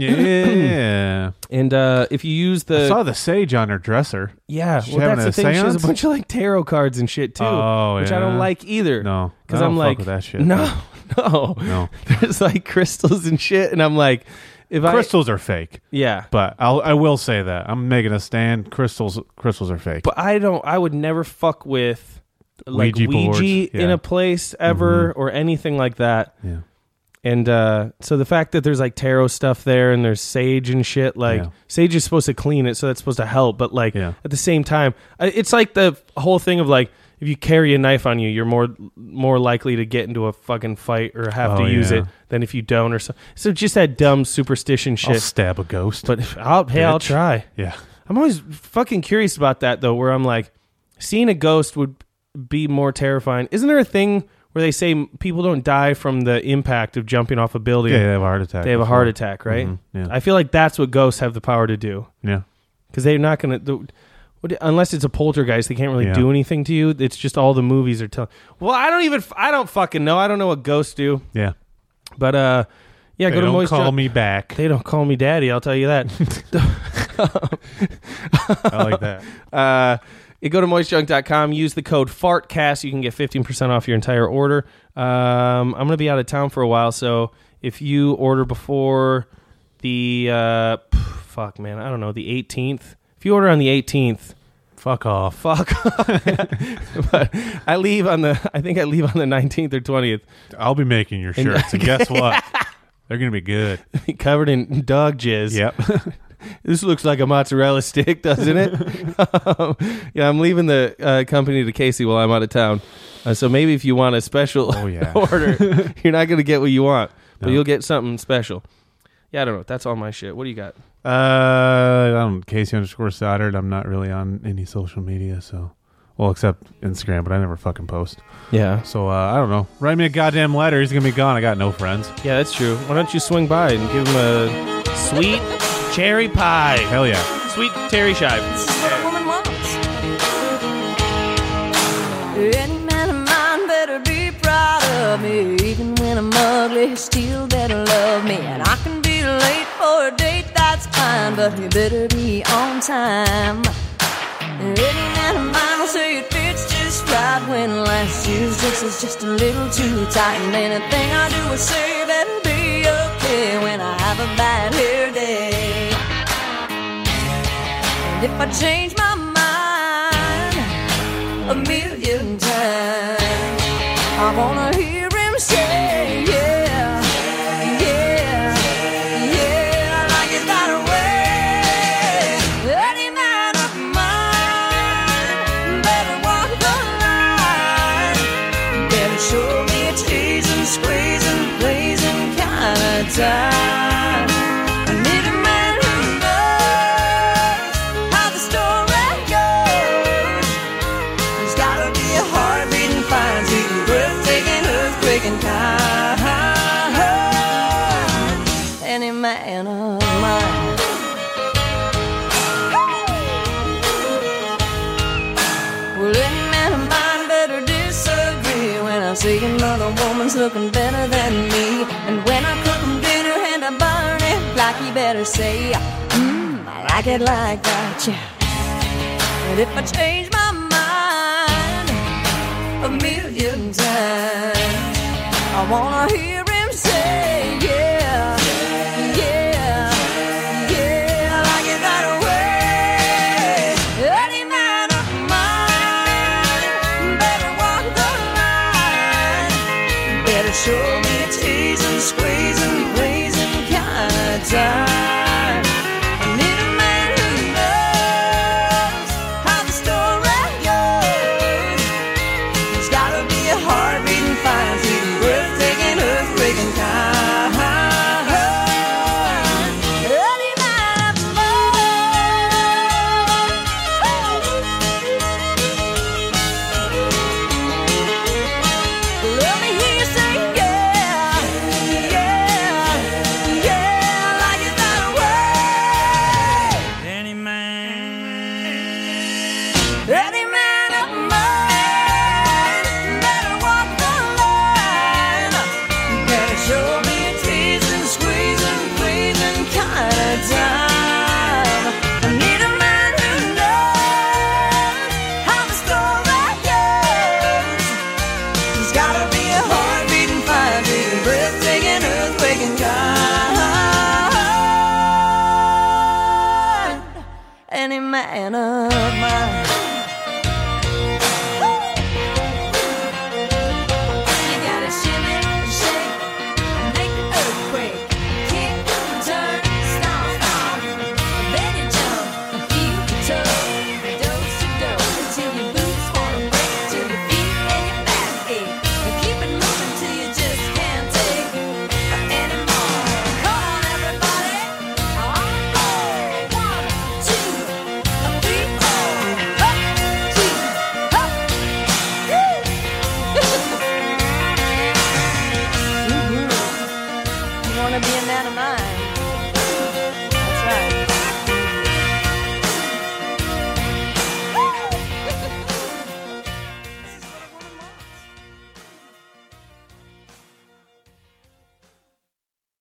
Speaker 3: yeah.
Speaker 2: and uh, if you use the
Speaker 3: I saw the sage on her dresser.
Speaker 2: yeah,
Speaker 3: She
Speaker 2: well,
Speaker 3: having
Speaker 2: that's the
Speaker 3: a
Speaker 2: thing. She has a
Speaker 3: seance?
Speaker 2: bunch of like tarot cards and shit too,
Speaker 3: Oh,
Speaker 2: which I
Speaker 3: yeah.
Speaker 2: don't like either.
Speaker 3: No,
Speaker 2: because
Speaker 3: I
Speaker 2: I'm
Speaker 3: don't fuck
Speaker 2: like
Speaker 3: with that shit,
Speaker 2: No, no,
Speaker 3: No.
Speaker 2: There's like crystals and shit, and I'm like, if
Speaker 3: crystals are fake.
Speaker 2: Yeah.
Speaker 3: but I'll, I will say that I'm making a stand. Crystals, crystals are fake.
Speaker 2: I, but I don't, I would never fuck with like
Speaker 3: Ouija
Speaker 2: Ouija,
Speaker 3: boards,
Speaker 2: in
Speaker 3: yeah. Mm-hmm.
Speaker 2: a place ever or anything like that.
Speaker 3: Yeah.
Speaker 2: And uh, so the fact that there's like tarot stuff there and there's sage and shit, like
Speaker 3: Yeah.
Speaker 2: sage is supposed to clean it, so that's supposed to help. But like at the same time, I- it's like the whole thing of like if you carry a knife on you, you're more more likely to get into a fucking fight or have
Speaker 3: Oh,
Speaker 2: to use
Speaker 3: yeah.
Speaker 2: it than if you don't or so. So just that dumb superstition shit.
Speaker 3: I'll stab a ghost.
Speaker 2: But I'll, hey, I'll
Speaker 3: Bitch.
Speaker 2: try.
Speaker 3: Yeah.
Speaker 2: I'm always fucking curious about that though, where I'm like, seeing a ghost would be more terrifying. Isn't there a thing where they say people don't die from the impact of jumping off a building?
Speaker 3: Yeah, they have a heart attack
Speaker 2: They have a
Speaker 3: before.
Speaker 2: heart attack, right?
Speaker 3: Mhm, yeah.
Speaker 2: I feel like that's what ghosts have the power to do.
Speaker 3: Yeah.
Speaker 2: because they're not gonna. The, what, unless it's a poltergeist, they can't really
Speaker 3: Yeah.
Speaker 2: do anything to you. It's just all the movies are telling. Well, I don't even. f- I don't fucking know. I don't know what ghosts do.
Speaker 3: Yeah.
Speaker 2: But uh, yeah,
Speaker 3: They
Speaker 2: go to
Speaker 3: don't
Speaker 2: Moist
Speaker 3: call
Speaker 2: Junk-
Speaker 3: me back.
Speaker 2: They don't call me daddy. I'll tell you that.
Speaker 3: I like that.
Speaker 2: Uh, you go to moistjunk.com. Use the code FartCast. You can get fifteen percent off your entire order. Um, I'm gonna be out of town for a while, so if you order before the uh, p- fuck man, I don't know the 18th. If you order on the 18th,
Speaker 3: fuck off.
Speaker 2: Fuck off. but I leave on the. I think I leave on the 19th or 20th.
Speaker 3: I'll be making your shirts, and guess what? They're gonna be good.
Speaker 2: covered in dog jizz.
Speaker 3: Yep.
Speaker 2: this looks like a mozzarella stick, doesn't it? Um, yeah, I'm leaving the uh, company to Casey while I'm out of town. Uh, so maybe if you want a special order, you're not going to get what you want, but
Speaker 3: No.
Speaker 2: you'll get something special. Yeah, I don't know. That's all my shit. What do you got?
Speaker 3: Uh, I don't Casey underscore Stoddard. I'm not really on any social media, so well, except Instagram, but I never fucking post.
Speaker 2: Yeah.
Speaker 3: So uh, I don't know. Write me a goddamn letter. He's gonna be gone. I got no friends.
Speaker 2: Yeah, that's true. Why don't you swing by and give him a sweet cherry pie?
Speaker 3: Hell yeah.
Speaker 2: Sweet Terry Shive.
Speaker 1: This is what a woman wants. Any man of mine better be proud of me. Even when I'm ugly, he still better love me. And I can be late for a date, that's fine, but you better be on time. Any man of mine will say it fits just right when last year's dress is just a little too tight. And anything I do is say that'll be okay when I have a bad hair day. And if I change my mind a million times, I wanna hear him say, yeah, yeah, yeah, like he's got a way. Any man of mine better walk the line. Better show me a teasing, squeezing, pleasing kind of time. I need a man who knows how the story goes. There's gotta be a heart beating fine, taking breath, taking a Any man of mine better disagree when I see another woman's looking better than me. And when I cook 'em dinner and I burn it, like you "Mm, better say, Mmm, I like it like that, yeah. And if I change